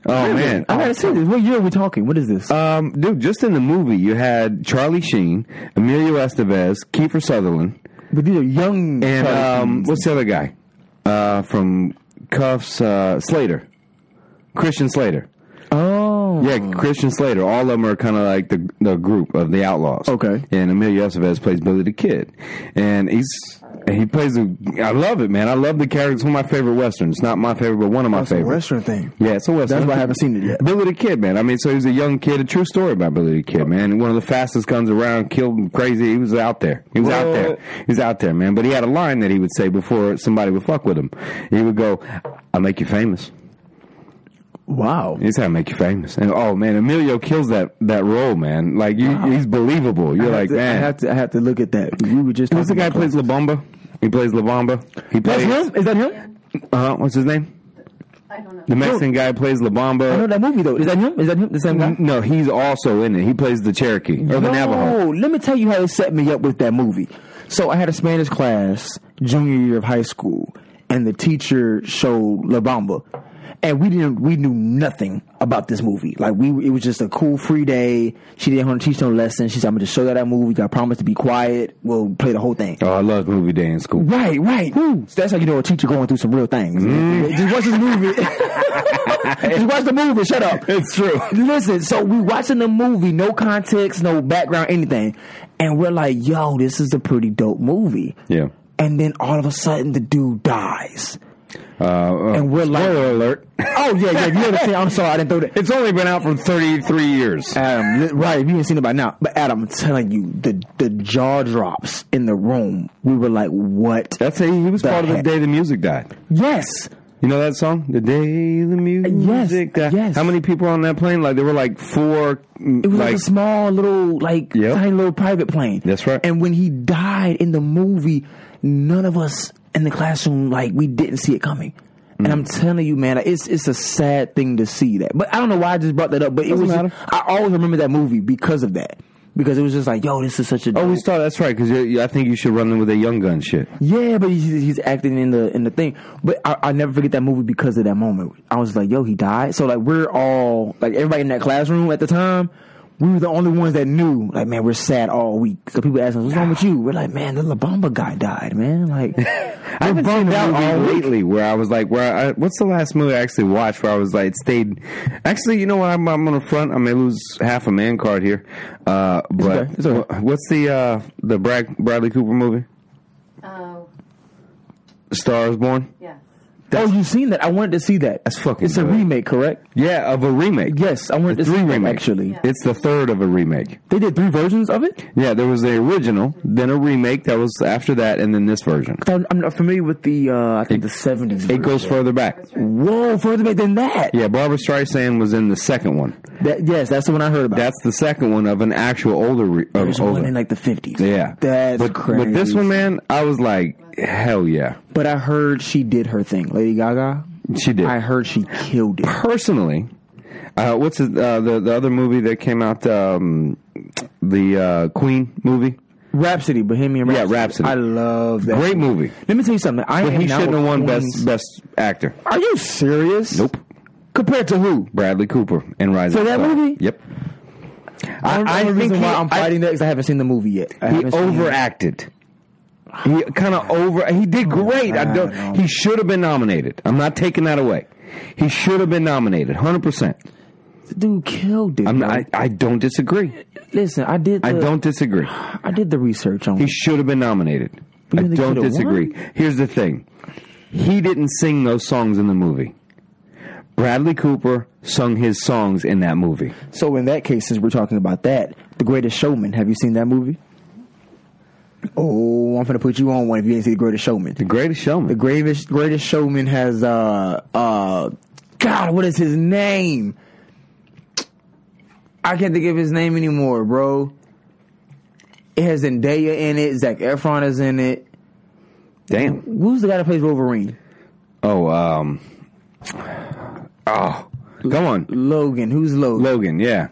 A: Oh man,
C: I gotta see this. What year are we talking? What is this?
A: Um, dude, just in the movie, you had Charlie Sheen, Emilio Estevez, Kiefer Sutherland,
C: but these are young.
A: and
C: Charlie
A: um,
C: Sheens.
A: what's the other guy uh, from Cuffs? Uh, Slater, Christian Slater.
C: oh,
A: Yeah, Christian Slater. All of them are kind of like the the group of the Outlaws.
C: Okay.
A: And Emilio Estevez plays Billy the Kid, and he's he plays. A, I love it, man. I love the character. It's one of my favorite westerns. Not my favorite, but one of my
C: That's a
A: favorites.
C: Western thing.
A: Yeah, it's a western.
C: That's why I haven't seen it yet.
A: Billy the Kid, man. I mean, so he was a young kid. A true story about Billy the Kid, man. One of the fastest guns around, killed him crazy. He was out there. He was out
C: Well-
A: there. He was out there, man. But he had a line that he would say before somebody would fuck with him. He would go, "I'll make you famous."
C: Wow.
A: He's how to make you famous. And oh man, Emilio kills that that role, man. Like you, he's believable. You're
C: I have
A: like,
C: to- I
A: man.
C: have to, I have to look at that. You were just.
A: Who's the guy
C: talking
A: who plays Labamba? He plays Labamba. He
C: about-
A: plays.
C: That's him? Is that him?
A: Uh, what's his name?
D: I don't know.
A: The Mexican guy plays Labamba.
C: I know that movie though. Is that him? Is that him? The same guy?
A: No, he's also in it. He plays the Cherokee or the Navajo.
C: No, let me tell you how it set me up with that movie. So I had a Spanish class junior year of high school, and the teacher showed La Bamba, and we didn't we knew nothing about this movie. Like we, it was just a cool free day. She didn't want to teach no lesson. She said, "I'm gonna just show you that movie. I promise to be quiet. We'll play the whole thing."
A: Oh, I loved movie day in school.
C: Right, right. So that's how you know a teacher going through some real things.
A: Mm.
C: Just watch this movie. Just watch the movie. Shut up.
A: It's true.
C: Listen, so we watching the movie, no context, no background, anything, and we're like, "Yo, this is a pretty dope movie."
A: Yeah.
C: And then all of a sudden, the dude dies,
A: Uh, uh,
C: and we're like,
A: spoiler alert.
C: "Oh yeah, yeah, you understand? I'm sorry, I didn't throw that."
A: It's only been out for 33 years.
C: Adam, li- right? If you haven't seen it by now, but Adam, I'm telling you, the the jaw drops in the room. We were like, "What?"
A: That's a, he was
C: The
A: part of the
C: heck?
A: day the music died.
C: Yes.
A: You know that song, the day the music died.
C: yes.
A: How many people on that plane? Like there were like four. mm,
C: It was like, a small little, like
A: Yep.
C: tiny little private plane.
A: That's right.
C: And when he died in the movie, none of us in the classroom, like we didn't see it coming.
A: Mm.
C: And I'm telling you, man, like, it's it's a sad thing to see that. But I don't know why I just brought that up. But it
A: Doesn't
C: was.
A: matter.
C: I always remember that movie because of that. Because it was just like, yo, this is such a.
A: oh, we started. That's right. Because I think you should run in with a young gun shit.
C: Yeah, but he's, he's acting in the in the thing. But I, I never forget that movie because of that moment. I was like, "Yo, he died." So like, we're all like everybody in that classroom at the time. We were the only ones that knew. Like, man, we're sad all week. So people ask us, "What's wrong with you?" We're like, "Man, the La Bamba guy died, man." Like,
A: I
C: oh, we're
A: haven't seen
C: bummed
A: a
C: out
A: movie
C: all week.
A: lately where I was like, where I, what's the last movie I actually watched where I was like, stayed. Actually, you know what? I'm, I'm on the front. I may lose half a man card here. Uh, but
C: okay. It's all right.
A: wha- what's the uh, the Brad, Bradley Cooper movie?
D: Oh,
A: Stars Born.
D: yes.
C: Oh, you seen that? I wanted to see that.
A: That's fucking
C: It's a
A: good.
C: remake, correct?
A: Yeah, of a remake.
C: Yes, I wanted
A: The
C: to see
A: three
C: that,
A: remake.
C: actually.
D: Yeah.
A: It's the third of a remake.
C: They did three versions of it.
A: Yeah, there was the original, then a remake that was after that, and then this version.
C: I'm I'm not familiar with the. Uh, I think the '70s.
A: It goes further back.
C: Whoa, further back than that.
A: Yeah, Barbara Streisand was in the second one.
C: That, yes, that's the one I heard about.
A: That's the second one of an actual older. Re- of
C: There's
A: older.
C: one in like the fifties.
A: yeah,
C: that's
A: but,
C: crazy.
A: But this one, man, I was like, hell yeah,
C: but I heard she did her thing, Lady Gaga.
A: she did.
C: I heard she killed it.
A: Personally, uh, what's his, uh, the the other movie that came out? Um, the uh, Queen movie.
C: Rhapsody, Bohemian
A: Yeah,
C: Rhapsody.
A: Rhapsody.
C: I love that.
A: Great movie.
C: Let me tell you something. I
A: But
C: am
A: he
C: now
A: shouldn't have won best
C: Queen's-
A: best actor.
C: Are you serious?
A: Nope.
C: Compared to who?
A: Bradley Cooper in Rise
C: For
A: of the
C: that
A: Sun.
C: movie?
A: Yep.
C: I,
A: I
C: the only
A: think
C: reason why
A: he-
C: I'm fighting that is I haven't seen the movie yet. I
A: he
C: haven't seen it.
A: overacted. He kind of over. He did
C: Oh,
A: great. I
C: God.
A: don't. He should have been nominated. I'm not taking that away. He should have been nominated. Hundred percent.
C: Dude killed it.
A: I'm.
C: bro.
A: I, I don't disagree.
C: Listen, I did. The,
A: I don't disagree.
C: I did the research on.
A: He should have been nominated.
C: You
A: I
C: think he
A: don't
C: coulda won?
A: disagree. Here's the thing. He didn't sing those songs in the movie. Bradley Cooper sung his songs in that movie.
C: so in that case, since we're talking about that, The Greatest Showman. Have you seen that movie? Oh, I'm gonna put you on one if you didn't see The Greatest Showman.
A: The Greatest
C: The
A: Showman.
C: greatest greatest showman has uh uh God, what is his name? I can't think of his name anymore, bro. It has Zendaya in it, Zach Efron is in it.
A: Damn.
C: Who's the guy that plays Wolverine?
A: Oh. Um. Oh. Come on.
C: Logan. Who's Logan?
A: Logan, yeah.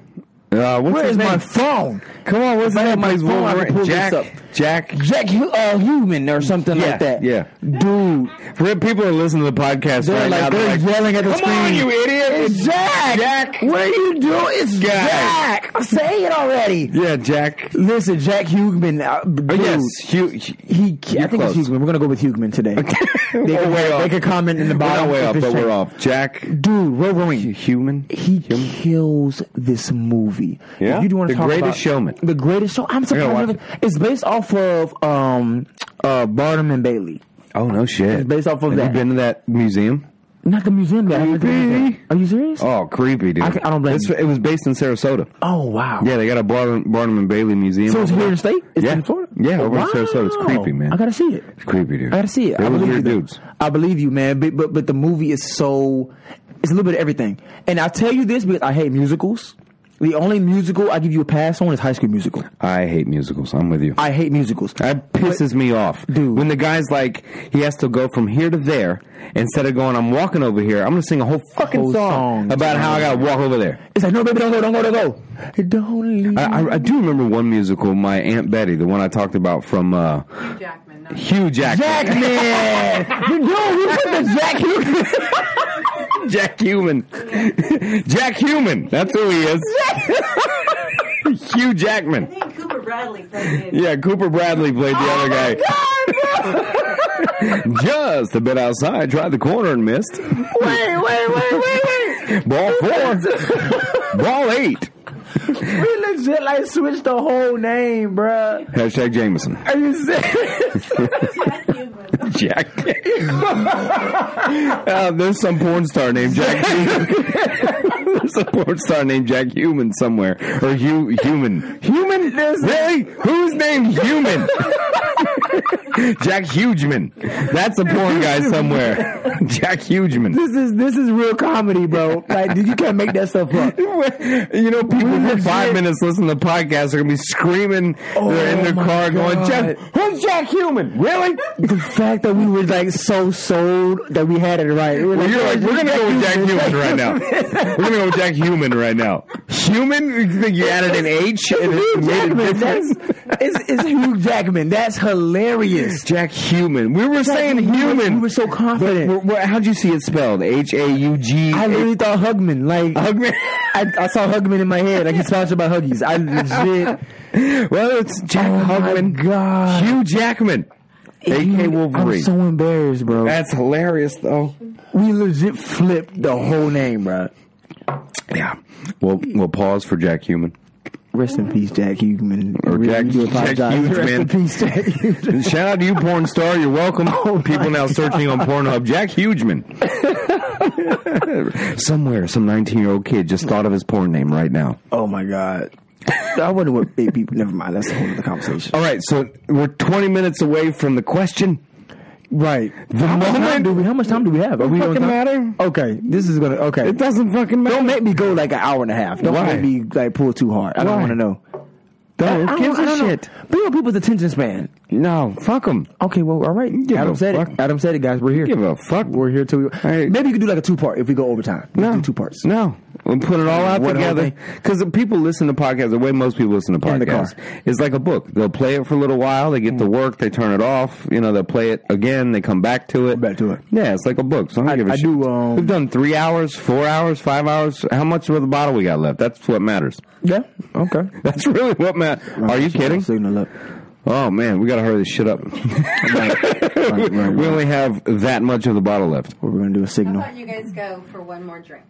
A: Uh, what's
C: Where
A: his
C: is
A: name?
C: my phone?
A: Come on, what's
C: if I
A: his
C: had
A: name?
C: my
A: Plays
C: phone, I
A: Wolverine.
C: could pull this
A: Jack.
C: up.
A: Jack.
C: Jack Hu- uh, Human or something
A: Yeah,
C: like that.
A: yeah.
C: Dude.
A: For people who listen to the podcast
C: They're
A: right
C: like,
A: now,
C: they're
A: they're like,
C: yelling at the
A: Come
C: screen.
A: on, you idiot!
C: It's Jack!
A: Jack.
C: What are you doing? It's
A: Guy.
C: Jack! Say it already!
A: Yeah, Jack.
C: Listen, Jack Hughman. Uh,
A: Oh,
C: dude,
A: yes, Hugh. Hugh-
C: He, I think
A: close.
C: it's Hughman. We're gonna go with Hughman today.
A: We're
C: They can,
A: way
C: they
A: off.
C: can comment in the
A: We're
C: bottom.
A: not way
C: if
A: off,
C: it's
A: but we're
C: Jack.
A: off. Jack.
C: Dude, Wolverine.
A: Human.
C: He kills this movie.
A: Yeah?
C: If you do want
A: The
C: to talk
A: Greatest
C: about
A: Showman.
C: The greatest show. I'm
A: gotta watch
C: surprised. it- It's based off of um, uh, Barnum and Bailey.
A: Oh no, shit.
C: It's based off of
A: Have
C: that.
A: You been to that museum?
C: Not the museum. but I haven't been to the museum.
A: Creepy.
C: Are you serious? Oh,
A: Oh, creepy, dude.
C: I can- I don't blame
A: It's-
C: you.
A: It was based in Sarasota.
C: Oh, wow.
A: Yeah, they got a Barnum, Barnum and Bailey museum.
C: So it's
A: over
C: here in the
A: there.
C: state. It's
A: Yeah.
C: in Florida.
A: Yeah, over in
C: Wow.
A: Sarasota. It's creepy, man.
C: I gotta see it.
A: It's creepy, dude.
C: I gotta see it.
A: They
C: I
A: was
C: believe
A: weird
C: you. though.
A: dudes.
C: I believe you, man. But, but but the movie is so it's a little bit of everything. And I tell you this because I hate musicals. The only musical I give you a pass on is High School Musical.
A: I hate musicals. I'm with you.
C: I hate musicals.
A: That pisses me off,
C: Dude.
A: When the guy's like, he has to go from here to there instead of going, I'm walking over here. I'm gonna sing a whole fucking
C: Whole
A: song,
C: song.
A: about how I gotta walk over there.
C: It's like, no, baby, don't go, don't go, don't go. Don't leave.
A: I, I, I do remember one musical, my Aunt Betty, the one I talked about from uh,
D: Hugh Jackman. No.
A: Hugh Jackman.
C: Jackman! you know, you put the Jack Hugh-
A: Jack Human. Jack Human. That's who he is. Hugh
D: I
A: Jackman.
D: think Cooper Bradley played it.
A: Yeah, Cooper Bradley played the
C: Oh
A: other guy. Just a bit outside, tried the corner and missed.
C: Wait, wait, wait, wait, wait.
A: Ball four. Ball eight.
C: We legit like switched the whole name, bruh.
A: Hashtag Jameson.
C: Are you serious?
D: Jack Newman.
A: Jack. Uh, there's some porn star named Jack. there's a porn star named Jack Human somewhere, or Hu Human.
C: Human this
A: Really? Who's named Human? Jack Hugeman. That's a porn guy somewhere. Jack Hugeman.
C: this is this is real comedy, bro. Like dude, you can't make that stuff up.
A: You know, people for five minutes listening to podcasts are gonna be screaming. They're in their
C: Oh, my
A: car going,
C: God.
A: Jack, who's Jack Human? Really?
C: The fact that we were like so sold that we had it right. We were
A: Well, you're like, we're gonna go with Jack Human right now. We're gonna go with Jack Human right now. Human? You think you added an H and it
C: Hugh
A: made a
C: Jackman. That's,
A: difference?
C: it's, it's Hugh Jackman. That's hilarious.
A: Jack Human. We were saying
C: we were-
A: human.
C: we were so confident.
A: But we're- we're- how'd you see it spelled? H A U G.
C: I literally thought Hugman. Like
A: Hugman.
C: I, I saw Hugman in my head. Like he's sponsored by Huggies. I legit.
A: Well, it's Jack
C: Oh my
A: Hugman.
C: God.
A: Hugh Jackman. AK Wolverine.
C: I'm so embarrassed, bro.
A: That's hilarious, though.
C: we legit flipped the whole name, bro.
A: Yeah. We'll, we'll pause for Jack Human.
C: Rest in peace, Jack Hugman.
A: Or
C: Really
A: Jack-
C: do apologize.
A: Jack Hugman.
C: Rest in peace, Jack Hugman.
A: Shout out to you, porn star. You're welcome. People now searching on Pornhub. Jack Hugeman. Somewhere, some 19 year old kid just thought of his porn name right now.
C: oh my god. I wonder what big people. Never mind. That's the whole other conversation.
A: All right, so we're 20 minutes away from the question.
C: Oh, Right.
A: How
C: how,
A: much
C: much
A: time do
C: do we, how much time do we have? Are we
A: Fucking matter.
C: Okay. This is gonna. Okay.
A: It doesn't fucking matter.
C: Don't make me go like an hour and a half. Don't
A: Why?
C: make me like pull too hard. I
A: Why?
C: don't want to know. Oh,
A: Don't. Who gives a shit?
C: People, people's attention span.
A: No, fuck them.
C: Okay, well, all right.
A: Give
C: Adam
A: a
C: said
A: fuck.
C: it. Adam said it, guys. We're here.
A: Give a fuck.
C: We're here till we.
A: right.
C: Maybe you could do like a two part if we go overtime. We
A: No.
C: could do two parts.
A: No. We'll put it all out
C: One whole
A: together.
C: thing.
A: Because people listen to podcasts the Mm. way most people listen to
C: In the
A: podcasts. It's like a book. They'll play it for a little while. They get to work. They turn it off. You know, they'll play it again. They come back to it.
C: Back to it.
A: Yeah, it's like a book. So I don't
C: I-
A: give a
C: I
A: shit.
C: do, um,
A: We've done three hours, four hours, five hours. How much of the bottle we got left? That's what matters.
C: Yeah. Okay.
A: That's really what matters. Are you kidding?
C: Signal up.
A: Oh, man. We got to hurry this shit up.
C: Right, right,
A: we
C: right.
A: only have that much of the bottle left.
C: We're gonna do a
D: How
C: signal.
D: about you guys go for one more drink?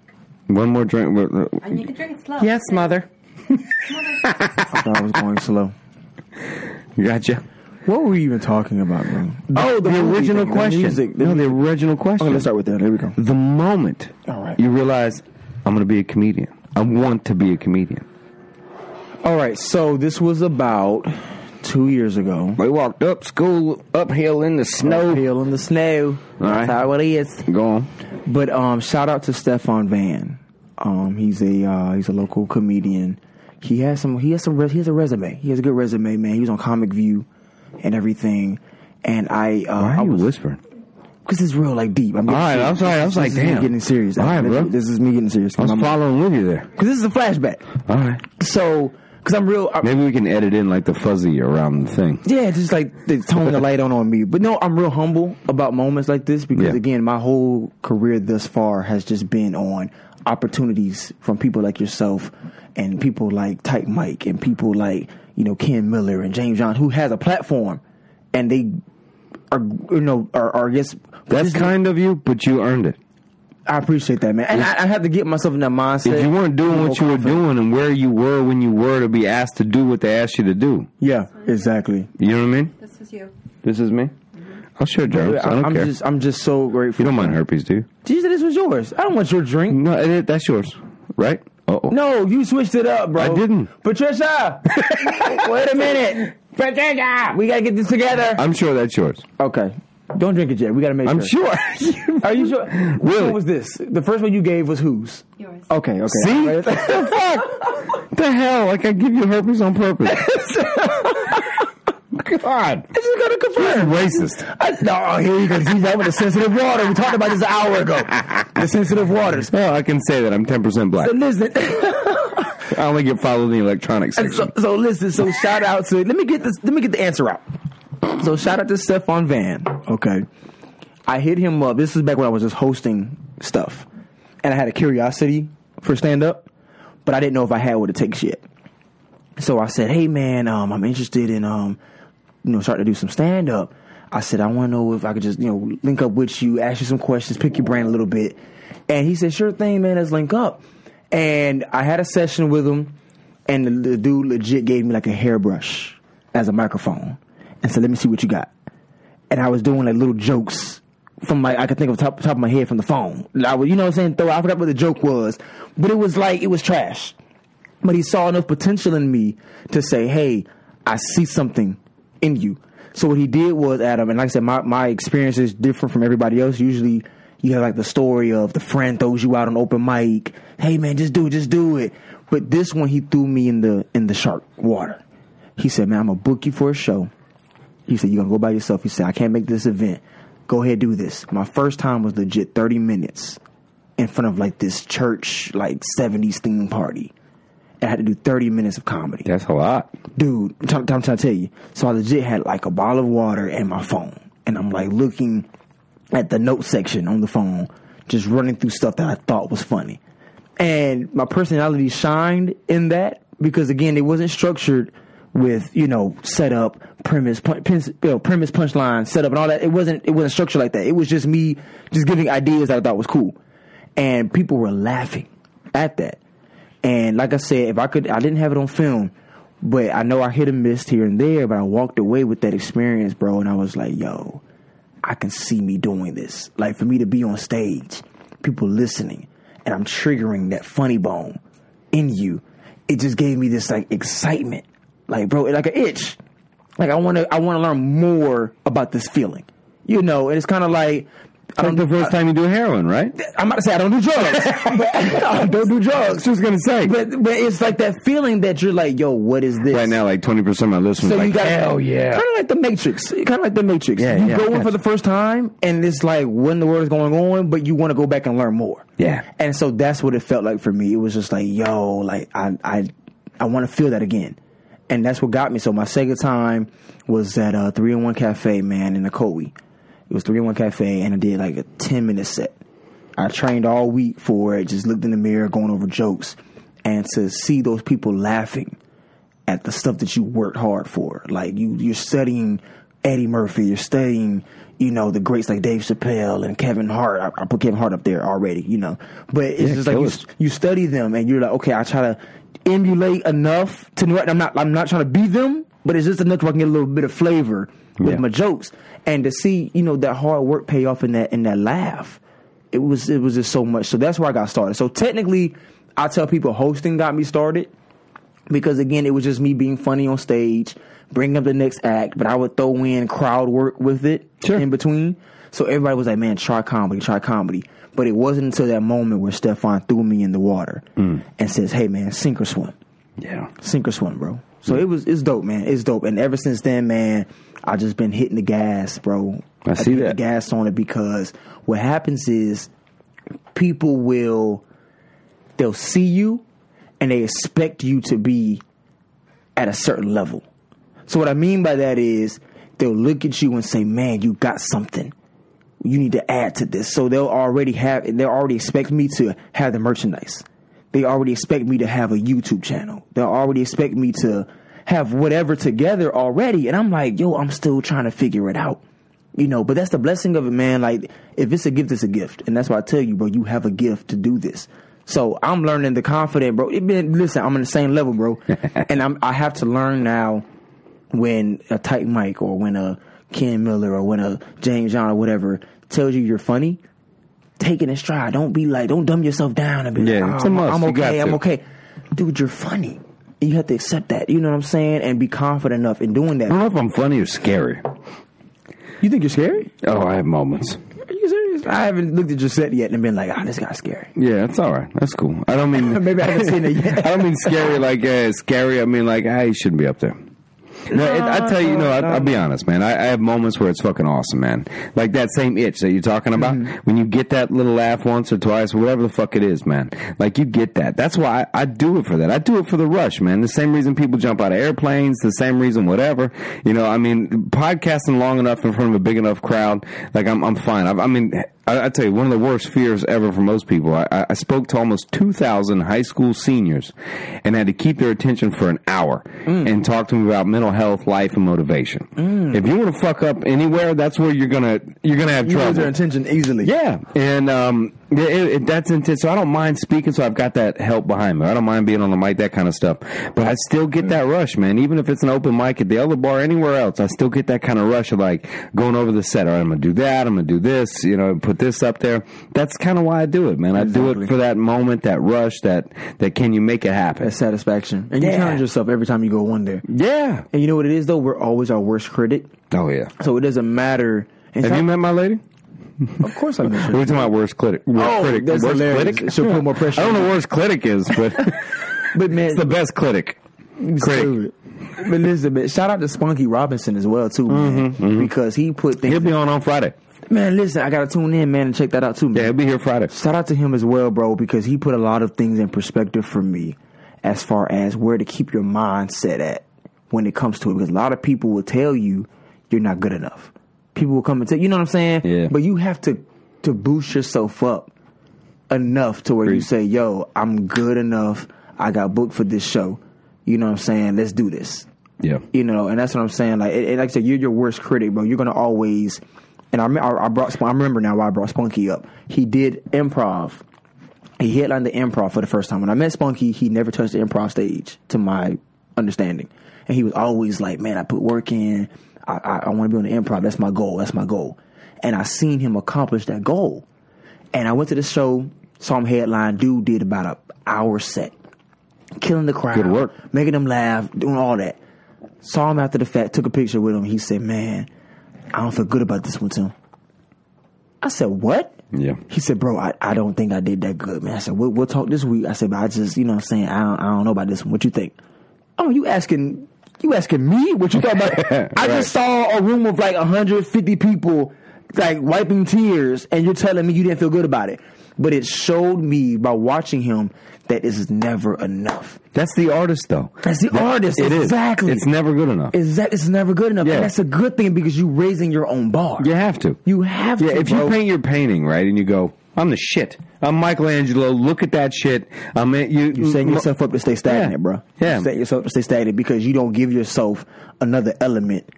A: One more drink. uh,
D: And you can drink it slow.
A: mother.
C: I thought I was going slow.
A: Gotcha.
C: What were we even talking about, bro?
A: Oh, the,
C: movie
A: original
C: thing, the
A: question.
C: music, the
A: no, the original question.
C: Okay, let's start with that. There we go.
A: The moment
C: All right.
A: you realize I'm going to be a comedian, I want to be a comedian.
C: All right. So this was about two years ago.
A: We walked up school, uphill in the snow.
C: Hill in the snow.
A: All right.
C: That's how it is.
A: Go on.
C: But um, shout out to Stefan Van. Um, he's a uh, he's a local comedian. He has some he has some res- he has a resume. He has a good resume, man. He was on Comic View and everything. And I uh,
A: Why
C: I
A: are you
C: was-
A: whispering?
C: because it's real like deep. I'm
A: All right, I'm sorry. I was
C: This
A: like,
C: is me
A: damn.
C: getting serious.
A: All right,
C: This-
A: bro.
C: This is me getting serious.
A: I was
C: Because
A: following with you there.
C: this is a flashback.
A: All right.
C: So because I'm real. I-
A: Maybe we can edit in like the fuzzy around the thing.
C: yeah, just like the tone the light on on me. But no, I'm real humble about moments like this because
A: Yeah.
C: again, my whole career thus far has just been on opportunities from people like yourself and people like Type Mike and people like you know Ken Miller and James John who has a platform and they are you know are, are I guess
A: That's kind of you, but you earned it.
C: I appreciate that man and I, I have to get myself in that mindset.
A: If you weren't doing
C: More
A: what you were
C: confident.
A: doing and where you were when you were to be asked to do what they asked you to do,
C: yeah, exactly.
A: you know what I mean?
D: This was you.
A: This is me. I'll share germs. I don't
C: am
A: care.
C: just I'm just so grateful.
A: you don't mind herpes, do you?
C: Jeez, this was yours. I don't want your drink.
A: No, it, it- that's yours, right? Uh oh.
C: No, you switched it up, bro.
A: I didn't.
C: Patricia, wait a minute. Patricia, we gotta get this together.
A: I'm sure that's yours.
C: Okay, Don't drink it yet. We got to make
A: I'm
C: sure.
A: sure.
C: Are you sure? Really? Which
A: Really?
C: one was this? The first one you gave was whose?
D: Yours.
A: Oh.
C: Okay, okay.
A: See? the fuck? the hell? Like I give you herpes on purpose. God.
C: This is gonna confirm.
A: Racist.
C: I, no, oh, here you go. See, that was the sensitive water. We talked about this an hour ago. The sensitive waters.
A: Well, Oh, I can say that I'm 10% black.
C: So listen,
A: I only get followed in the electronics
C: so,
A: section.
C: so listen. So shout out to. Let me get this. Let me get the answer out. So shout out to Stephon Van. Okay, I hit him up. This is back when I was just hosting stuff, and I had a curiosity for stand up, but I didn't know if I had what it takes yet. So I said, "Hey man, um, I'm interested in um, you know, starting to do some stand up." I said, "I want to know if I could just you know link up with you, ask you some questions, pick your brain a little bit." And he said, "Sure thing, man. Let's link up." And I had a session with him, and the, the dude legit gave me like a hairbrush as a microphone, and said, "Let me see what you got." And I was doing like little jokes from like I could think of top top of my head from the phone. I was, you know what I'm saying? Throw I forgot what the joke was, but it was like it was trash but he saw enough potential in me to say, "Hey, I see something in you." So what he did was, Adam, and like I said, my my experience is different from everybody else. Usually, you have like the story of the friend throws you out on open mic. Hey, man, just do it, just do it. But this one, he threw me in the in the shark water. He said, "Man, I'm gonna book you for a show." He said, You're going to go by yourself. He said, I can't make this event. Go ahead, do this. My first time was legit 30 minutes in front of like this church, like 70s theme party. And I had to do 30 minutes of comedy.
A: That's a lot.
C: Dude, I'm, trying- I'm trying to tell you. So I legit had like a bottle of water and my phone. And I'm like looking at the note section on the phone, just running through stuff that I thought was funny. And my personality shined in that because again, it wasn't structured with you know setup, premise, pun- pin- you know, premise, punchline, setup, and all that. It wasn't it wasn't structured like that. It was just me just giving ideas that I thought was cool, and people were laughing at that. And like I said, if I could, I didn't have it on film, but I know I hit a miss here and there. But I walked away with that experience, bro, and I was like, yo, I can see me doing this. Like for me to be on stage, people listening, and I'm triggering that funny bone in you. It just gave me this like excitement, like bro, like an itch. Like I want to, I want to learn more about this feeling, you know. And it's kind of like
A: That's
C: I don't.
A: the first time you do heroin, right?
C: I'm about to say I don't do drugs, but I Oh, don't do drugs.
A: That's what I was going to say.
C: But but it's like that feeling that you're like, yo, what is this?
A: right now, like 20% of my listeners
C: So
A: are
C: you
A: like,
C: got
A: hell yeah.
C: Kind of like the Matrix. Kind of like the Matrix.
A: Yeah,
C: you
A: yeah,
C: go in
A: gotcha.
C: for the first time, and it's like, what in the world is going on? But you want to go back and learn more.
A: Yeah.
C: And so that's what it felt like for me. It was just like, yo, like I I I want to feel that again. And that's what got me. So my second time was at uh, 301 Cafe, man, in Ocoee. It was 301 Cafe, and I did like a 10 minute set. I trained all week for it, just looked in the mirror, going over jokes. And to see those people laughing at the stuff that you worked hard for. Like you, you're studying Eddie Murphy, you're studying, you know, the greats like Dave Chappelle and Kevin Hart. I, I put Kevin Hart up there already, you know. But it's
A: Yeah,
C: just like you,
A: killers.
C: you study them and you're like, okay, I try to emulate enough to know. I'm not, I'm not trying to be them, but it's just enough where I can get a little bit of flavor with
A: Yeah.
C: my jokes and to see, you know, that hard work pay off in that in that laugh. It was it was just so much. So that's where I got started. So technically, I tell people hosting got me started because again, it was just me being funny on stage, bringing up the next act, but I would throw in crowd work with it
A: Sure.
C: in between. So everybody was like, "Man, try comedy, try comedy." But it wasn't until that moment where Stefan threw me in the water and says, "Hey, man, sink or swim."
A: Yeah.
C: sink or swim, bro. So it was it's dope, man. It's dope. And ever since then, man, I just been hitting the gas, bro.
A: I
C: I've
A: see
C: hit the
A: that.
C: gas on it because what happens is people will they'll see you and they expect you to be at a certain level. So what I mean by that is they'll look at you and say, "Man, you got something." you need to add to this. So they'll already have, they already expect me to have the merchandise. They already expect me to have a YouTube channel. They already expect me to have whatever together already. And I'm like, yo, I'm still trying to figure it out. You know, but that's the blessing of it, man. Like, if it's a gift, it's a gift. And that's why I tell you, bro, you have a gift to do this. So I'm learning the confident, bro. It been, listen, I'm on the same level, bro. and I'm, I have to learn now when a tight mic or when a Ken Miller or when a James John or whatever tells you you're funny, take it in stride. Don't be like, don't dumb yourself down and be
A: Yeah,
C: like, oh,
A: it's a must.
C: I'm
A: You got
C: okay, I'm
A: to."
C: okay. Dude, you're funny. You have to accept that. You know what I'm saying? And be confident enough in doing
A: I
C: that.
A: don't know if I'm funny or scary.
C: You think you're scary?
A: Oh, I have moments.
C: Are you serious? I haven't looked at your set yet and been like, ah, this guy's scary.
A: Yeah, that's all right. That's cool. I don't mean
C: Maybe I haven't seen it
A: I
C: yet.
A: don't mean scary like uh, scary. I mean like I shouldn't be up there. No, it, I tell you, no, I, I'll be honest, man. I, I have moments where it's fucking awesome, man. Like that same itch that you're talking about. When you get that little laugh once or twice, or whatever the fuck it is, man. Like you get that. That's why I, I do it for that. I do it for the rush, man. The same reason people jump out of airplanes, the same reason whatever. You know, I mean, podcasting long enough in front of a big enough crowd, like I'm, I'm fine. I, I mean, I, I tell you, one of the worst fears ever for most people. I, I I spoke to almost 2,000 high school seniors and had to keep their attention for an hour
C: Mm.
A: and talk to them about mental health, life, and motivation. If you want to fuck up anywhere, that's where you're gonna you're gonna have
C: You lose
A: trouble.
C: their attention easily.
A: Yeah, and um, yeah, it, it, that's intense. So I don't mind speaking. So I've got that help behind me. I don't mind being on the mic, that kind of stuff. But I still get that rush, man. Even if it's an open mic at the other bar, anywhere else, I still get that kind of rush of like going over the set. All right, I'm gonna do that. I'm gonna do this. You know, put this up there. That's kind of why I do it, man. I do
C: Exactly.
A: it for that moment, that rush, that that can you make it happen?
C: That satisfaction. And you
A: Yeah.
C: challenge yourself every time you go one there.
A: Yeah.
C: And you know what it is though? We're always our worst critic.
A: Oh yeah.
C: So it doesn't matter. And
A: Have you met my lady?
C: of course I mentioned
A: We're talking about worst clinic. Worst
C: Oh,
A: clinic.
C: that's
A: worst
C: hilarious.
A: clinic.
C: It should put more pressure
A: I don't
C: on
A: know where worst clinic is, but
C: But man,
A: it's the best clinic. Critic.
C: stupid. But listen, man, shout out to Spunky Robinson as well too, man, because he put
A: He'll
C: things.
A: be on on Friday.
C: Man, listen, I gotta tune in, man, and check that out too, man.
A: Yeah, he'll be here Friday.
C: shout out to him as well, bro, because he put a lot of things in perspective for me as far as where to keep your mindset at when it comes to it. Because a lot of people will tell you you're not good enough. People will come and tell you know what I'm saying?
A: Yeah.
C: But you have to to boost yourself up enough to where you
A: Preach.
C: say, Yo, I'm good enough. I got booked for this show. You know what I'm saying? Let's do this
A: Yeah.
C: you know, and that's what I'm saying. Like, it, it- like I said, you're your worst critic, bro. You're gonna always. And I, rem- I, I brought, Spunk- I remember now why I brought Spunky up. He did improv. He headlined the improv for the first time. When I met Spunky, he never touched the improv stage, to my understanding. And he was always like, "Man, I put work in. I, I, I want to be on the improv. That's my goal. That's my goal." And I seen him accomplish that goal. And I went to the show, saw him headline. Dude did about a hour set, killing the crowd,
A: Good work.
C: making them laugh, doing all that. Saw him after the fact, took a picture with him. He said, "Man, I don't feel good about this one, Tim." I said, "What?"
A: Yeah.
C: He said, "Bro, I, I don't think I did that good, man." I said, "We'll, we'll talk this week." I said, "But I just, you know, what I'm saying I don't, I don't know about this one. What you think?" Oh, you asking you asking me what you thought about? I
A: Right.
C: just saw a room of like 150 people like wiping tears, and you're telling me you didn't feel good about it. But it showed me by watching him that this is never enough.
A: That's the artist, though.
C: That's the artist,
A: It is.
C: exactly.
A: It's never good enough.
C: Is that it's never good enough?
A: Yeah.
C: And that's a good thing because you're raising your own bar.
A: you have to.
C: You have
A: yeah,
C: to.
A: if
C: bro.
A: you paint your painting, right, and you go, I'm the shit. I'm Michelangelo. Look at that shit. I mean, you.
C: You're setting yourself up to stay stagnant,
A: Mm, Yeah.
C: bro.
A: Yeah.
C: You're setting yourself up to stay stagnant because you don't give yourself another element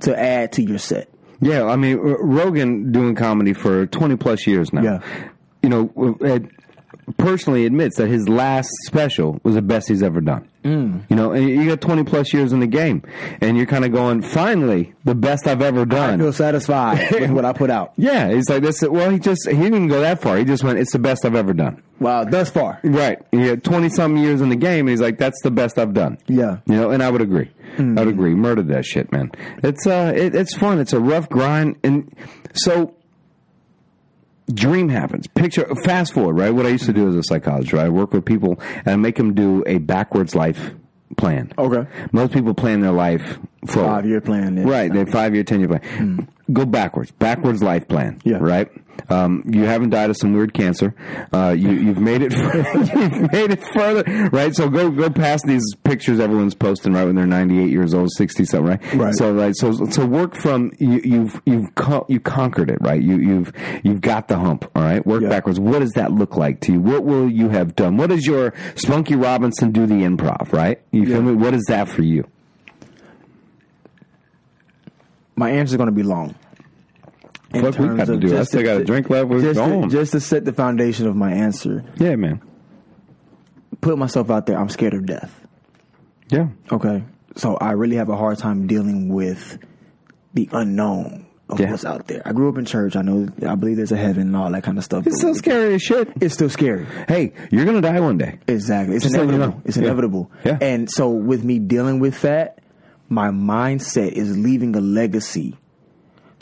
C: to add to your set.
A: Yeah, I mean, R- Rogan doing comedy for 20 plus years now.
C: Yeah.
A: You know, w- had- personally admits that his last special was the best he's ever done. Mm. You know, and you got 20 plus years in the game, and you're kind of going, finally, the best I've ever
C: I
A: done.
C: feel satisfied with what I put out.
A: yeah, he's like, this. well, he just, he didn't go that far. He just went, it's the best I've ever done.
C: Wow, thus far.
A: Right. He had 20 something years in the game, and he's like, that's the best I've done.
C: Yeah. Hmm.
A: You know, and I would agree. I would agree. Murdered that shit, man. It's, uh, it, it's fun. It's a rough grind. And so, dream happens. Picture, fast forward, right? What I used to do as a psychologist, right? I work with people and I make them do a backwards life plan.
C: Okay.
A: Most people plan their life forward.
C: Oh. Five year plan. yeah.
A: Right, their five year, ten year plan. Go backwards, backwards life plan.
C: Hmm. Yeah.
A: Right. Um, you haven't died of some weird cancer. Uh, you, you've made it. you've made it further. Right. So go go past these pictures everyone's posting right when they're ninety eight years old, sixty something. Right.
C: Right.
A: So right. So so work from you, you've you've co- you conquered it. Right. You you've you've got the hump. All right. Work
C: Yeah.
A: backwards. What does that look like to you? What will you have done? What does your Spunky Robinson do the improv? Right. You feel me? What is that for you?
C: My answer's going to be long. In
A: Fuck, we
C: terms
A: got to
C: of
A: do. I
C: just
A: still
C: to-
A: got a drink left. We're
C: just
A: going.
C: To, just to set the foundation of my answer,
A: Yeah, man.
C: put myself out there. I'm scared of death.
A: Yeah.
C: Okay. So I really have a hard time dealing with the unknown of
A: Yeah.
C: what's out there. I grew up in church. I know, I believe there's a heaven and all that kind of stuff.
A: It's so scary as shit.
C: It's still scary.
A: Hey, you're gonna die one day.
C: Exactly. It's
A: Just so you
C: inevitable.
A: know.
C: It's
A: Yeah.
C: inevitable.
A: Yeah.
C: And so with me dealing with that, my mindset is leaving a legacy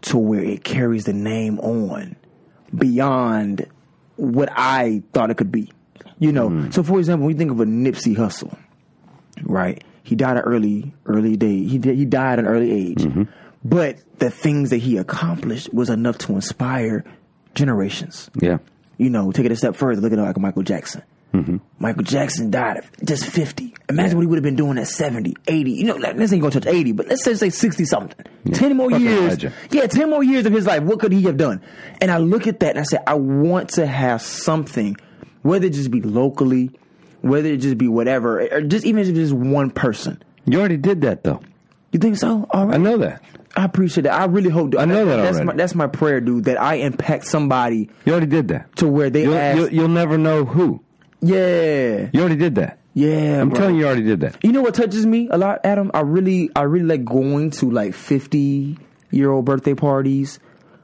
C: to where it carries the name on beyond what I thought it could be. You know,
A: Mm.
C: so for example, when you think of a Nipsey Hustle, right? He died at early, early day. He did, he died at an early age,
A: Mm-hmm.
C: but the things that he accomplished was enough to inspire generations
A: Yeah.
C: you know, take it a step further, look at like Michael Jackson.
A: Mm-hmm.
C: Michael Jackson died at just 50. Imagine what he would have been doing at 70, 80. You know, like, this ain't going to touch 80, but let's just say 60 something. 10 more
A: Fucking
C: years.
A: legend.
C: Yeah, 10 more years of his life. What could he have done? And I look at that and I say, I want to have something, whether it just be locally, whether it just be whatever, or just even if it's just one person.
A: You already did that though.
C: You think so? All right.
A: I know that.
C: I appreciate that. I really hope.
A: I know that
C: that's
A: already.
C: My, that's my prayer, dude. That I impact somebody
A: You already did that.
C: to where they
A: You'll,
C: ask,
A: you'll, you'll never know who.
C: yeah,
A: You already did that.
C: yeah.
A: I'm
C: bro.
A: telling you, you already did that.
C: You know what touches me a lot, Adam? I really, I really like going to like fifty year old birthday parties,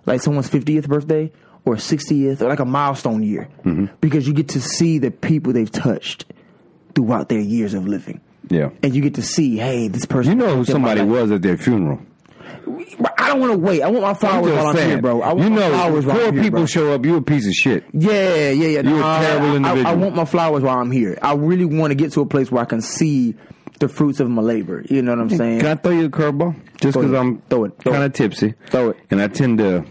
C: like someone's fiftieth birthday or sixtieth or like a milestone year,
A: Mm-hmm.
C: because you get to see the people they've touched throughout their years of living,
A: Yeah.
C: and you get to see, hey, this person.
A: You know who somebody was at their funeral.
C: But I don't want to wait. I want my
A: I'm
C: flowers
A: just
C: while I'm
A: saying,
C: here, bro. I want
A: you
C: my
A: know,
C: flowers
A: before
C: while I'm here,
A: people
C: bro.
A: show up, you a piece of shit.
C: Yeah, yeah, yeah.
A: You a
C: Nah,
A: terrible
C: I- I, I
A: individual.
C: want my flowers while I'm here. I really want to get to a place where I can see the fruits of my labor. You know what I'm saying?
A: Can I throw you a curveball? Just
C: Throw
A: because
C: it.
A: I'm
C: Throw it. Throw
A: kind of
C: it.
A: tipsy.
C: Throw it.
A: And I tend to,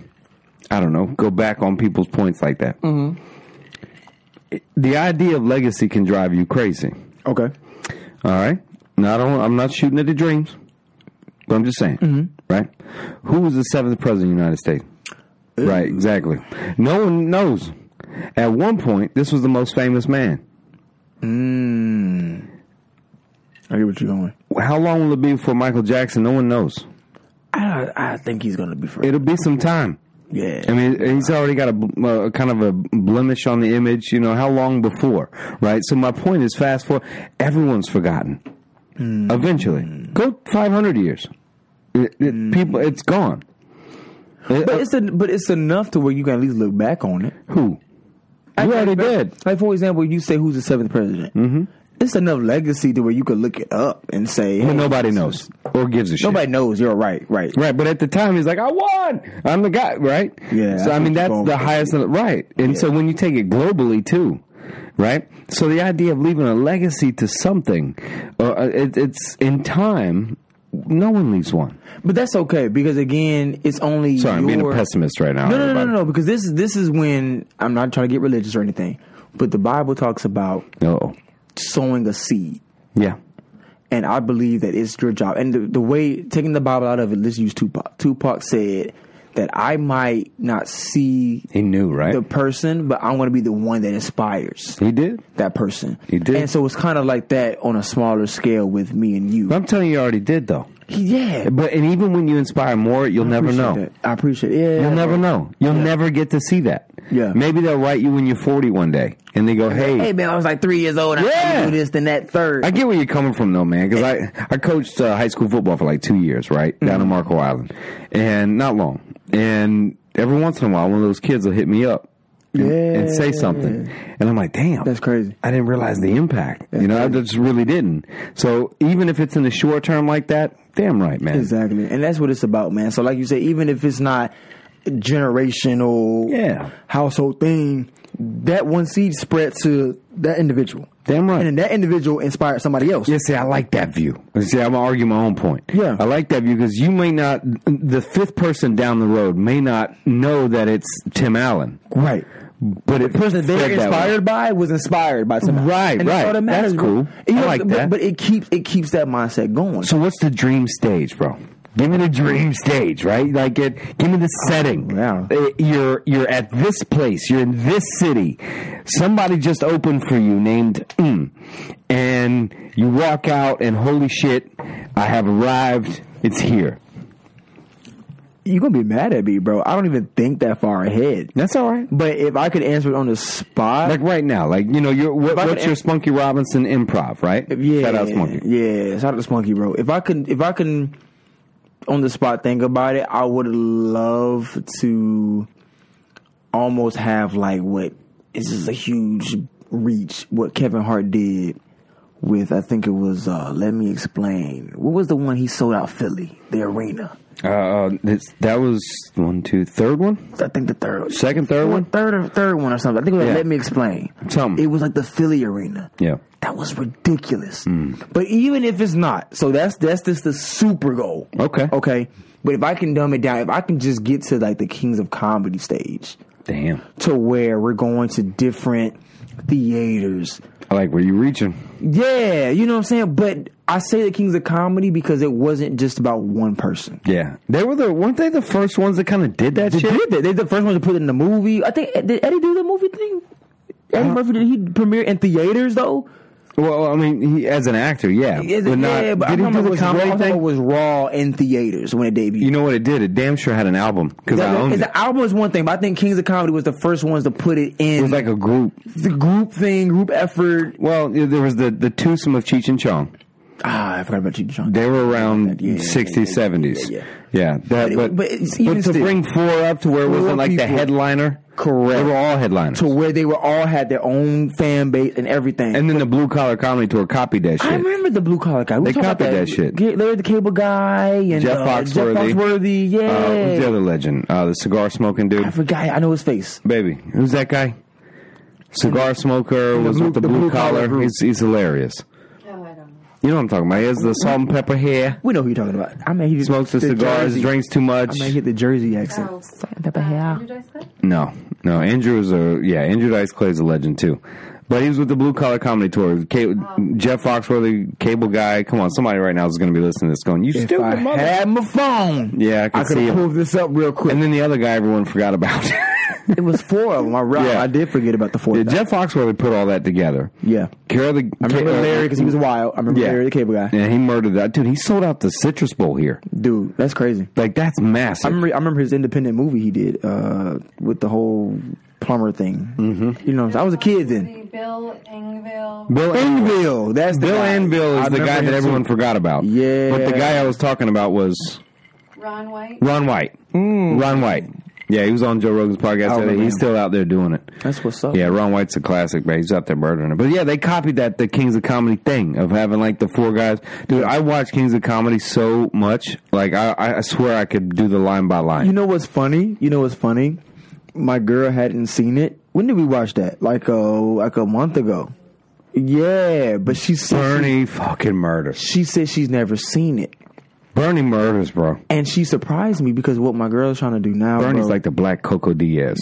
A: I don't know, go back on people's points like that. Mm-hmm. The idea of legacy can drive you crazy.
C: Okay.
A: All right. Now I don't. I'm not shooting at the dreams, but I'm just saying. Right. Who was the seventh president of the United States? Right. Exactly. No one knows. At one point, this was the most famous man.
C: I get what you're going.
A: How long will it be before Michael Jackson? No one knows.
C: I I think he's gonna be free.
A: It'll be some time.
C: Yeah.
A: I mean, he's already got a bl- uh, kind of a blemish on the image. You know, how long before, right? So my point is, fast forward, everyone's forgotten.
C: Hmm.
A: Eventually, go 500 years. It, it, People, it's gone. Uh, It-
C: Hmm. but it's a, but it's enough to where you can at least look back on it.
A: who? You already did.
C: Like for example, you say who's the seventh president. Mm-hmm. It's enough legacy to where you could look it up and say, hey,
A: But nobody knows or gives a shit.
C: nobody knows. You're right, right.
A: Right, but at the time he's like, I won. I'm the guy, right?
C: Yeah,
A: So I,
C: I
A: mean,
C: think
A: that's
C: you're
A: the
C: going
A: highest, right? And so when you take it globally too, right? So the idea of leaving a legacy to something, uh, it, it's in time. No one leaves one.
C: But that's okay because again, it's only
A: Sorry, I'm being a
C: your-
A: pessimist right now.
C: No, no, no,
A: everybody.
C: no, no. Because this is this is when I'm not trying to get religious or anything, but the Bible talks about
A: Uh-oh.
C: sowing a seed.
A: Yeah.
C: And I believe that it's your job. And the, the way taking the Bible out of it, let's use Tupac. Tupac said that I might not see
A: He knew, right?
C: the person, but I'm going to be the one that inspires
A: he did.
C: that person.
A: He did.
C: And so it's kind of like that on a smaller scale with me and you.
A: I'm telling you, you already did though.
C: yeah.
A: But and even when you inspire more, you'll never know.
C: Appreciate that. I appreciate it. Yeah.
A: You'll never know. You'll never get to see that.
C: Yeah.
A: Maybe they'll write you when you're 40 one day, and they go,
C: Hey, man, I was like three years old. I
A: Yeah.
C: yeah. do this, then that, third.
A: I get where you're coming from though, man. Because I I coached uh, high school football for like two years, right, down
C: Mm-hmm.
A: in Marco Island, and not long. And every once in a while, one of those kids will hit me up and, and say something, and I'm like, damn,
C: That's crazy.
A: I didn't realize the impact. you know, I just really didn't. So even if it's in the short term like that, damn right, man.
C: Exactly. And that's what it's about, man. So like you say, even if it's not generational
A: Yeah.
C: household thing, that one seed spread to that individual.
A: Damn right.
C: And then that individual inspired somebody else.
A: Yeah, see, I like that view. See, I'm gonna argue my own point.
C: Yeah.
A: I like that view because you may not, the fifth person down the road may not know that it's Tim Allen,
C: Right.
A: but it
C: The person that they're
A: said that way.
C: inspired by was inspired by somebody.
A: Right,
C: and
A: right.
C: That's all that matters.
A: That's cool.
C: You
A: I
C: know,
A: like
C: but,
A: that.
C: But it keeps it keeps that mindset going.
A: So what's the dream stage, bro? Give me the dream stage, right? Like it. Give me the setting.
C: Oh, yeah.
A: Uh, You're you're at this place. You're in this city. Somebody just opened for you named mm, and you walk out and holy shit, I have arrived. It's here.
C: You're gonna be mad at me, bro. I don't even think that far ahead.
A: That's all right.
C: But if I could answer it on the spot,
A: Like right now, like you know, you're, what,
C: If I could
A: what's your
C: ask-
A: Spunky Robinson improv, right?
C: Yeah,
A: Shout out Spunky.
C: Yeah, shout out to Spunky, bro. If I can, if I can, on the spot think about it, I would love to almost have like what this is a huge reach. What Kevin Hart did with, I think it was. uh Let me explain. What was the one he sold out Philly, the arena?
A: Uh, this, that was one, two, third one,
C: I think the third,
A: second, third one.
C: third or third one or something. I think it was
A: Yeah.
C: Let Me Explain.
A: Something.
C: It was like the Philly arena.
A: Yeah.
C: That was ridiculous.
A: Hmm.
C: But even if it's not, so that's that's just the super goal.
A: Okay.
C: Okay. But if I can dumb it down, if I can just get to like the Kings of Comedy stage
A: Damn.
C: to where we're going to different theaters.
A: I like where you reaching.
C: Yeah, you know what I'm saying? But I say the Kings of Comedy because it wasn't just about one person.
A: Yeah, they were the weren't they the first ones that kind of did that
C: They
A: shit?
C: did that. They're the first ones to put it in the movie. I think did Eddie do the movie thing? Eddie Murphy did he premiere in theaters though?
A: Well, I mean, he, as an actor, yeah,
C: Is it-
A: but not.
C: yeah, but I
A: did he
C: remember
A: do the
C: it was, raw, I
A: comedy
C: remember it
A: thing?
C: was raw in theaters when it debuted.
A: you know what it did? It damn sure had an album because I
C: That-
A: owned
C: that-
A: it.
C: the album is one thing, but I think Kings of Comedy was the first ones to put it in
A: It was like a group.
C: the group thing, group effort.
A: Well, there was the the twosome of Cheech and Chong.
C: Ah, I forgot about you, John.
A: They were around
C: Yeah, yeah,
A: 60s,
C: yeah, yeah,
A: 70s.
C: yeah,
A: Yeah,
C: yeah. But
A: That,
C: it-
A: but,
C: but
A: but,
C: it's even
A: to
C: still-
A: bring four up to where it
C: Four
A: wasn't like the
C: people.
A: headliner.
C: Correct.
A: They were all headliners.
C: to where they were all had their own fan base and everything.
A: and then the Blue Collar Comedy Tour copied that shit.
C: I remember the blue collar guy. We
A: They
C: talked about
A: copied that shit.
C: Ga- Larry the Cable Guy and
A: Jeff
C: uh,
A: Foxworthy.
C: Jeff Foxworthy, yeah.
A: Uh, who's the other legend? Uh, the cigar smoking dude.
C: I forgot. I know his face.
A: Baby, who's that guy? Cigar smoker was
C: blue-
A: with the,
C: the
A: blue,
C: blue collar
A: collar.
C: group.
A: He's, he's hilarious.
D: Oh, I don't know.
A: You know what I'm talking about. He has the
C: Mm-hmm.
A: salt and pepper hair.
C: We know who you're talking about. I mean, he just
A: Smokes the, cigars.
C: Jersey-
A: Drinks too
C: I
A: much.
C: mean, he hit the Jersey accent.
D: Oh,
C: Salt and pepper
D: uh,
C: hair.
D: Andrew Dice Clay?
A: No, no. Andrew is a yeah. Andrew Dice Clay is a legend too, but he was with the Blue Collar Comedy Tour. Ca- Jeff Foxworthy, cable guy. Come on, somebody right now is going to be listening to this going, "You
C: If
A: stupid
C: I
A: mother!"
C: had my phone,
A: Yeah, I can
C: I could
A: see
C: have
A: him.
C: pulled this up real quick.
A: and then the other guy everyone forgot about.
C: It was four of them. I,
A: Yeah.
C: I did forget about the four.
A: Yeah,
C: guys.
A: Jeff Foxworthy put all that together.
C: yeah.
A: Carol the
C: I remember Larry because he was wild. I remember
A: uh, Yeah.
C: Larry the cable guy.
A: Yeah, he murdered that dude. He sold out the Citrus Bowl here.
C: Dude, that's crazy.
A: Like that's massive.
C: I remember, I remember his independent movie he did uh, with the whole plumber thing. Mm-hmm. You know, I was a kid then.
D: The Bill Engville.
A: Bill
C: Anvil, that's the
A: Bill
C: guy.
A: Anvil
C: I
A: is the guy that
C: remember him,
A: everyone
C: too.
A: forgot about.
C: Yeah.
A: But the guy I was talking about was
D: Ron White.
A: Ron White. Ron White. Yeah, he was on Joe Rogan's podcast.
C: Hmm. Oh,
A: today.
C: man.
A: He's still out there doing it.
C: That's what's up.
A: Yeah, Ron White's a classic, man. He's out there murdering it. But yeah, they copied that the Kings of Comedy thing of having like the four guys. Dude, I watch Kings of Comedy so much. Like I, I swear I could do the line by line.
C: You know what's funny? You know what's funny? My girl hadn't seen it. When did we watch that? Like a like a month ago. Yeah, but she said she,
A: Bernie fucking murders.
C: she said she's never seen it,
A: Bernie murders, bro.
C: and she surprised me because what my girl's trying to do now.
A: Bernie's
C: bro,
A: like the black Coco Diaz.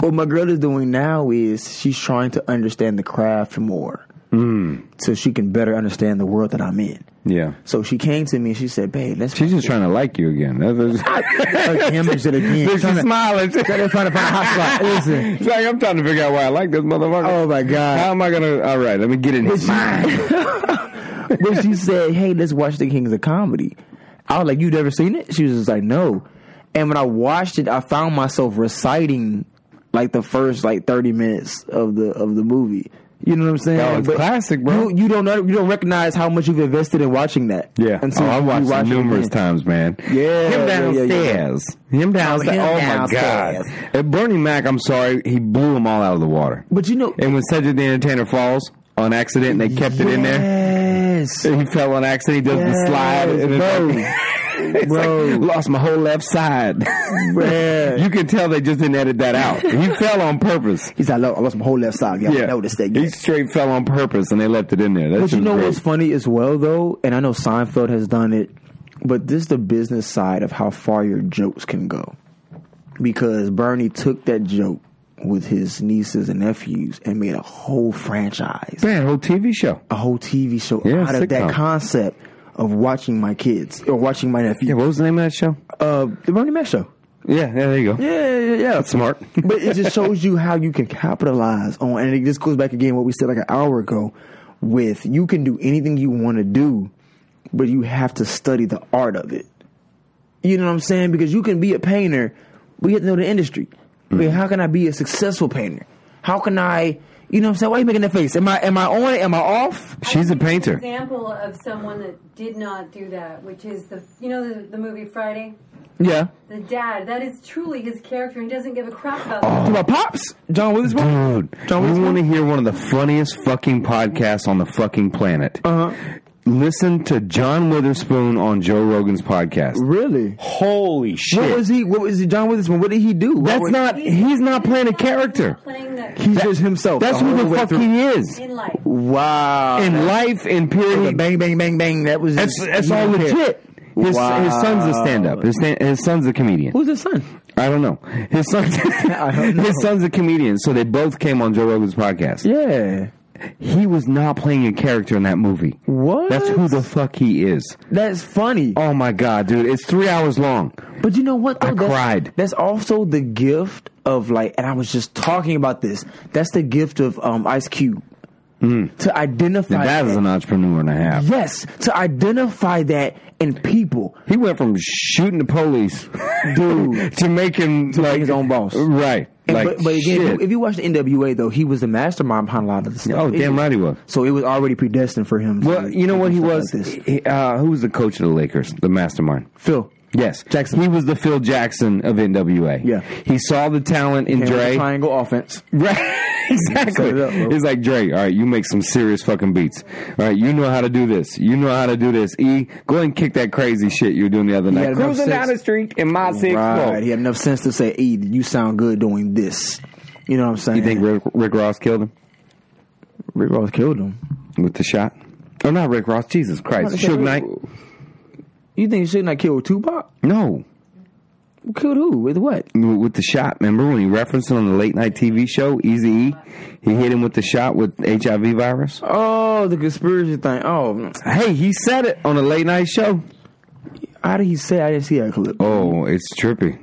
C: what my girl is doing now is she's trying to understand the craft more, mm. so she can better understand the world that I'm in.
A: Yeah.
C: So she came to me and she said, "Babe, let's."
A: She's just trying to like you again. That was-
C: Again, she said again.
A: She's
C: She's trying to-
A: smiling.
C: trying to find a hot spot. Listen.
A: She's like, I'm trying to figure out why I like this motherfucker.
C: Oh my god.
A: How am I gonna? All right, let me get in his mind.
C: when she said, "Hey, let's watch The Kings of Comedy," I was like, "You never seen it?" She was just like, "No." And when I watched it, I found myself reciting like the first like thirty minutes of the of the movie. You know what I'm saying?
A: Yo, it's classic, bro.
C: You, you don't know, you don't recognize how much you've invested in watching that.
A: Yeah.
C: until
A: oh, I
C: you
A: watched
C: watch
A: it
C: it
A: numerous
C: again.
A: times, man.
C: Yeah,
A: Him
C: yeah, yeah, yeah.
A: downstairs. Him downstairs.
C: him
A: Oh, my
C: downstairs.
A: god. And Bernie Mac, I'm sorry, he blew them all out of the water.
C: But you know,
A: And when Cedric the Entertainer falls on accident, and they kept it in there.
C: Yes.
A: He fell on accident. He does the slide, and it's
C: Bro.
A: like- it's
C: Bro.
A: like, lost my whole left side.
C: Bruh.
A: you can tell they just didn't edit that out. He fell on purpose.
C: He's like, look, I lost my whole left side. Y'all
A: Yeah,
C: noticed that.
A: he straight fell on purpose, and they left it in there. That
C: But you
A: shit was
C: know
A: great.
C: what's funny as well, though, and I know Seinfeld has done it, but this is the business side of how far your jokes can go. Because Bernie took that joke with his nieces and nephews and made a whole franchise,
A: Man, whole TV show.
C: a whole TV show
A: Yeah,
C: out of that
A: sitcom.
C: concept of watching my kids or watching my
A: Yeah,
C: nephew.
A: what was the name of that show?
C: Uh, the Bernie Mac show.
A: Yeah, yeah, there you go.
C: Yeah, yeah, yeah.
A: That's smart.
C: but it just shows you how you can capitalize on, and it just goes back again what we said like an hour ago. With you can do anything you want to do, but you have to study the art of it. You know what I'm saying? Because you can be a painter, but you have to know the industry. I mean, how can I be a successful painter? How can I? You know what I'm saying? Why are you making that face? Am I am I on it? Am I off?
A: She's
D: I
A: a
D: think an
A: painter.
D: Example of someone that did not do that, which is the you know the, the movie Friday.
C: Yeah.
D: The dad, that is truly his character, and he doesn't give a crap about
C: To my pops, John Witherspoon.
A: Dude,
C: Don't
A: we
C: we-
A: want to hear one of the funniest fucking podcasts on the fucking planet.
C: Uh huh.
A: listen to John Witherspoon on Joe Rogan's podcast.
C: Really?
A: Holy shit!
C: What was he? What was he? John Witherspoon? What did he do? What
A: That's
C: was-
A: not. He's not playing a character.
D: Playing that
C: He's just himself.
A: That's who
C: whole
A: the
C: way
A: fuck
C: through.
A: he is
D: in life.
C: Wow.
A: in life. In
C: The
A: period.
C: bang, bang, bang, bang. That was.
A: That's
C: his-
A: that's all
C: he didn't care.
A: legit. His,
C: Wow.
A: his son's a stand-up. His, sta- his son's a comedian.
C: Who's his son?
A: I don't know. His son's
C: don't know.
A: his son's a comedian, so they both came on Joe Rogan's podcast.
C: Yeah.
A: He was not playing a character in that movie.
C: What?
A: That's who the fuck he is.
C: That's funny.
A: Oh my god, dude! It's three hours long.
C: But you know what? Though?
A: I
C: That's-
A: cried.
C: That's also the gift of like, and I was just talking about this. That's the gift of um, Ice Cube to identify.
A: Hmm. That is an entrepreneur and a half.
C: yes, to identify that in people.
A: He went from shooting the police, dude, to making like
C: his own boss.
A: Right?
C: And
A: like
C: but, but again,
A: shit.
C: if you watch the NWA though, he was the mastermind behind a lot of the stuff.
A: oh
C: It-
A: damn right he was.
C: So it was already predestined for him. to
A: Well, you know
C: do
A: what he
C: stuff
A: was?
C: like this.
A: He- uh, who was the coach of the Lakers? The mastermind.
C: Phil.
A: Yes,
C: Jackson.
A: He was the Phil Jackson of NWA.
C: Yeah.
A: he saw the talent in
C: And with the
A: Dre.
C: triangle offense.
A: Right.
C: Set it
A: Exactly.
C: up, bro.
A: He's like Dre. All right, you make some serious fucking beats. All right, you know how to do this. You know how to do this. E, go ahead and kick that crazy shit you were doing the other night.
C: had enough
A: Cruising
C: sense.
A: down the street in my six
C: Right.
A: four.
C: He had enough sense to say, "Hey, you sound good doing this." You know what I'm saying?
A: You think Rick, Rick Ross killed him
C: Rick Ross killed him?
A: with the shot? Oh, not Rick Ross. Jesus Christ, Suge Knight.
C: You think Suge Knight killed Tupac?
A: No,
C: Killed who? With what?
A: with the shot. Remember when he referenced it on the late night TV show Easy E? He hit him with the shot with HIV virus.
C: Oh, the conspiracy thing. Oh,
A: Hey, he said it on a late night show.
C: how did he say? I didn't see that clip.
A: Oh, it's trippy.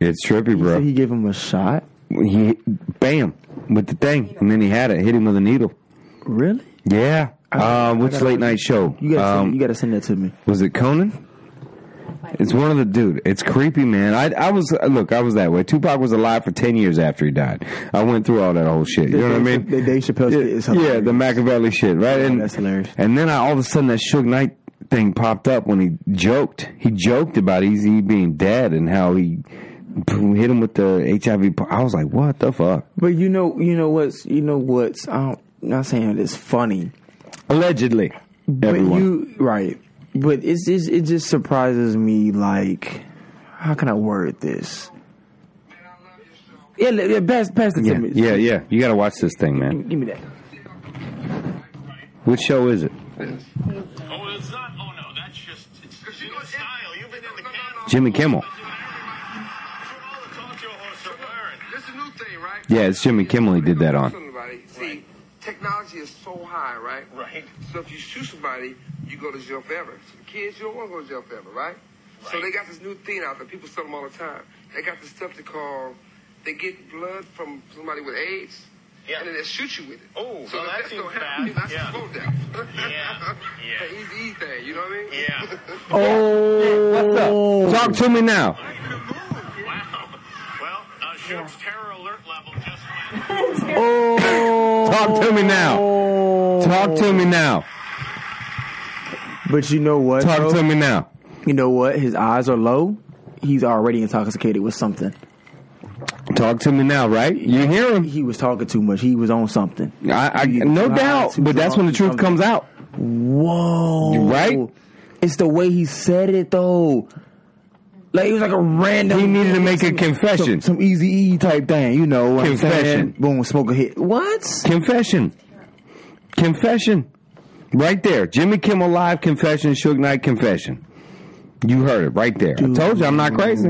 A: It's trippy, bro.
C: So he gave him a shot.
A: he bam with the thing, and then he had it hit him with a needle.
C: Really?
A: Yeah. Uh, which late night show?
C: You gotta, send, you
A: Um,
C: gotta send that to me.
A: was it Conan? It's one of the dude. It's creepy, man. I I was look. I was that way. Tupac was alive for ten years after he died. I went through all that whole shit. You know what I mean?
C: The Dave Chappelle
A: yeah,
C: skit is
A: yeah,
C: hilarious.
A: the Machiavelli shit, right?
C: Yeah,
A: and
C: that's hilarious.
A: And then I, all of a sudden that Suge Knight thing popped up when he joked. He joked about Easy being dead and how he hit him with the HIV. po- I was like, what the fuck?
C: But you know, you know what's, you know what's. I don't, I'm not saying it's funny,
A: Allegedly, everyone.
C: but you right. But it's, it's it just surprises me. Like, how can I word this? Yeah, li- yeah pass, pass it
A: yeah,
C: to me.
A: yeah, yeah. You got to watch this thing, man.
C: give me that.
A: Which show is it?
E: Oh, it's not. Oh no, that's just. It's just your style. You've been in the camera.
A: Jimmy Kimmel.
E: all the talk show hosts are wearing.
F: This is a new thing, right?
A: Yeah, it's Jimmy Kimmel he did that on.
F: Somebody. See, technology is so high, right?
E: Right.
F: So if you shoot somebody, you go to jail forever. So the kids, you don't want to go to jail forever, right? So
E: Right.
F: they got this new thing out there. People sell them all the time. They got this stuff they call, they get blood from somebody with AIDS.
E: Yeah.
F: And then they shoot you with it.
E: Oh,
F: so
E: well,
F: if
E: that
F: that's
E: seems
F: gonna happen,
E: bad.
F: you're not
E: Yeah.
F: supposed to have it.
E: Yeah. Yeah.
F: An easy E thing, you know what I mean?
E: Yeah.
A: What's up? Talk to me now.
E: Wow. Well, uh, Suge's terror alert level just went.
A: Oh. Talk to me now. Talk to me now.
C: But you know what?
A: Talk
C: bro?
A: to me now.
C: You know what? His eyes are low. He's already intoxicated with something.
A: Talk to me now, right? You hear him?
C: He was talking too much. He was on something.
A: I, I no doubt, but that's when the truth comes out.
C: Whoa.
A: Right?
C: It's the way he said it though. Like it was like a random
A: He needed to make a confession.
C: some, some easy E type thing, you know. What I'm saying?
A: Confession.
C: Boom, smoke a hit. What?
A: Confession. Confession. Right there. Jimmy Kimmel Live confession, Suge Knight confession. You heard it right there. I told you I'm not crazy.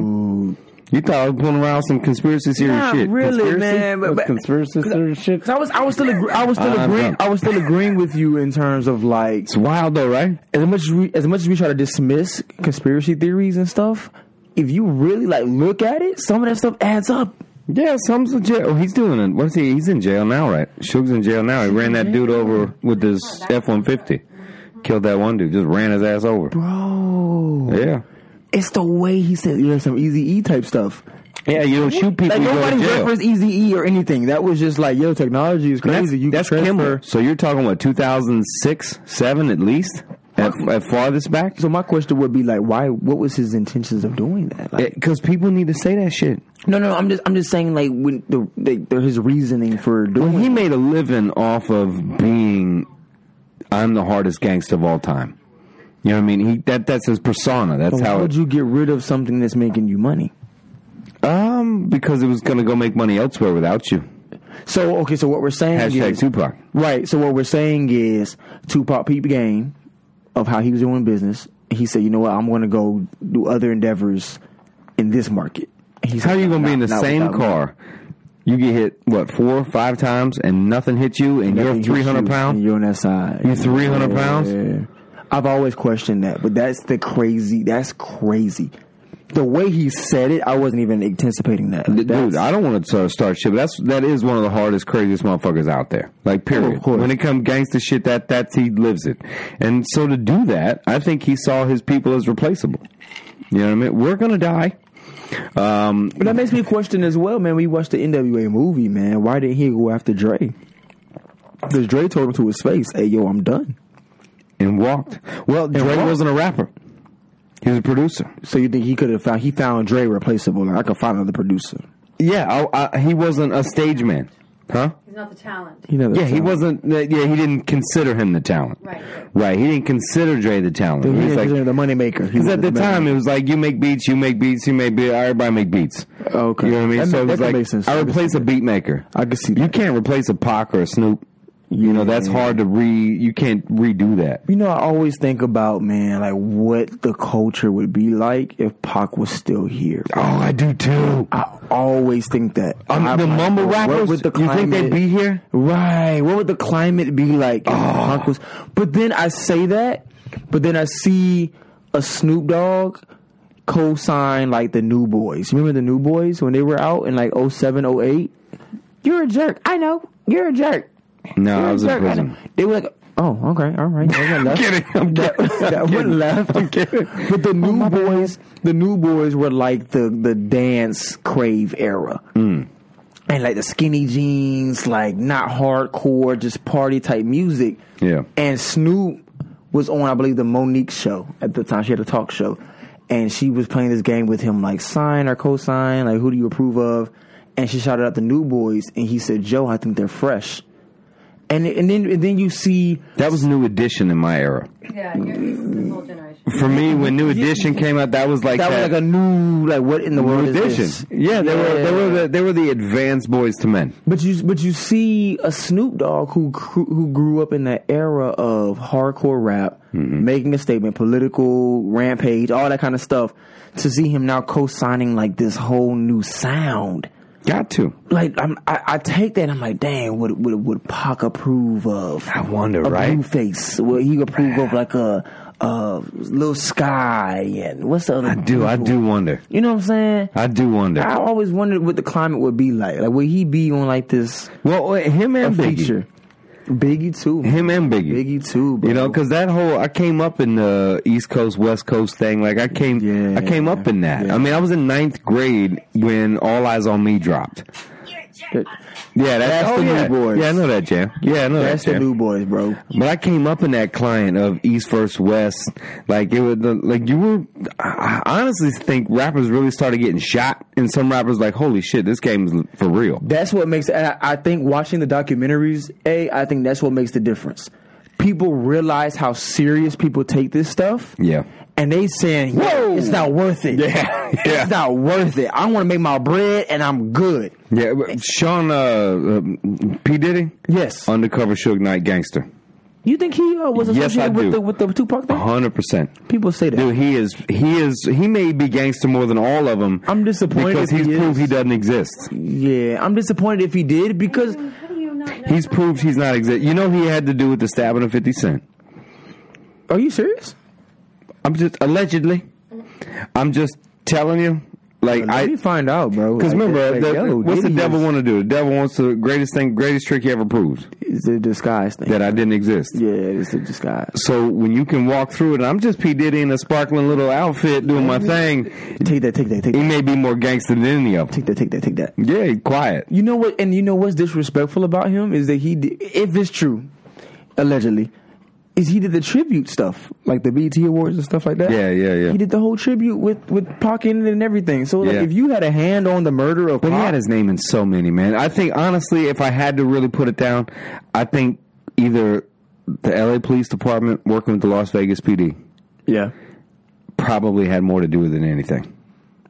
A: You thought I was pulling around some conspiracy theory
C: Not
A: shit.
C: really,
A: Conspiracy?
C: man, but- but-
A: conspiracy theory shit.
C: 'Cause I was I was still agree, I was still
A: Uh,
C: agreeing
A: no.
C: I was still agreeing with you in terms of like
A: It's wild though, right?
C: as much as we, as much as we try to dismiss conspiracy theories and stuff, if you really like look at it, some of that stuff adds up.
A: Yeah, some's in jail. Oh, he's doing it. What's he? He's in jail now, right? Suge's in jail now. He ran that dude over with his F one fifty. Killed that one dude. Just ran his ass over.
C: Bro,
A: Yeah.
C: it's the way he said you know some easy E type stuff.
A: Yeah, you don't shoot people.
C: Like
A: you go
C: nobody
A: to jail.
C: referenced Easy E or anything. That was just like, yo, technology is
A: And
C: crazy. you
A: that's
C: can transfer.
A: Kimmel. So you're talking about 2006, seven at least, at, at farthest back.
C: So my question would be like, why? What was his intentions of doing that? Like,
A: Because people need to say that shit.
C: Eh, no, no, I'm just, I'm just saying like when the, the, the his reasoning for doing.
A: He made a living off of being I'm the hardest gangster of all time. You know what I mean? He that that's his persona. That's
C: But why
A: how
C: would
A: it,
C: you get rid of something that's making you money?
A: um because it was gonna go make money elsewhere without you.
C: So okay, so what we're saying
A: Hashtag
C: is
A: Tupac.
C: right. So what we're saying is Tupac peep the game of how he was doing business. He said, you know what, I'm going to go do other endeavors in this market. And He's
A: How you gonna be in the
C: not
A: same
C: without me.
A: car? You get hit what four, five times, and nothing hits you, and
C: Nothing
A: you're
C: hits
A: three hundred
C: you, and
A: pounds.
C: You're on that side.
A: You're 300 pounds?
C: I've always questioned that, but that's the crazy. That's crazy. The way he said it, I wasn't even anticipating that. Like, that's-
A: Dude, I don't want to start shit, but that's that is one of the hardest, craziest motherfuckers out there. Like,
C: Oh,
A: period.
C: of course.
A: when it comes gangster shit, that that's he lives it. And so to do that, I think he saw his people as replaceable. You know what I mean? We're gonna die. Um,
C: But that makes me question as well, man. We watched the NWA movie, man. Why didn't he go after Dre? Because Dre told him to his face, "Hey, yo, I'm done."
A: and walked. Well, Dre
C: walked.
A: wasn't a rapper. He was a producer.
C: So you think he could have found? He found Dre replaceable. Like I could find another producer.
A: Yeah, I, I, he wasn't a stage man, huh?
D: He's not the talent.
C: You know,
A: Yeah, he wasn't. Yeah, he didn't consider him the talent.
D: Right.
A: Right. He didn't consider Dre the talent.
C: He
A: He was
C: was
A: like,
C: the moneymaker. He
A: Because at the
C: wasn't
A: time, it was like you make beats, you make beats, you make beats. Everybody make beats.
C: Oh, Okay.
A: you know what I mean.
C: That
A: so
C: ma-
A: it was
C: that
A: like
C: makes sense.
A: I replace a beat maker.
C: I could see
A: You
C: that.
A: can't replace a Pac or a Snoop. You know that's hard to re. You can't redo that.
C: You know, I always think about man, like what the culture would be like if Pac was still here.
A: Oh, I do too.
C: I always think that.
A: Um,
C: I'm
A: the
C: like,
A: mumble
C: what
A: rappers.
C: would the
A: you think they'd
C: climate-
A: be here?
C: Right. What would the climate be like? if Pac was- but then I say that, but then I see a Snoop Dogg co-sign like the New Boys. Remember the New Boys when they were out in like 07, 08? You're a jerk. I know. You're a jerk.
A: No,
C: You're
A: I
C: a
A: was in
C: jerk. I know.
A: prison.
C: They were like, oh, okay, all right. That wasn't enough.
A: Kidding. I'm
C: that,
A: kidding. Oh,
C: that one left. But the new boys, the new boys were like the the dance crave era.
A: Mm.
C: And like the skinny jeans, like not hardcore, just party type music.
A: Yeah.
C: And Snoop was on, I believe, the Monique show at the time. She had a talk show. And she was playing this game with him, like sign or cosign, like who do you approve of? And she shouted out the new boys, and he said, "Joe, I think they're fresh." And and then and then you see
A: That was New Edition in my era.
D: Yeah, you're, he's the whole generation.
A: For me, when New Edition came out, that was like
C: that, was like a new like what in the
A: New
C: world is
A: Edition.
C: this?
A: Yeah, they were they were the, they were the advanced boys to men.
C: But you but you see a Snoop Dogg who grew- who grew up in that era of hardcore rap,
A: Mm-hmm.
C: making a statement, political rampage, all that kind of stuff. To see him now co-signing like this whole new sound,
A: Got to.
C: like I'm, I, I take that and I'm like, dang, would would would Pac approve of?
A: I wonder,
C: a
A: right?
C: Blueface, would he approve of like a uh Lil Sky and what's the other?
A: I do. I do wonder.
C: You know what I'm saying?
A: I do wonder.
C: I always wondered what the climate would be like. Like, would he be on like this
A: Well, wait, him and Biggie.
C: feature? Biggie too. man.
A: Him and Biggie.
C: Biggie too. Bro.
A: You know, because that whole I came up in the East Coast West Coast thing. Like I came,
C: Yeah.
A: I came up in that.
C: Yeah.
A: I mean, I was in ninth grade when All Eyes on Me dropped. Yeah, that-
C: That's
A: oh,
C: the new
A: yeah.
C: boys.
A: Yeah, I know that jam. Yeah, I know
C: that's
A: that
C: the
A: jam.
C: new boys, bro.
A: But I came up in that client of East versus West. Like it was the, like you were. I I honestly think rappers really started getting shot, and some rappers like, holy shit, this game's for real.
C: That's what makes. And I, I think watching the documentaries, a, I think that's what makes the difference. People realize how serious people take this stuff.
A: Yeah.
C: And they saying,
A: Whoa.
C: Whoa. it's not worth it.
A: Yeah. Yeah.
C: It's not worth it. I want to make my bread and I'm good.
A: Yeah, but Sean uh, uh, P Diddy,
C: Yes.
A: undercover Suge Knight gangster,
C: You think he uh, was
A: Yes,
C: associated
A: I do.
C: with, the, with the Tupac thing?
A: hundred percent.
C: People say that.
A: Dude, he is he is he may be gangster more than all of them.
C: I'm disappointed
A: because
C: if
A: he's
C: he is.
A: proved he doesn't exist.
C: Yeah, I'm disappointed if he did because
D: How do you not know?
A: He's proved he's not exist. You know, he had to do with the stabbing of Fifty Cent.
C: are you serious?
A: I'm just allegedly. I'm just telling you, like
C: Let me
A: I.
C: find out, bro.
A: Because
C: Like,
A: remember, uh,
C: like,
A: the-
C: yo,
A: what's the
C: Diddy
A: devil want to do? The devil wants the greatest thing, greatest trick he ever proved
C: Is, is the disguise thing?
A: that I didn't exist.
C: yeah, it's the disguise.
A: So when you can walk through it, and I'm just P Diddy in a sparkling little outfit doing my thing.
C: Take that, take that, take
A: He
C: that,
A: may be more gangster than any of them.
C: take that, take that, take that.
A: Yeah, he quiet.
C: You know what? And you know what's disrespectful about him is that he, did, if it's true, allegedly, is he did the tribute stuff like the BT Awards and stuff like that.
A: Yeah, yeah, yeah.
C: He did the whole tribute with with Pac in it and everything. So like,
A: Yeah.
C: if you had a hand on the murder of
A: But he
C: Pac,
A: had his name in so many, man. I think honestly, if I had to really put it down, I think either the LA Police Department working with the Las Vegas PD
C: Yeah.
A: probably had more to do with it than anything.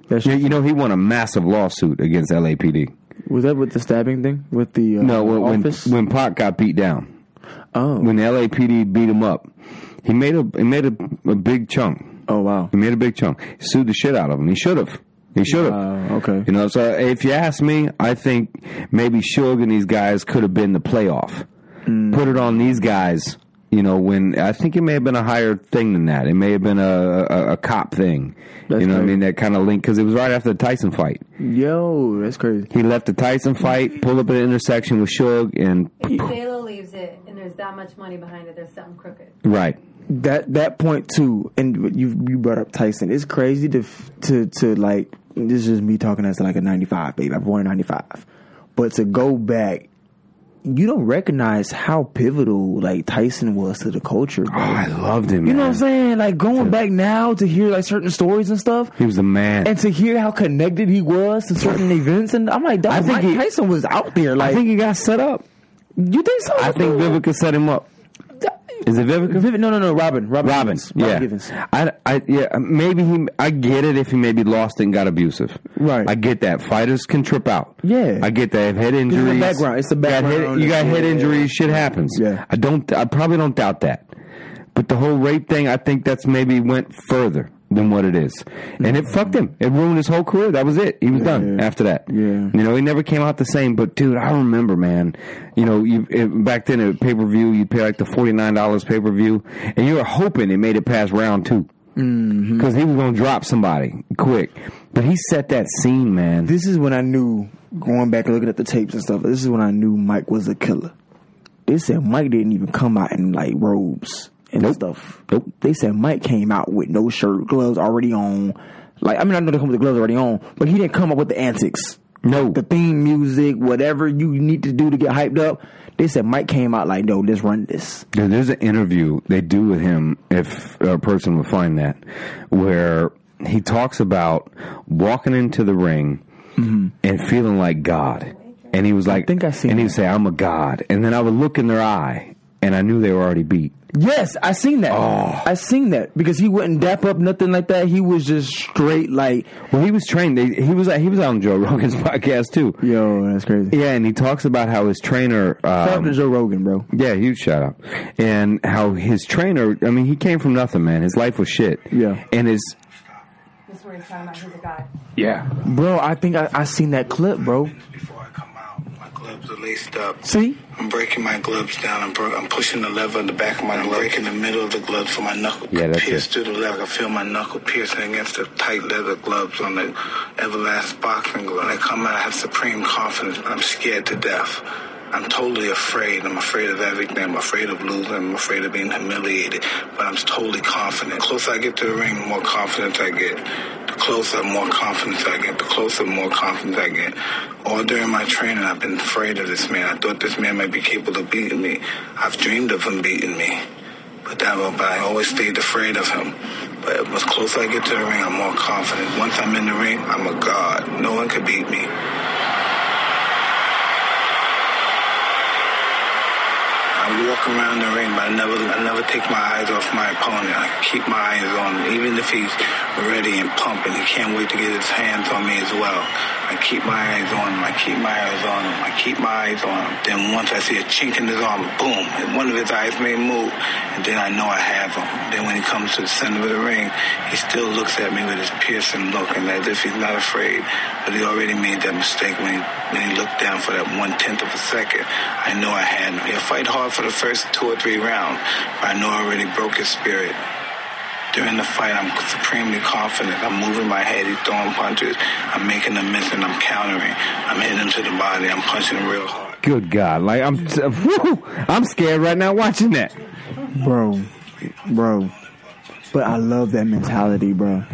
C: That's
A: You, you know, he won a massive lawsuit against LAPD.
C: Was that with the stabbing thing? With the uh,
A: No, when when,
C: office?
A: when Pac got beat down.
C: oh.
A: when the LAPD beat him up, he made a he made a, a big chunk.
C: oh wow.
A: He made a big chunk. He sued the shit out of him. He should have. He should have.
C: Wow, Uh, okay.
A: You know, so if you ask me, I think maybe Suge and these guys could have been the playoff.
C: Mm.
A: Put it on these guys. You know, when I think it may have been a higher thing than that. It may have been a a, a cop thing.
C: That's
A: you know, what I
C: crazy.
A: mean that kind of link because it was right after the Tyson fight.
C: Yo, that's crazy.
A: He left the Tyson fight, pulled up at an intersection with Suge, and
D: If J-Lo leaves it and there's that much money behind it, there's something crooked.
A: right.
C: That that point too, and you you brought up Tyson. It's crazy to f- to to like. This is me talking as like a ninety five baby. I'm born in ninety five, but to go back, you don't recognize how pivotal like Tyson was to the culture.
A: Oh,
C: bro.
A: I loved him.
C: You know
A: man.
C: what I'm saying? Like going back now to hear like certain stories and stuff,
A: He was the man.
C: and to hear how connected he was to certain events, and I'm like,
A: I
C: dog,
A: think
C: Mike
A: he-
C: Tyson was out there. Like,
A: I think he got set up.
C: you think so?
A: I think Vivica set him up. Is it Vivica?
C: Vivica- No, no, no. Robin. Robin.
A: Robbins,
C: Givens. Robin
A: yeah,
C: Givens.
A: I, I, yeah, uh, maybe he. I get it if he maybe lost and got abusive.
C: Right.
A: I get that. Fighters can trip out.
C: Yeah.
A: I get that. If head
C: the
A: injuries,
C: background. It's the
A: you got head-
C: background.
A: You got head
C: Yeah.
A: injuries. Shit happens.
C: Yeah.
A: I don't. I probably don't doubt that. But the whole rape thing, I think that's maybe went further than what it is, and it fucked him. It ruined his whole career. That was it. He was done after that.
C: Mm-hmm. Yeah.
A: You know, he never came out the same. But dude, I remember, man. You know, you it, back then at pay per view, you pay like the forty nine dollars pay per view, and you were hoping it made it past round two
C: Mm-hmm.
A: because he was gonna drop somebody quick. But he set that scene, man.
C: This is when I knew, going back and looking at the tapes and stuff, this is when I knew Mike was a killer. They said Mike didn't even come out in like robes and
A: Nope.
C: stuff.
A: Nope.
C: They said Mike came out with no shirt, gloves already on. Like, I mean, I know they come with the gloves already on, but he didn't come up with the antics.
A: no,
C: The theme music, whatever you need to do to get hyped up. They said Mike came out like, no, let's run this.
A: Dude, there's an interview they do with him, if a person would find that, where he talks about walking into the ring and feeling like God. And he was like,
C: think Mm-hmm. I seen
A: And he
C: that.
A: would say, I'm a God. And then I would look in their eye and I knew they were already beat.
C: Yes, I seen that. I seen that because he wouldn't dap up nothing like that. He was just straight like,
A: Well, he was trained. They, he was he was on Joe Rogan's podcast too.
C: yo, that's crazy.
A: Yeah, and he talks about how his trainer.
C: Shout
A: Um,
C: out to Joe Rogan, bro.
A: Yeah, huge shout out. And how his trainer, I mean, he came from nothing, man. His life was shit.
C: Yeah.
A: And his,
D: This is where he's talking about he's a guy.
A: yeah.
C: Bro, I think I, I seen that clip, bro.
G: Before I come out, my gloves are laced up.
C: See?
G: I'm breaking my gloves down. I'm, bro- I'm pushing the lever in the back of my glove. breaking the middle of the gloves so my knuckle
A: Yeah, that's
G: pierced through the leather. I feel my knuckle piercing against the tight leather gloves on the Everlast boxing glove. When I come out, I have supreme confidence, but I'm scared to death. I'm totally afraid. I'm afraid of everything. I'm afraid of losing. I'm afraid of being humiliated. But I'm totally confident. The closer I get to the ring, the more confident I get. The closer, the more confidence I get. The closer, the more confidence I get. All during my training, I've been afraid of this man. I thought this man might be capable of beating me. I've dreamed of him beating me. But that, but I always stayed afraid of him. But as close I get to the ring, I'm more confident. Once I'm in the ring, I'm a god. No one could beat me. I walk around the ring, but I never, I never take my eyes off my opponent. I keep my eyes on him, even if he's ready and pumping. He can't wait to get his hands on me as well. I keep my eyes on him. I keep my eyes on him. I keep my eyes on him. Then once I see a chink in his arm, boom, and one of his eyes may move, and then I know I have him. Then when he comes to the center of the ring, he still looks at me with his piercing look, and as if he's not afraid. But he already made that mistake when he when he looked down for that one tenth of a second. I know I had him. He'll fight hard for the first two or three rounds, but I know I already broke his spirit. During the fight, I'm supremely confident. I'm moving my head. He's throwing punches. I'm making them miss, and I'm countering. I'm hitting him to the body. I'm punching him real hard.
A: Good God! Like I'm, woo, I'm scared right now watching that.
C: Bro. Bro. But I love that mentality, bro.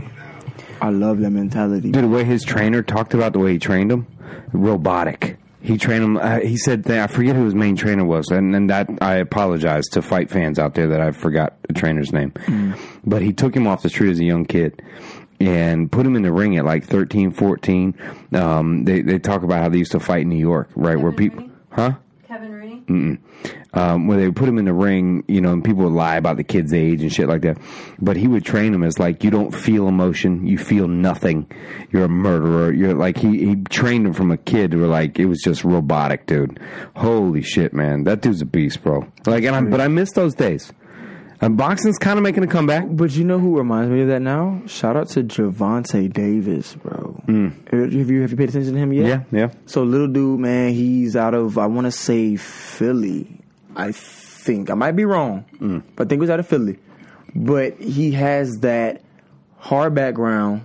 C: I love that mentality.
A: Dude, the way his trainer talked about the way he trained him, robotic. He trained him. Uh, he said that I forget who his main trainer was, and and that I apologize to fight fans out there that I forgot the trainer's name. But he took him off the street as a young kid. And put him in the ring at like 13, 14. Um, they, they talk about how they used to fight in New York, right? Where
D: Kevin
A: people,
D: Rooney?
A: huh?
D: Kevin Rooney?
A: Mm. um, where they would put him in the ring, you know, and people would lie about the kid's age and shit like that. But he would train him as like, you don't feel emotion, you feel nothing. You're a murderer. You're like he he trained him from a kid where like it was just robotic, dude. Holy shit, man, that dude's a beast, bro. Like, and I but I miss those days. And boxing's kind of making a comeback.
C: But you know who reminds me of that now? Shout out to Javante Davis, bro. Have you have you paid attention to him yet?
A: Yeah, yeah.
C: So little dude, man, he's out of I want to say Philly. I think I might be wrong, but I think it was out of Philly. But he has that hard background,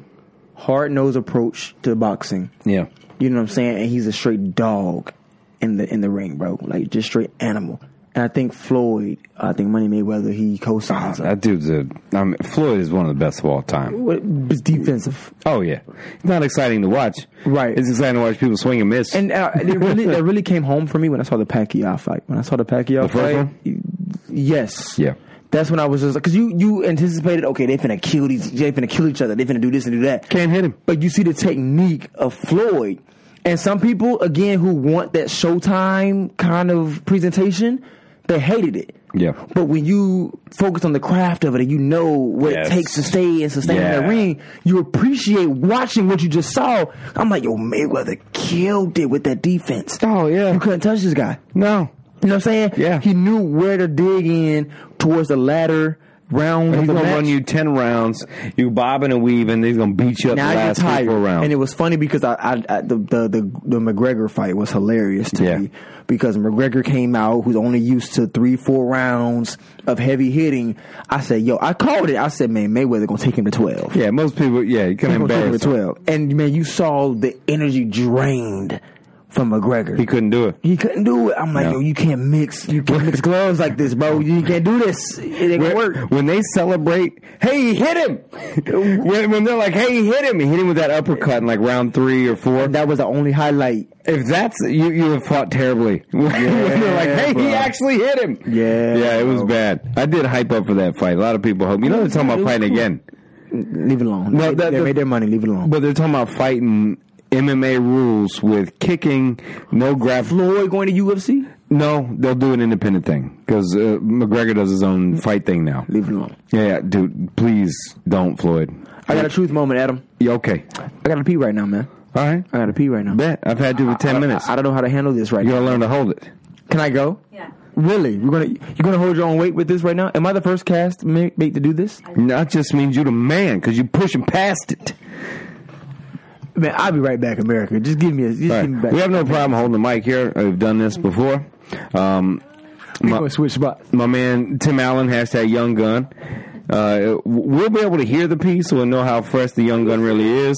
C: hard nosed approach to boxing.
A: Yeah,
C: You know what I'm saying? And he's a straight dog in the in the ring, bro. Like just straight animal. And I think Floyd, I think Money Mayweather, he co-signs. him.
A: that dude's a. I mean, Floyd is one of the best of all time.
C: What- it's defensive,
A: Oh yeah, it's not exciting to watch.
C: Right.
A: it's exciting to watch people swing and miss.
C: and uh, it really it really came home for me when I saw the Pacquiao fight. When I saw the Pacquiao
A: The first
C: fight,
A: one?
C: y- yes,
A: Yeah.
C: that's when I was just because you you anticipated okay they finna kill these they finna kill each other they finna do this and do that
A: Can't hit him.
C: but you see the technique of Floyd and some people again who want that Showtime kind of presentation they hated it
A: Yeah.
C: but when you focus on the craft of it and you know what
A: Yes.
C: it takes to stay and sustain in
A: Yeah.
C: the ring, you appreciate watching what you just saw. I'm like, yo, Mayweather killed it with that defense.
A: Oh yeah.
C: You couldn't touch this guy.
A: No.
C: You know what I'm saying?
A: Yeah.
C: He knew where to dig in towards the latter round of
A: He's
C: the
A: gonna
C: match.
A: run you ten rounds. You bobbing and weaving. He's gonna beat you up
C: now
A: the
C: you're
A: last three,
C: tired.
A: four rounds.
C: And it was funny because I, I, I the, the the the McGregor fight was hilarious to
A: Yeah.
C: me because McGregor came out who's only used to three four rounds of heavy hitting. I said, "Yo, I called it." I said, "Man, Mayweather gonna take him to twelve.
A: yeah, most people. Yeah, you
C: He
A: couldn't
C: gonna take him to
A: embarrass. Him.
C: twelve. And man, you saw the energy drained from McGregor.
A: He couldn't do it.
C: He couldn't do it. I'm like,
A: No.
C: yo, you can't mix, you can't mix gloves like this, bro. You can't do this. It ain't
A: When-
C: gonna work.
A: When they celebrate, hey, he hit him. when, when they're like, hey, he hit him, he hit him with that uppercut in like round three or four.
C: That was the only highlight.
A: If that's you, you have fought terribly. When they're like, hey,
C: bro.
A: he actually hit him.
C: Yeah,
A: yeah, it was
C: bro.
A: bad. I did hype up for that fight. A lot of people hope. You know they're talking about fighting again,
C: Leave it alone.
A: No,
C: they,
A: that-
C: they
A: that-
C: made their money. Leave it alone.
A: but they're talking about fighting MMA rules with kicking, no grappling.
C: Floyd going to UFC?
A: No, they'll do an independent thing because uh, McGregor does his own fight thing now.
C: Leave it alone.
A: Yeah, yeah, dude, please don't, Floyd.
C: I got a truth moment, Adam.
A: Yeah, okay,
C: I got to pee right now, man.
A: all right.
C: I got to pee right now.
A: Bet I've had you for ten
C: I-
A: minutes.
C: I, I don't know how to handle this right
A: you
C: now.
A: gotta learn to hold it.
C: Can I go?
D: Yeah.
C: Really? You're gonna you're gonna hold your own weight with this right now? Am I the first cast ma- mate to do this?
A: Not just means you the man because you pushing past it.
C: Man, I'll be right back, America. Just give me a just
A: All
C: give me
A: right.
C: back.
A: We have no problem holding the mic here. I've done this before. Um,
C: We're gonna switch spots.
A: my man Tim Allen, hashtag Young Gun. Uh, we'll be able to hear the piece, so we'll know how fresh the Young Gun really is.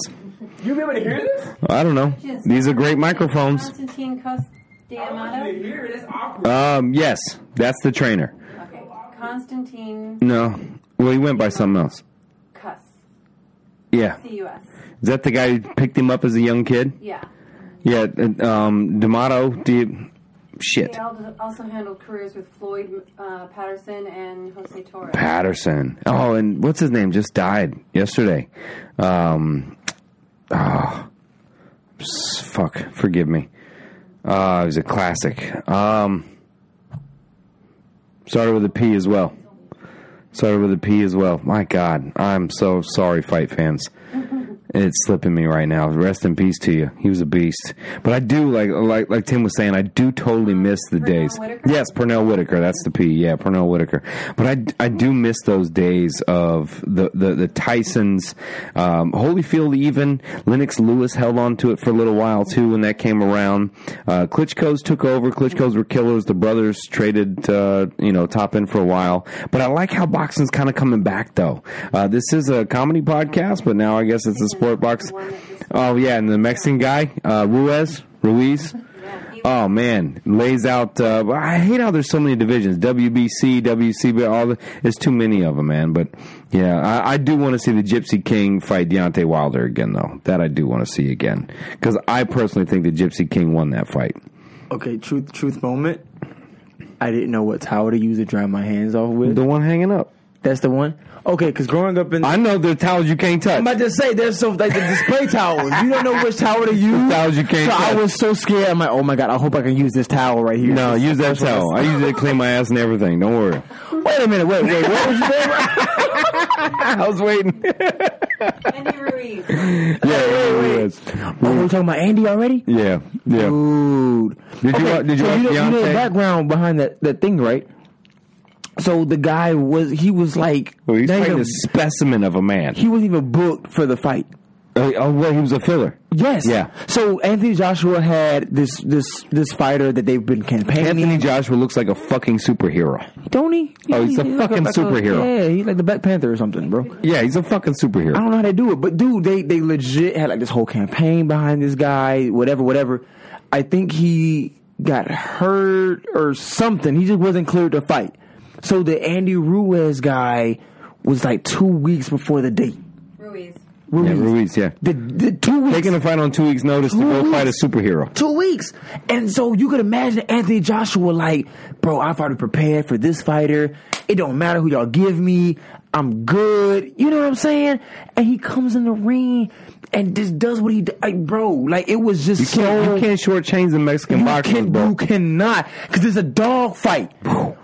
B: You be able to hear this?
A: I don't know.
D: Just-
A: These are great microphones.
D: Constantine Costiamato.
B: hear it. It's awkward.
A: Um, yes, that's the trainer.
D: Okay. Constantine
A: No, well, he went by something else.
D: Cus.
A: Yeah,
D: C U S.
A: is that the guy who picked him up as a young kid?
D: Yeah.
A: Yeah, uh, um, D'Amato. D- shit,
D: They al- also handled careers with Floyd uh, Patterson and Jose Torres.
A: Patterson. Oh, and what's his name? Just died yesterday. Um, ah, s- fuck. Forgive me. Uh, it was a classic. Um, started with a P as well. Started with a P as well. My God, I'm so sorry, fight fans. It's slipping me right now. Rest in peace to you. He was a beast. But I do like like like Tim was saying. I do totally miss the
D: Pernell
A: days.
D: Whitaker?
A: Yes, Pernell Whitaker. That's the P. Yeah, Pernell Whitaker. But I, I do miss those days of the the, the Tysons, um, Holyfield. Even Lennox Lewis held on to it for a little while too when that came around. Uh, Klitschko's took over. Klitschko's were killers. The brothers traded uh, you know top end for a while. But I like how boxing's kind of coming back though. Uh, this is a comedy podcast, but now I guess it's a sport box. Oh yeah, and the Mexican guy uh, Ruiz. Ruiz.
D: Yeah, he-
A: Oh man, lays out. Uh, I hate how there's so many divisions. WBC, WCB, all the. There's too many of them, man. But yeah, I, I do want to see the Gypsy King fight Deontay Wilder again, though. That I do want to see again because I personally think the Gypsy King won that fight.
C: Okay, truth truth moment. I didn't know what towel to use to dry my hands off with.
A: The one hanging up.
C: That's the one. Okay, because growing up in,
A: I know the towels you can't touch.
C: I'm about to say there's so like the display towels. You don't know which towel to use.
A: Towels you can't
C: So I
A: touch.
C: was so scared. I'm like, oh my god, I hope I can use this towel right here.
A: no,
C: This
A: use
C: is the
A: that
C: first one I
A: towel. I use it to clean my ass and everything. Don't worry.
C: Wait a minute, wait, wait, what was you saying?
A: I was waiting. yeah,
D: Andy Ruiz.
A: it was.
C: Oh, we talking about Andy already?
A: Yeah, yeah.
C: Dude.
A: Did you wa- did you
C: so
A: watch
C: you know, you know the
A: Beyonce?
C: background behind that, that thing, right? So the guy was he was like
A: Well, Oh, he's
C: not
A: quite
C: even-
A: a specimen of a man.
C: he wasn't even booked for the fight.
A: Uh, oh, well, he was a filler.
C: Yes.
A: Yeah.
C: So Anthony Joshua had this this this fighter that they've been campaigning.
A: Anthony Joshua looks like a fucking superhero.
C: don't he?
A: Oh, he's a
C: like
A: fucking
C: like a-
A: superhero.
C: yeah, he's like the Black Panther or something, bro.
A: Yeah, he's a fucking superhero.
C: I don't know how they do it, but dude, they they legit had like this whole campaign behind this guy, whatever, whatever. I think he got hurt or something. He just wasn't cleared to fight. So the Andy Ruiz guy was like two weeks before the date.
D: Ruiz.
C: Ruiz.
A: Yeah, Ruiz, yeah.
C: The, the two weeks.
A: Taking a fight on two weeks' notice to
C: Two
A: go fight a
C: weeks.
A: superhero.
C: two weeks. And so you could imagine Anthony Joshua like, bro, I've already prepared for this fighter. It don't matter who y'all give me. I'm good. You know what I'm saying? And he comes in the ring and just does what he d- like, bro. Like it was just
A: You can't,
C: so
A: you can't shortchange the Mexican
C: you
A: boxers,
C: can-
A: bro.
C: you cannot because it's a dog fight.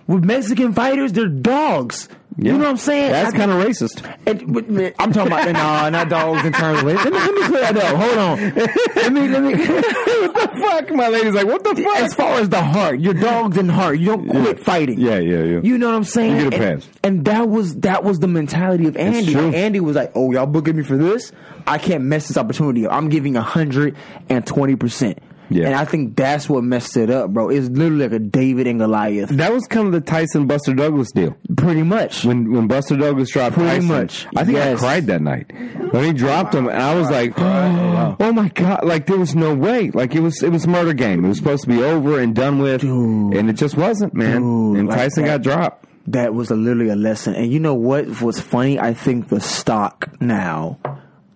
C: With Mexican fighters, they're dogs.
A: Yeah.
C: You know what I'm saying?
A: That's
C: I-
A: kind of racist.
C: and, but, man, I'm talking about nah, not dogs in terms of let me, let me clear that up. Hold on. Let me let me
A: Fuck, my lady's like, what the fuck?
C: as far as the heart, your dog's in heart. You don't quit fighting.
A: Yeah, yeah, yeah.
C: You know what I'm saying?
A: You get a
C: and,
A: pass.
C: and that was that was the mentality of Andy.
A: true.
C: Andy was like, "Oh, y'all booking me for this? I can't mess this opportunity. up. I'm giving hundred and twenty percent."
A: Yeah.
C: And I think that's what messed it up, bro. It's literally like a David and Goliath,
A: that was kind of the Tyson Buster Douglas deal.
C: pretty much.
A: When when Buster Douglas dropped
C: Pretty
A: Tyson,
C: much,
A: I think I
C: yes.
A: cried that night when he dropped him, and I was like, "Oh my god!" Like there was no way. Like it was it was murder game. It was supposed to be over and done with,
C: Dude.
A: and it just wasn't, man.
C: Dude,
A: and
C: like
A: Tyson
C: that.
A: got dropped.
C: that was a, literally a lesson. And you know what was funny? I think the stock now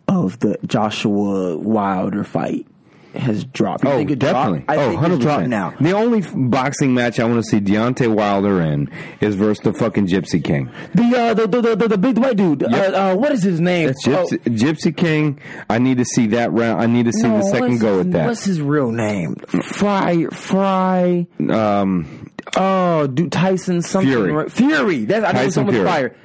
C: of the Joshua Wilder fight has dropped. You
A: Oh,
C: think it dropped?
A: definitely.
C: I
A: oh,
C: think it's dropped
A: 100%.
C: now.
A: The only f- boxing match I want to see Deontay Wilder in is versus the fucking Gypsy King.
C: The, uh, the, the, the, the, the big white dude.
A: Yep.
C: Uh, uh, what is his name?
A: Gypsy, Gypsy King. I need to see that round. I need to see
C: Oh,
A: the second
C: what's
A: go
C: his-
A: at that.
C: What's his real name? Fry, Fry.
A: um,
C: Oh, dude, Tyson something.
A: Fury.
C: right? Fury. That's, I know
A: Tyson
C: someone
A: Fury.
C: fire.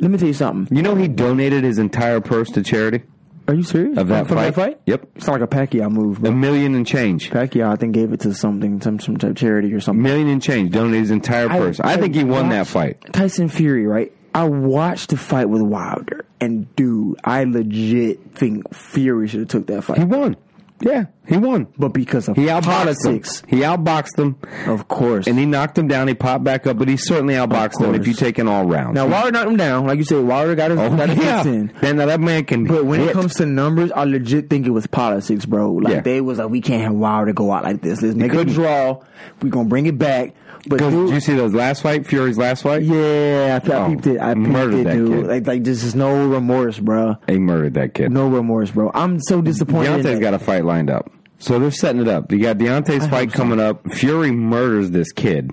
C: Let me tell you something.
A: you know, he donated his entire purse to charity
C: Are you serious?
A: of that,
C: From
A: fight?
C: that fight?
A: Yep,
C: It's not like a Pacquiao move.
A: a
C: Bro.
A: million and change.
C: Pacquiao, I think, gave it to something, some some type of charity or something.
A: Million and change. Donated his entire purse. I, think he won that
C: watched-
A: fight.
C: Tyson Fury, right? I watched the fight with Wilder, and dude, I legit think Fury should have took that
A: He
C: fight,
A: won. Yeah, he won.
C: but because of
A: He outboxed
C: politics,
A: Him. He outboxed them,
C: of course.
A: and he knocked him down. He popped back up, but he certainly outboxed them. If
C: course.
A: you take an all round.
C: now Wilder knocked him down, like you said. Wilder got his
A: Oh,
C: got his
A: yeah.
C: hits in.
A: Man, now that man can.
C: But when
A: hit.
C: it comes to numbers, I legit think it was politics, bro. Like
A: Yeah.
C: they was like, we can't have Wilder go out like this. Let's make a
A: couldn't.
C: draw. We gonna bring it back. But
A: Because
C: dude,
A: did you see those last fight, Fury's last fight?
C: yeah, I, I
A: Oh,
C: peeped it. I peeped
A: murdered
C: it,
A: that
C: dude.
A: kid.
C: Like, like this is no remorse, bro.
A: He murdered that kid.
C: No remorse, bro. I'm so disappointed. in
A: Deontay's
C: that.
A: got a fight lined up. So they're setting it up. You got Deontay's fight coming up. Fury murders this kid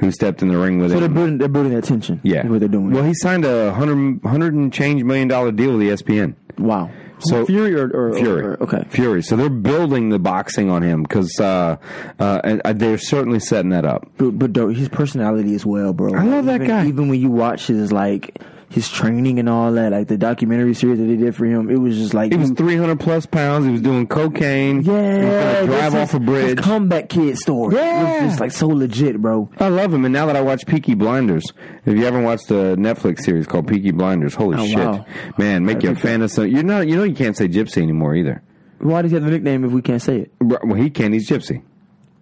A: who stepped in the ring with
C: So they're
A: him.
C: building, they're building that tension.
A: yeah.
C: is what they're doing.
A: Well, he signed a hundred, hundred and change million dollar deal with E ESPN.
C: wow.
A: So-
C: Fury or, or
A: Fury.
C: or- okay.
A: Fury. So they're building the boxing on him because uh, uh, and, uh, they're certainly setting that up.
C: But, but though, his personality as well, bro.
A: I love that
C: even,
A: guy.
C: Even when you watch his like his training and all that, like the documentary series that they did for him, it was just like
A: He was 300 plus pounds. He was doing cocaine. He was
C: Mm-hmm. Yeah,
A: gonna drive
C: this
A: off
C: is
A: a bridge.
C: His comeback kid story.
A: Yeah.
C: it was just like so legit, bro.
A: I love him, and now that I watch Peaky Blinders, if you haven't watched the Netflix series called Peaky Blinders, holy
C: Oh,
A: shit,
C: wow.
A: man, make you a fan of some. You're not, you know, you can't say gypsy anymore either.
C: Why does he have the nickname if we can't say it?
A: Bro, Well, he can. He's gypsy.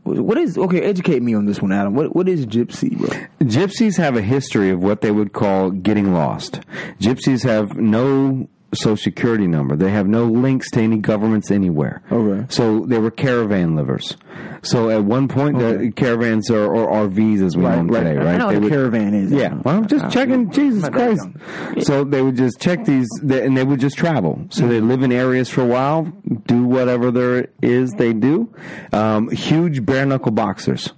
C: What is okay? Educate me on this one, Adam. What what is gypsy, bro?
A: Gypsies have a history of what they would call getting lost. Gypsies have no social security number. They have no links to any governments anywhere.
C: Okay.
A: So they were caravan livers. So at one point, the
C: Okay.
A: caravans or, or RVs as we know them today, right?
C: I know
A: They
C: what a
A: would-
C: caravan is.
A: Yeah, well, I'm just
C: Uh,
A: checking. Jesus
C: not that
A: Christ! So they would just check these, they, and they would just travel. So they live in areas for a while, do whatever there is they do. Um, huge bare knuckle boxers,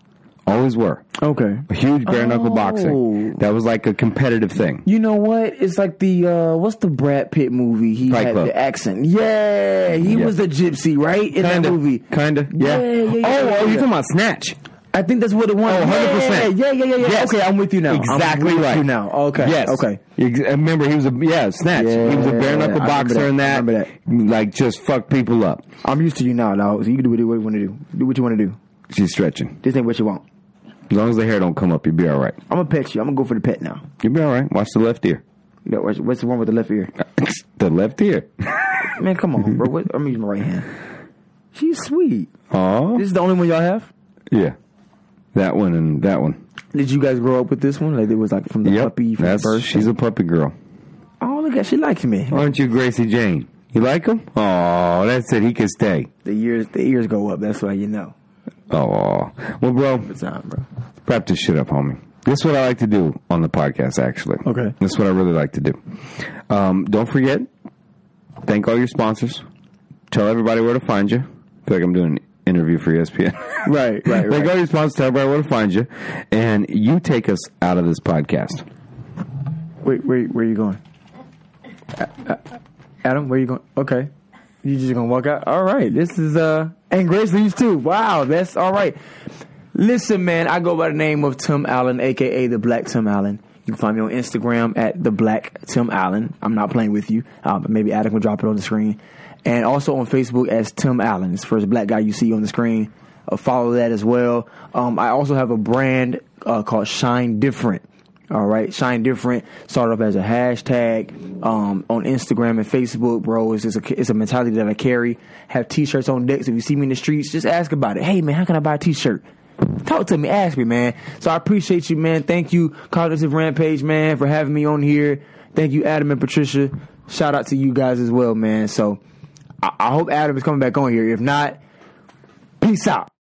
A: always were.
C: Okay.
A: A huge bare knuckle boxing.
C: Oh.
A: That was like a competitive thing.
C: You know what? It's like the uh what's the Brad Pitt movie? He
A: Fight
C: had
A: Club.
C: the accent. Yeah, he
A: Yeah.
C: was the gypsy, right? In
A: Kinda,
C: that movie.
A: kinda, yeah.
C: Yeah, yeah, yeah,
A: oh,
C: yeah,
A: oh,
C: yeah.
A: you talking about Snatch?
C: I think that's what the one.
A: Oh, 100%.
C: Yeah, yeah, yeah, yeah.
A: Yes.
C: Okay, I'm with you now. I'm
A: Exactly
C: with
A: right.
C: You now. Okay.
A: Yes.
C: Okay.
A: Ex- I remember he was a yeah snatch. he was a
C: Yeah,
A: bare
C: I
A: knuckle
C: remember
A: boxer
C: that.
A: in
C: I
A: that,
C: remember
A: Like just fuck people up.
C: I'm used to you now, dog. So you can do what you want to do. Do what you want to do.
A: She's stretching.
C: This ain't what you want.
A: As long as the hair don't come up, you'll be all right.
C: I'm gonna pet you. I'm gonna go for the pet now.
A: You'll be all right. Watch the left ear.
C: You know, what's, what's the one with the left ear?
A: the left ear.
C: Man, come on, bro. What, I'm using my right hand. She's sweet.
A: Oh
C: This is the only one y'all have.
A: yeah, that one and that one.
C: Did you guys grow up with this one? Like it was like from the
A: Yep,
C: puppy from
A: that's
C: birth.
A: she's a puppy girl.
C: oh look at she likes me.
A: Aren't you Gracie Jane? You like him? Oh, that's it. He can stay.
C: The ears, the ears go up. That's why you know.
A: Oh, well, bro,
C: It's on, bro.
A: wrap this shit up, homie. This is what I like to do on the podcast, actually.
C: Okay.
A: This is what I really like to do. Um, don't forget, thank all your sponsors. Tell everybody where to find you. I feel like I'm doing an interview for E ESPN.
C: Right, right,
A: thank
C: right.
A: all your sponsors. Tell everybody where to find you. And you take us out of this podcast.
C: Wait, where where you going? A- A- Adam, where you going? Okay. You just gonna walk out? All right. This is uh and Grace leaves too. Wow, that's all right. Listen, man, I go by the name of Tim Allen, aka the Black Tim Allen. You can find me on Instagram at the Black Tim Allen. I'm not playing with you. Um, maybe Adam will drop it on the screen, and also on Facebook as Tim Allen. It's the first black guy you see on the screen. Uh, follow that as well. Um, I also have a brand uh, called Shine Different. All right, shine different. Start off as a hashtag um, on Instagram and Facebook, bro. It's just a it's a mentality that I carry. Have t-shirts on decks. If you see me in the streets, just ask about it. Hey man, how can I buy a t-shirt? Talk to me, ask me, man. So I appreciate you, man. Thank you, Cognitive Rampage, man, for having me on here. Thank you, Adam and Patricia. Shout out to you guys as well, man. So I, I hope Adam is coming back on here. If not, peace out.